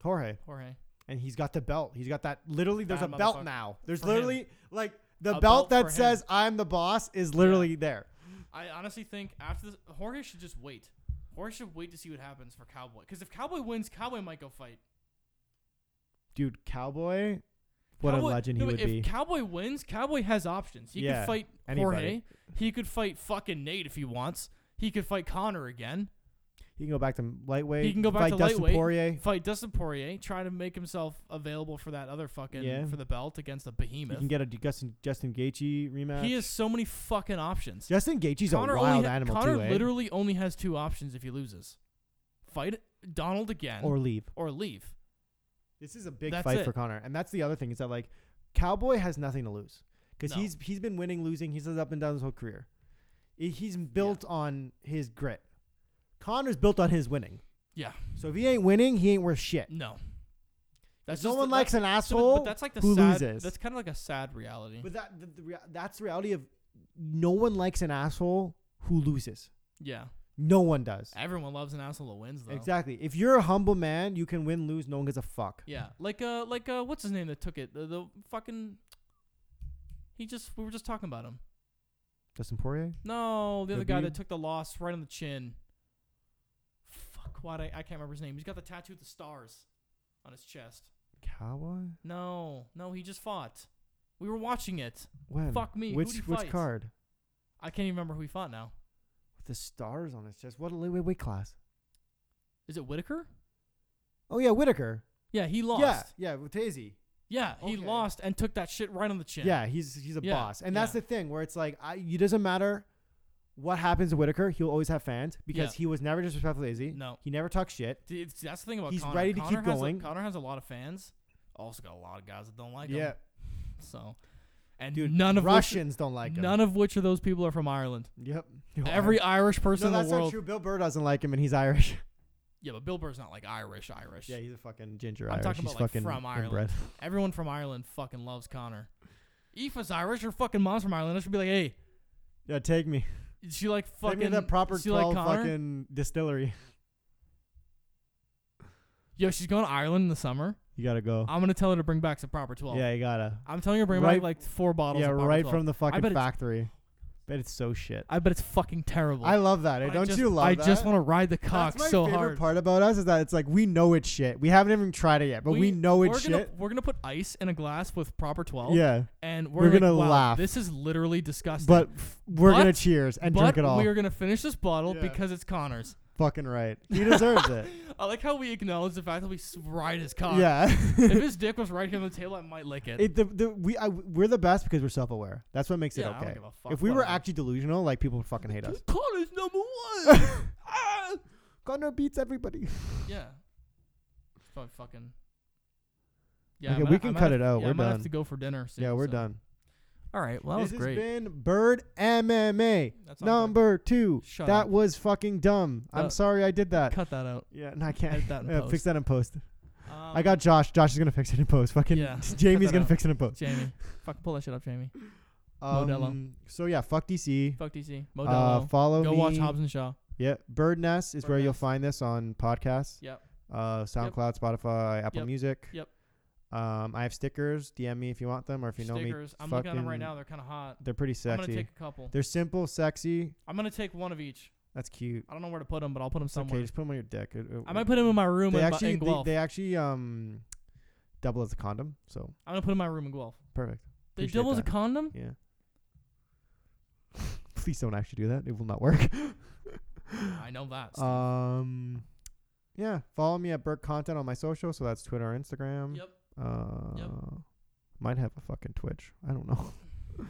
[SPEAKER 1] Jorge.
[SPEAKER 2] Jorge.
[SPEAKER 1] and he's got the belt. He's got that. Literally, there's a
[SPEAKER 2] That
[SPEAKER 1] belt
[SPEAKER 2] motherfucker.
[SPEAKER 1] now. There's
[SPEAKER 2] For him.
[SPEAKER 1] literally like the belt,
[SPEAKER 2] A belt for
[SPEAKER 1] that
[SPEAKER 2] him.
[SPEAKER 1] says "I'm the boss" is literally there.
[SPEAKER 2] I honestly think after this, Jorge should just wait. Jorge should wait to see what happens for Cowboy. Because if Cowboy wins, Cowboy might go fight.
[SPEAKER 1] Dude, Cowboy, what
[SPEAKER 2] Cowboy-
[SPEAKER 1] a legend
[SPEAKER 2] no,
[SPEAKER 1] he
[SPEAKER 2] but
[SPEAKER 1] would
[SPEAKER 2] if
[SPEAKER 1] be.
[SPEAKER 2] Cowboy wins, Cowboy has options. He
[SPEAKER 1] Yeah,
[SPEAKER 2] could fight
[SPEAKER 1] anybody.
[SPEAKER 2] Jorge. He could fight fucking Nate if he wants. He could fight Connor again.
[SPEAKER 1] he can go back to lightweight.
[SPEAKER 2] he can go back
[SPEAKER 1] fight
[SPEAKER 2] to
[SPEAKER 1] Dustin
[SPEAKER 2] lightweight.
[SPEAKER 1] Poirier.
[SPEAKER 2] Fight Dustin Poirier, try to make himself available for that other fucking
[SPEAKER 1] Yeah.
[SPEAKER 2] for the belt against a
[SPEAKER 1] He
[SPEAKER 2] behemoth.
[SPEAKER 1] can get a Justin Justin Gaethje rematch.
[SPEAKER 2] He has so many fucking options.
[SPEAKER 1] Justin Gaethje's
[SPEAKER 2] Connor,
[SPEAKER 1] a wild
[SPEAKER 2] only, ha-
[SPEAKER 1] animal
[SPEAKER 2] Connor
[SPEAKER 1] too, eh?
[SPEAKER 2] literally only has two options if he loses: fight Donald again or,
[SPEAKER 1] or leave.
[SPEAKER 2] leave.
[SPEAKER 1] This is a big
[SPEAKER 2] That's
[SPEAKER 1] fight
[SPEAKER 2] it.
[SPEAKER 1] for Connor, and that's the other thing is that like Cowboy has nothing to lose because
[SPEAKER 2] No.
[SPEAKER 1] he's he's been winning, losing. He's up and down his whole career. He- He's built on his grit. Connor's built on his winning.
[SPEAKER 2] Yeah.
[SPEAKER 1] So if he ain't winning, he ain't worth shit.
[SPEAKER 2] No,
[SPEAKER 1] That's
[SPEAKER 2] that's
[SPEAKER 1] no
[SPEAKER 2] just
[SPEAKER 1] one
[SPEAKER 2] the-
[SPEAKER 1] likes an
[SPEAKER 2] that's- so,
[SPEAKER 1] asshole.
[SPEAKER 2] but that's like the
[SPEAKER 1] who
[SPEAKER 2] sad.
[SPEAKER 1] loses.
[SPEAKER 2] That's kind of like a sad reality.
[SPEAKER 1] But that the, the, rea- that's the reality of no one likes an asshole who loses.
[SPEAKER 2] yeah,
[SPEAKER 1] No one does.
[SPEAKER 2] everyone loves an asshole that wins though.
[SPEAKER 1] Exactly. If you're a humble man, you can win, lose. No one gives a fuck.
[SPEAKER 2] Yeah, like uh, like uh, what's his name that took it? The, the fucking. He just we were just talking about him.
[SPEAKER 1] Justin Poirier.
[SPEAKER 2] No, the other guy
[SPEAKER 1] W?
[SPEAKER 2] that took the loss right on the chin. Fuck, what I, I can't remember his name. He's got the tattoo of the stars on his chest.
[SPEAKER 1] Cowboy.
[SPEAKER 2] No, no, he just fought. We were watching it.
[SPEAKER 1] When?
[SPEAKER 2] Fuck me, who'd
[SPEAKER 1] Which
[SPEAKER 2] he
[SPEAKER 1] which
[SPEAKER 2] fight?
[SPEAKER 1] card?
[SPEAKER 2] I can't even remember who he fought now.
[SPEAKER 1] With the stars on his chest. What a weight, weight class.
[SPEAKER 2] Is it Whitaker?
[SPEAKER 1] Oh yeah, Whitaker.
[SPEAKER 2] Yeah, he lost.
[SPEAKER 1] Yeah, yeah, with Tazy.
[SPEAKER 2] Yeah, he
[SPEAKER 1] Okay.
[SPEAKER 2] lost and took that shit right on the chin.
[SPEAKER 1] Yeah, he's he's a
[SPEAKER 2] Yeah,
[SPEAKER 1] boss, and that's
[SPEAKER 2] yeah.
[SPEAKER 1] the thing where it's like, I, it doesn't matter what happens to Whitaker, he'll always have fans because
[SPEAKER 2] Yeah.
[SPEAKER 1] he was never disrespectful to Izzy.
[SPEAKER 2] No.
[SPEAKER 1] he never talks shit.
[SPEAKER 2] D- it's- That's the thing about
[SPEAKER 1] He's
[SPEAKER 2] Conor.
[SPEAKER 1] ready to keep
[SPEAKER 2] Conor has a-
[SPEAKER 1] going.
[SPEAKER 2] Conor has a lot of fans. Also got a lot of guys that don't like
[SPEAKER 1] yeah,
[SPEAKER 2] him. So, and
[SPEAKER 1] dude,
[SPEAKER 2] none of
[SPEAKER 1] Russians don't like
[SPEAKER 2] which,
[SPEAKER 1] him.
[SPEAKER 2] none of which of those people are from Ireland.
[SPEAKER 1] Yep. [LAUGHS]
[SPEAKER 2] Every Irish
[SPEAKER 1] no,
[SPEAKER 2] person in
[SPEAKER 1] that's
[SPEAKER 2] the world.
[SPEAKER 1] not true. Bill Burr doesn't like him, and he's Irish. [LAUGHS]
[SPEAKER 2] Yeah, but Bill Burr's not like Irish, Irish.
[SPEAKER 1] yeah, he's a fucking ginger
[SPEAKER 2] I'm
[SPEAKER 1] Irish.
[SPEAKER 2] talking
[SPEAKER 1] he's
[SPEAKER 2] about, like,
[SPEAKER 1] fucking
[SPEAKER 2] from Ireland.
[SPEAKER 1] inbred.
[SPEAKER 2] Everyone from Ireland fucking loves Connor. Aoife's Irish. Her fucking mom's from Ireland. I should be like, hey,
[SPEAKER 1] [LAUGHS] Yeah, take me.
[SPEAKER 2] is she like
[SPEAKER 1] take
[SPEAKER 2] fucking.
[SPEAKER 1] me to that proper
[SPEAKER 2] does she like
[SPEAKER 1] twelve
[SPEAKER 2] Connor?
[SPEAKER 1] fucking distillery.
[SPEAKER 2] Yo, she's going to Ireland in the summer.
[SPEAKER 1] You gotta go.
[SPEAKER 2] I'm gonna tell her to bring back some proper twelve.
[SPEAKER 1] yeah, you gotta.
[SPEAKER 2] I'm telling her to bring
[SPEAKER 1] Right-
[SPEAKER 2] back like four bottles.
[SPEAKER 1] Yeah,
[SPEAKER 2] of proper
[SPEAKER 1] right
[SPEAKER 2] 12.
[SPEAKER 1] from the fucking
[SPEAKER 2] bet it's-
[SPEAKER 1] factory. But it's so shit.
[SPEAKER 2] I bet it's fucking terrible.
[SPEAKER 1] I love that. eh?
[SPEAKER 2] But I
[SPEAKER 1] Don't
[SPEAKER 2] just-
[SPEAKER 1] you love
[SPEAKER 2] I
[SPEAKER 1] that?
[SPEAKER 2] just want to ride the cock
[SPEAKER 1] That's my
[SPEAKER 2] so
[SPEAKER 1] favorite
[SPEAKER 2] hard.
[SPEAKER 1] part about us is that it's like we know it's shit. We haven't even tried it yet, but we, know
[SPEAKER 2] we're
[SPEAKER 1] it's
[SPEAKER 2] gonna,
[SPEAKER 1] shit.
[SPEAKER 2] We're gonna put ice in a glass with proper twelve.
[SPEAKER 1] yeah,
[SPEAKER 2] and
[SPEAKER 1] We're
[SPEAKER 2] we're,
[SPEAKER 1] gonna
[SPEAKER 2] like, wow,
[SPEAKER 1] laugh.
[SPEAKER 2] This is literally disgusting.
[SPEAKER 1] but f- we're gonna
[SPEAKER 2] But-
[SPEAKER 1] cheers and
[SPEAKER 2] but
[SPEAKER 1] drink it all.
[SPEAKER 2] we are gonna finish this bottle
[SPEAKER 1] Yeah.
[SPEAKER 2] because it's Connor's.
[SPEAKER 1] Fucking right. He deserves it.
[SPEAKER 2] [LAUGHS] I like how we acknowledge the fact that we s- ride his cock.
[SPEAKER 1] Yeah. [LAUGHS]
[SPEAKER 2] if his dick was right here on the table, I might lick it.
[SPEAKER 1] It, the, the, we I, we're the best because we're self-aware. That's what makes
[SPEAKER 2] [LAUGHS] yeah,
[SPEAKER 1] it
[SPEAKER 2] I don't
[SPEAKER 1] okay.
[SPEAKER 2] give a fuck.
[SPEAKER 1] If we were
[SPEAKER 2] whatever.
[SPEAKER 1] actually delusional, like people would fucking hate
[SPEAKER 2] [LAUGHS]
[SPEAKER 1] us.
[SPEAKER 2] Connor's number
[SPEAKER 1] [LAUGHS]
[SPEAKER 2] one. Ah!
[SPEAKER 1] Connor beats everybody.
[SPEAKER 2] Yeah. It's probably fucking. Yeah, I
[SPEAKER 1] Okay,
[SPEAKER 2] might-
[SPEAKER 1] we
[SPEAKER 2] I
[SPEAKER 1] can
[SPEAKER 2] might
[SPEAKER 1] cut
[SPEAKER 2] have-
[SPEAKER 1] it out.
[SPEAKER 2] yeah, I
[SPEAKER 1] We're
[SPEAKER 2] might
[SPEAKER 1] done.
[SPEAKER 2] have to go for dinner. Soon,
[SPEAKER 1] yeah, we're
[SPEAKER 2] so.
[SPEAKER 1] done.
[SPEAKER 2] All right. Well, that
[SPEAKER 1] this
[SPEAKER 2] was
[SPEAKER 1] has
[SPEAKER 2] great.
[SPEAKER 1] been Bird MMA
[SPEAKER 2] That's all I'm
[SPEAKER 1] number two.
[SPEAKER 2] Shut
[SPEAKER 1] that
[SPEAKER 2] up.
[SPEAKER 1] was fucking dumb. I'm
[SPEAKER 2] Uh,
[SPEAKER 1] sorry I did
[SPEAKER 2] done.
[SPEAKER 1] that.
[SPEAKER 2] Cut that out.
[SPEAKER 1] Yeah, no, I can't.
[SPEAKER 2] Edit that
[SPEAKER 1] [LAUGHS]
[SPEAKER 2] in
[SPEAKER 1] Yeah, Fix
[SPEAKER 2] post.
[SPEAKER 1] that in post.
[SPEAKER 2] Um,
[SPEAKER 1] I got Josh. Josh is gonna fix it in post. Fucking [LAUGHS]
[SPEAKER 2] Yeah, cut
[SPEAKER 1] Jamie's
[SPEAKER 2] that
[SPEAKER 1] gonna
[SPEAKER 2] out.
[SPEAKER 1] fix it in post.
[SPEAKER 2] Jamie. Fucking pull that shit up, Jamie.
[SPEAKER 1] Um,
[SPEAKER 2] Modelo.
[SPEAKER 1] So yeah, fuck DC.
[SPEAKER 2] Fuck DC.
[SPEAKER 1] Uh,
[SPEAKER 2] Modelo.
[SPEAKER 1] follow
[SPEAKER 2] go
[SPEAKER 1] me.
[SPEAKER 2] watch Hobbs and Shaw.
[SPEAKER 1] Yeah, Bird Nest is
[SPEAKER 2] Bird
[SPEAKER 1] where you'll
[SPEAKER 2] Nest.
[SPEAKER 1] find this on podcasts.
[SPEAKER 2] Yep.
[SPEAKER 1] Uh, SoundCloud, Spotify, Apple
[SPEAKER 2] Yep.
[SPEAKER 1] Music.
[SPEAKER 2] Yep.
[SPEAKER 1] Um, I have stickers. DM me if you want them, or if you know me,
[SPEAKER 2] Stickers. I'm looking at them right
[SPEAKER 1] fucking-
[SPEAKER 2] now. They're kind of hot.
[SPEAKER 1] they're pretty
[SPEAKER 2] I'm gonna
[SPEAKER 1] sexy.
[SPEAKER 2] take a couple.
[SPEAKER 1] they're simple, sexy.
[SPEAKER 2] I'm gonna take one of each.
[SPEAKER 1] That's cute.
[SPEAKER 2] I don't know where to put them, but I'll put them
[SPEAKER 1] It's okay.
[SPEAKER 2] somewhere.
[SPEAKER 1] Just put them on your dick. It- it-
[SPEAKER 2] I might put them in my room
[SPEAKER 1] They
[SPEAKER 2] in, Bu-
[SPEAKER 1] actually,
[SPEAKER 2] in
[SPEAKER 1] they-
[SPEAKER 2] Guelph.
[SPEAKER 1] they, actually um, double as a condom. So
[SPEAKER 2] I'm [LAUGHS] gonna put 'em in my room in Guelph.
[SPEAKER 1] perfect.
[SPEAKER 2] They
[SPEAKER 1] Appreciate
[SPEAKER 2] double as a
[SPEAKER 1] that.
[SPEAKER 2] condom.
[SPEAKER 1] Yeah. [LAUGHS] please don't actually do that. It will not
[SPEAKER 2] [LAUGHS]
[SPEAKER 1] work.
[SPEAKER 2] I know that. Steve.
[SPEAKER 1] um, yeah. Follow me at Burke Content on my social. So that's Twitter or Instagram.
[SPEAKER 2] yep.
[SPEAKER 1] Uh, Might have a fucking Twitch. I don't
[SPEAKER 2] [LAUGHS]
[SPEAKER 1] know. I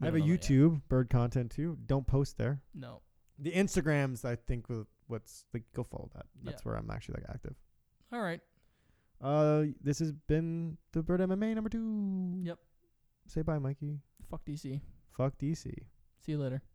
[SPEAKER 2] We
[SPEAKER 1] have a
[SPEAKER 2] don't know that yet.
[SPEAKER 1] YouTube bird content too. Don't post there.
[SPEAKER 2] No.
[SPEAKER 1] The Instagrams, I think, with what's like, go follow that.
[SPEAKER 2] Yeah.
[SPEAKER 1] That's where I'm actually like active.
[SPEAKER 2] All right.
[SPEAKER 1] Uh, this has been the Bird MMA number two.
[SPEAKER 2] Yep.
[SPEAKER 1] Say bye, Mikey.
[SPEAKER 3] Fuck DC.
[SPEAKER 1] Fuck DC.
[SPEAKER 3] See you later.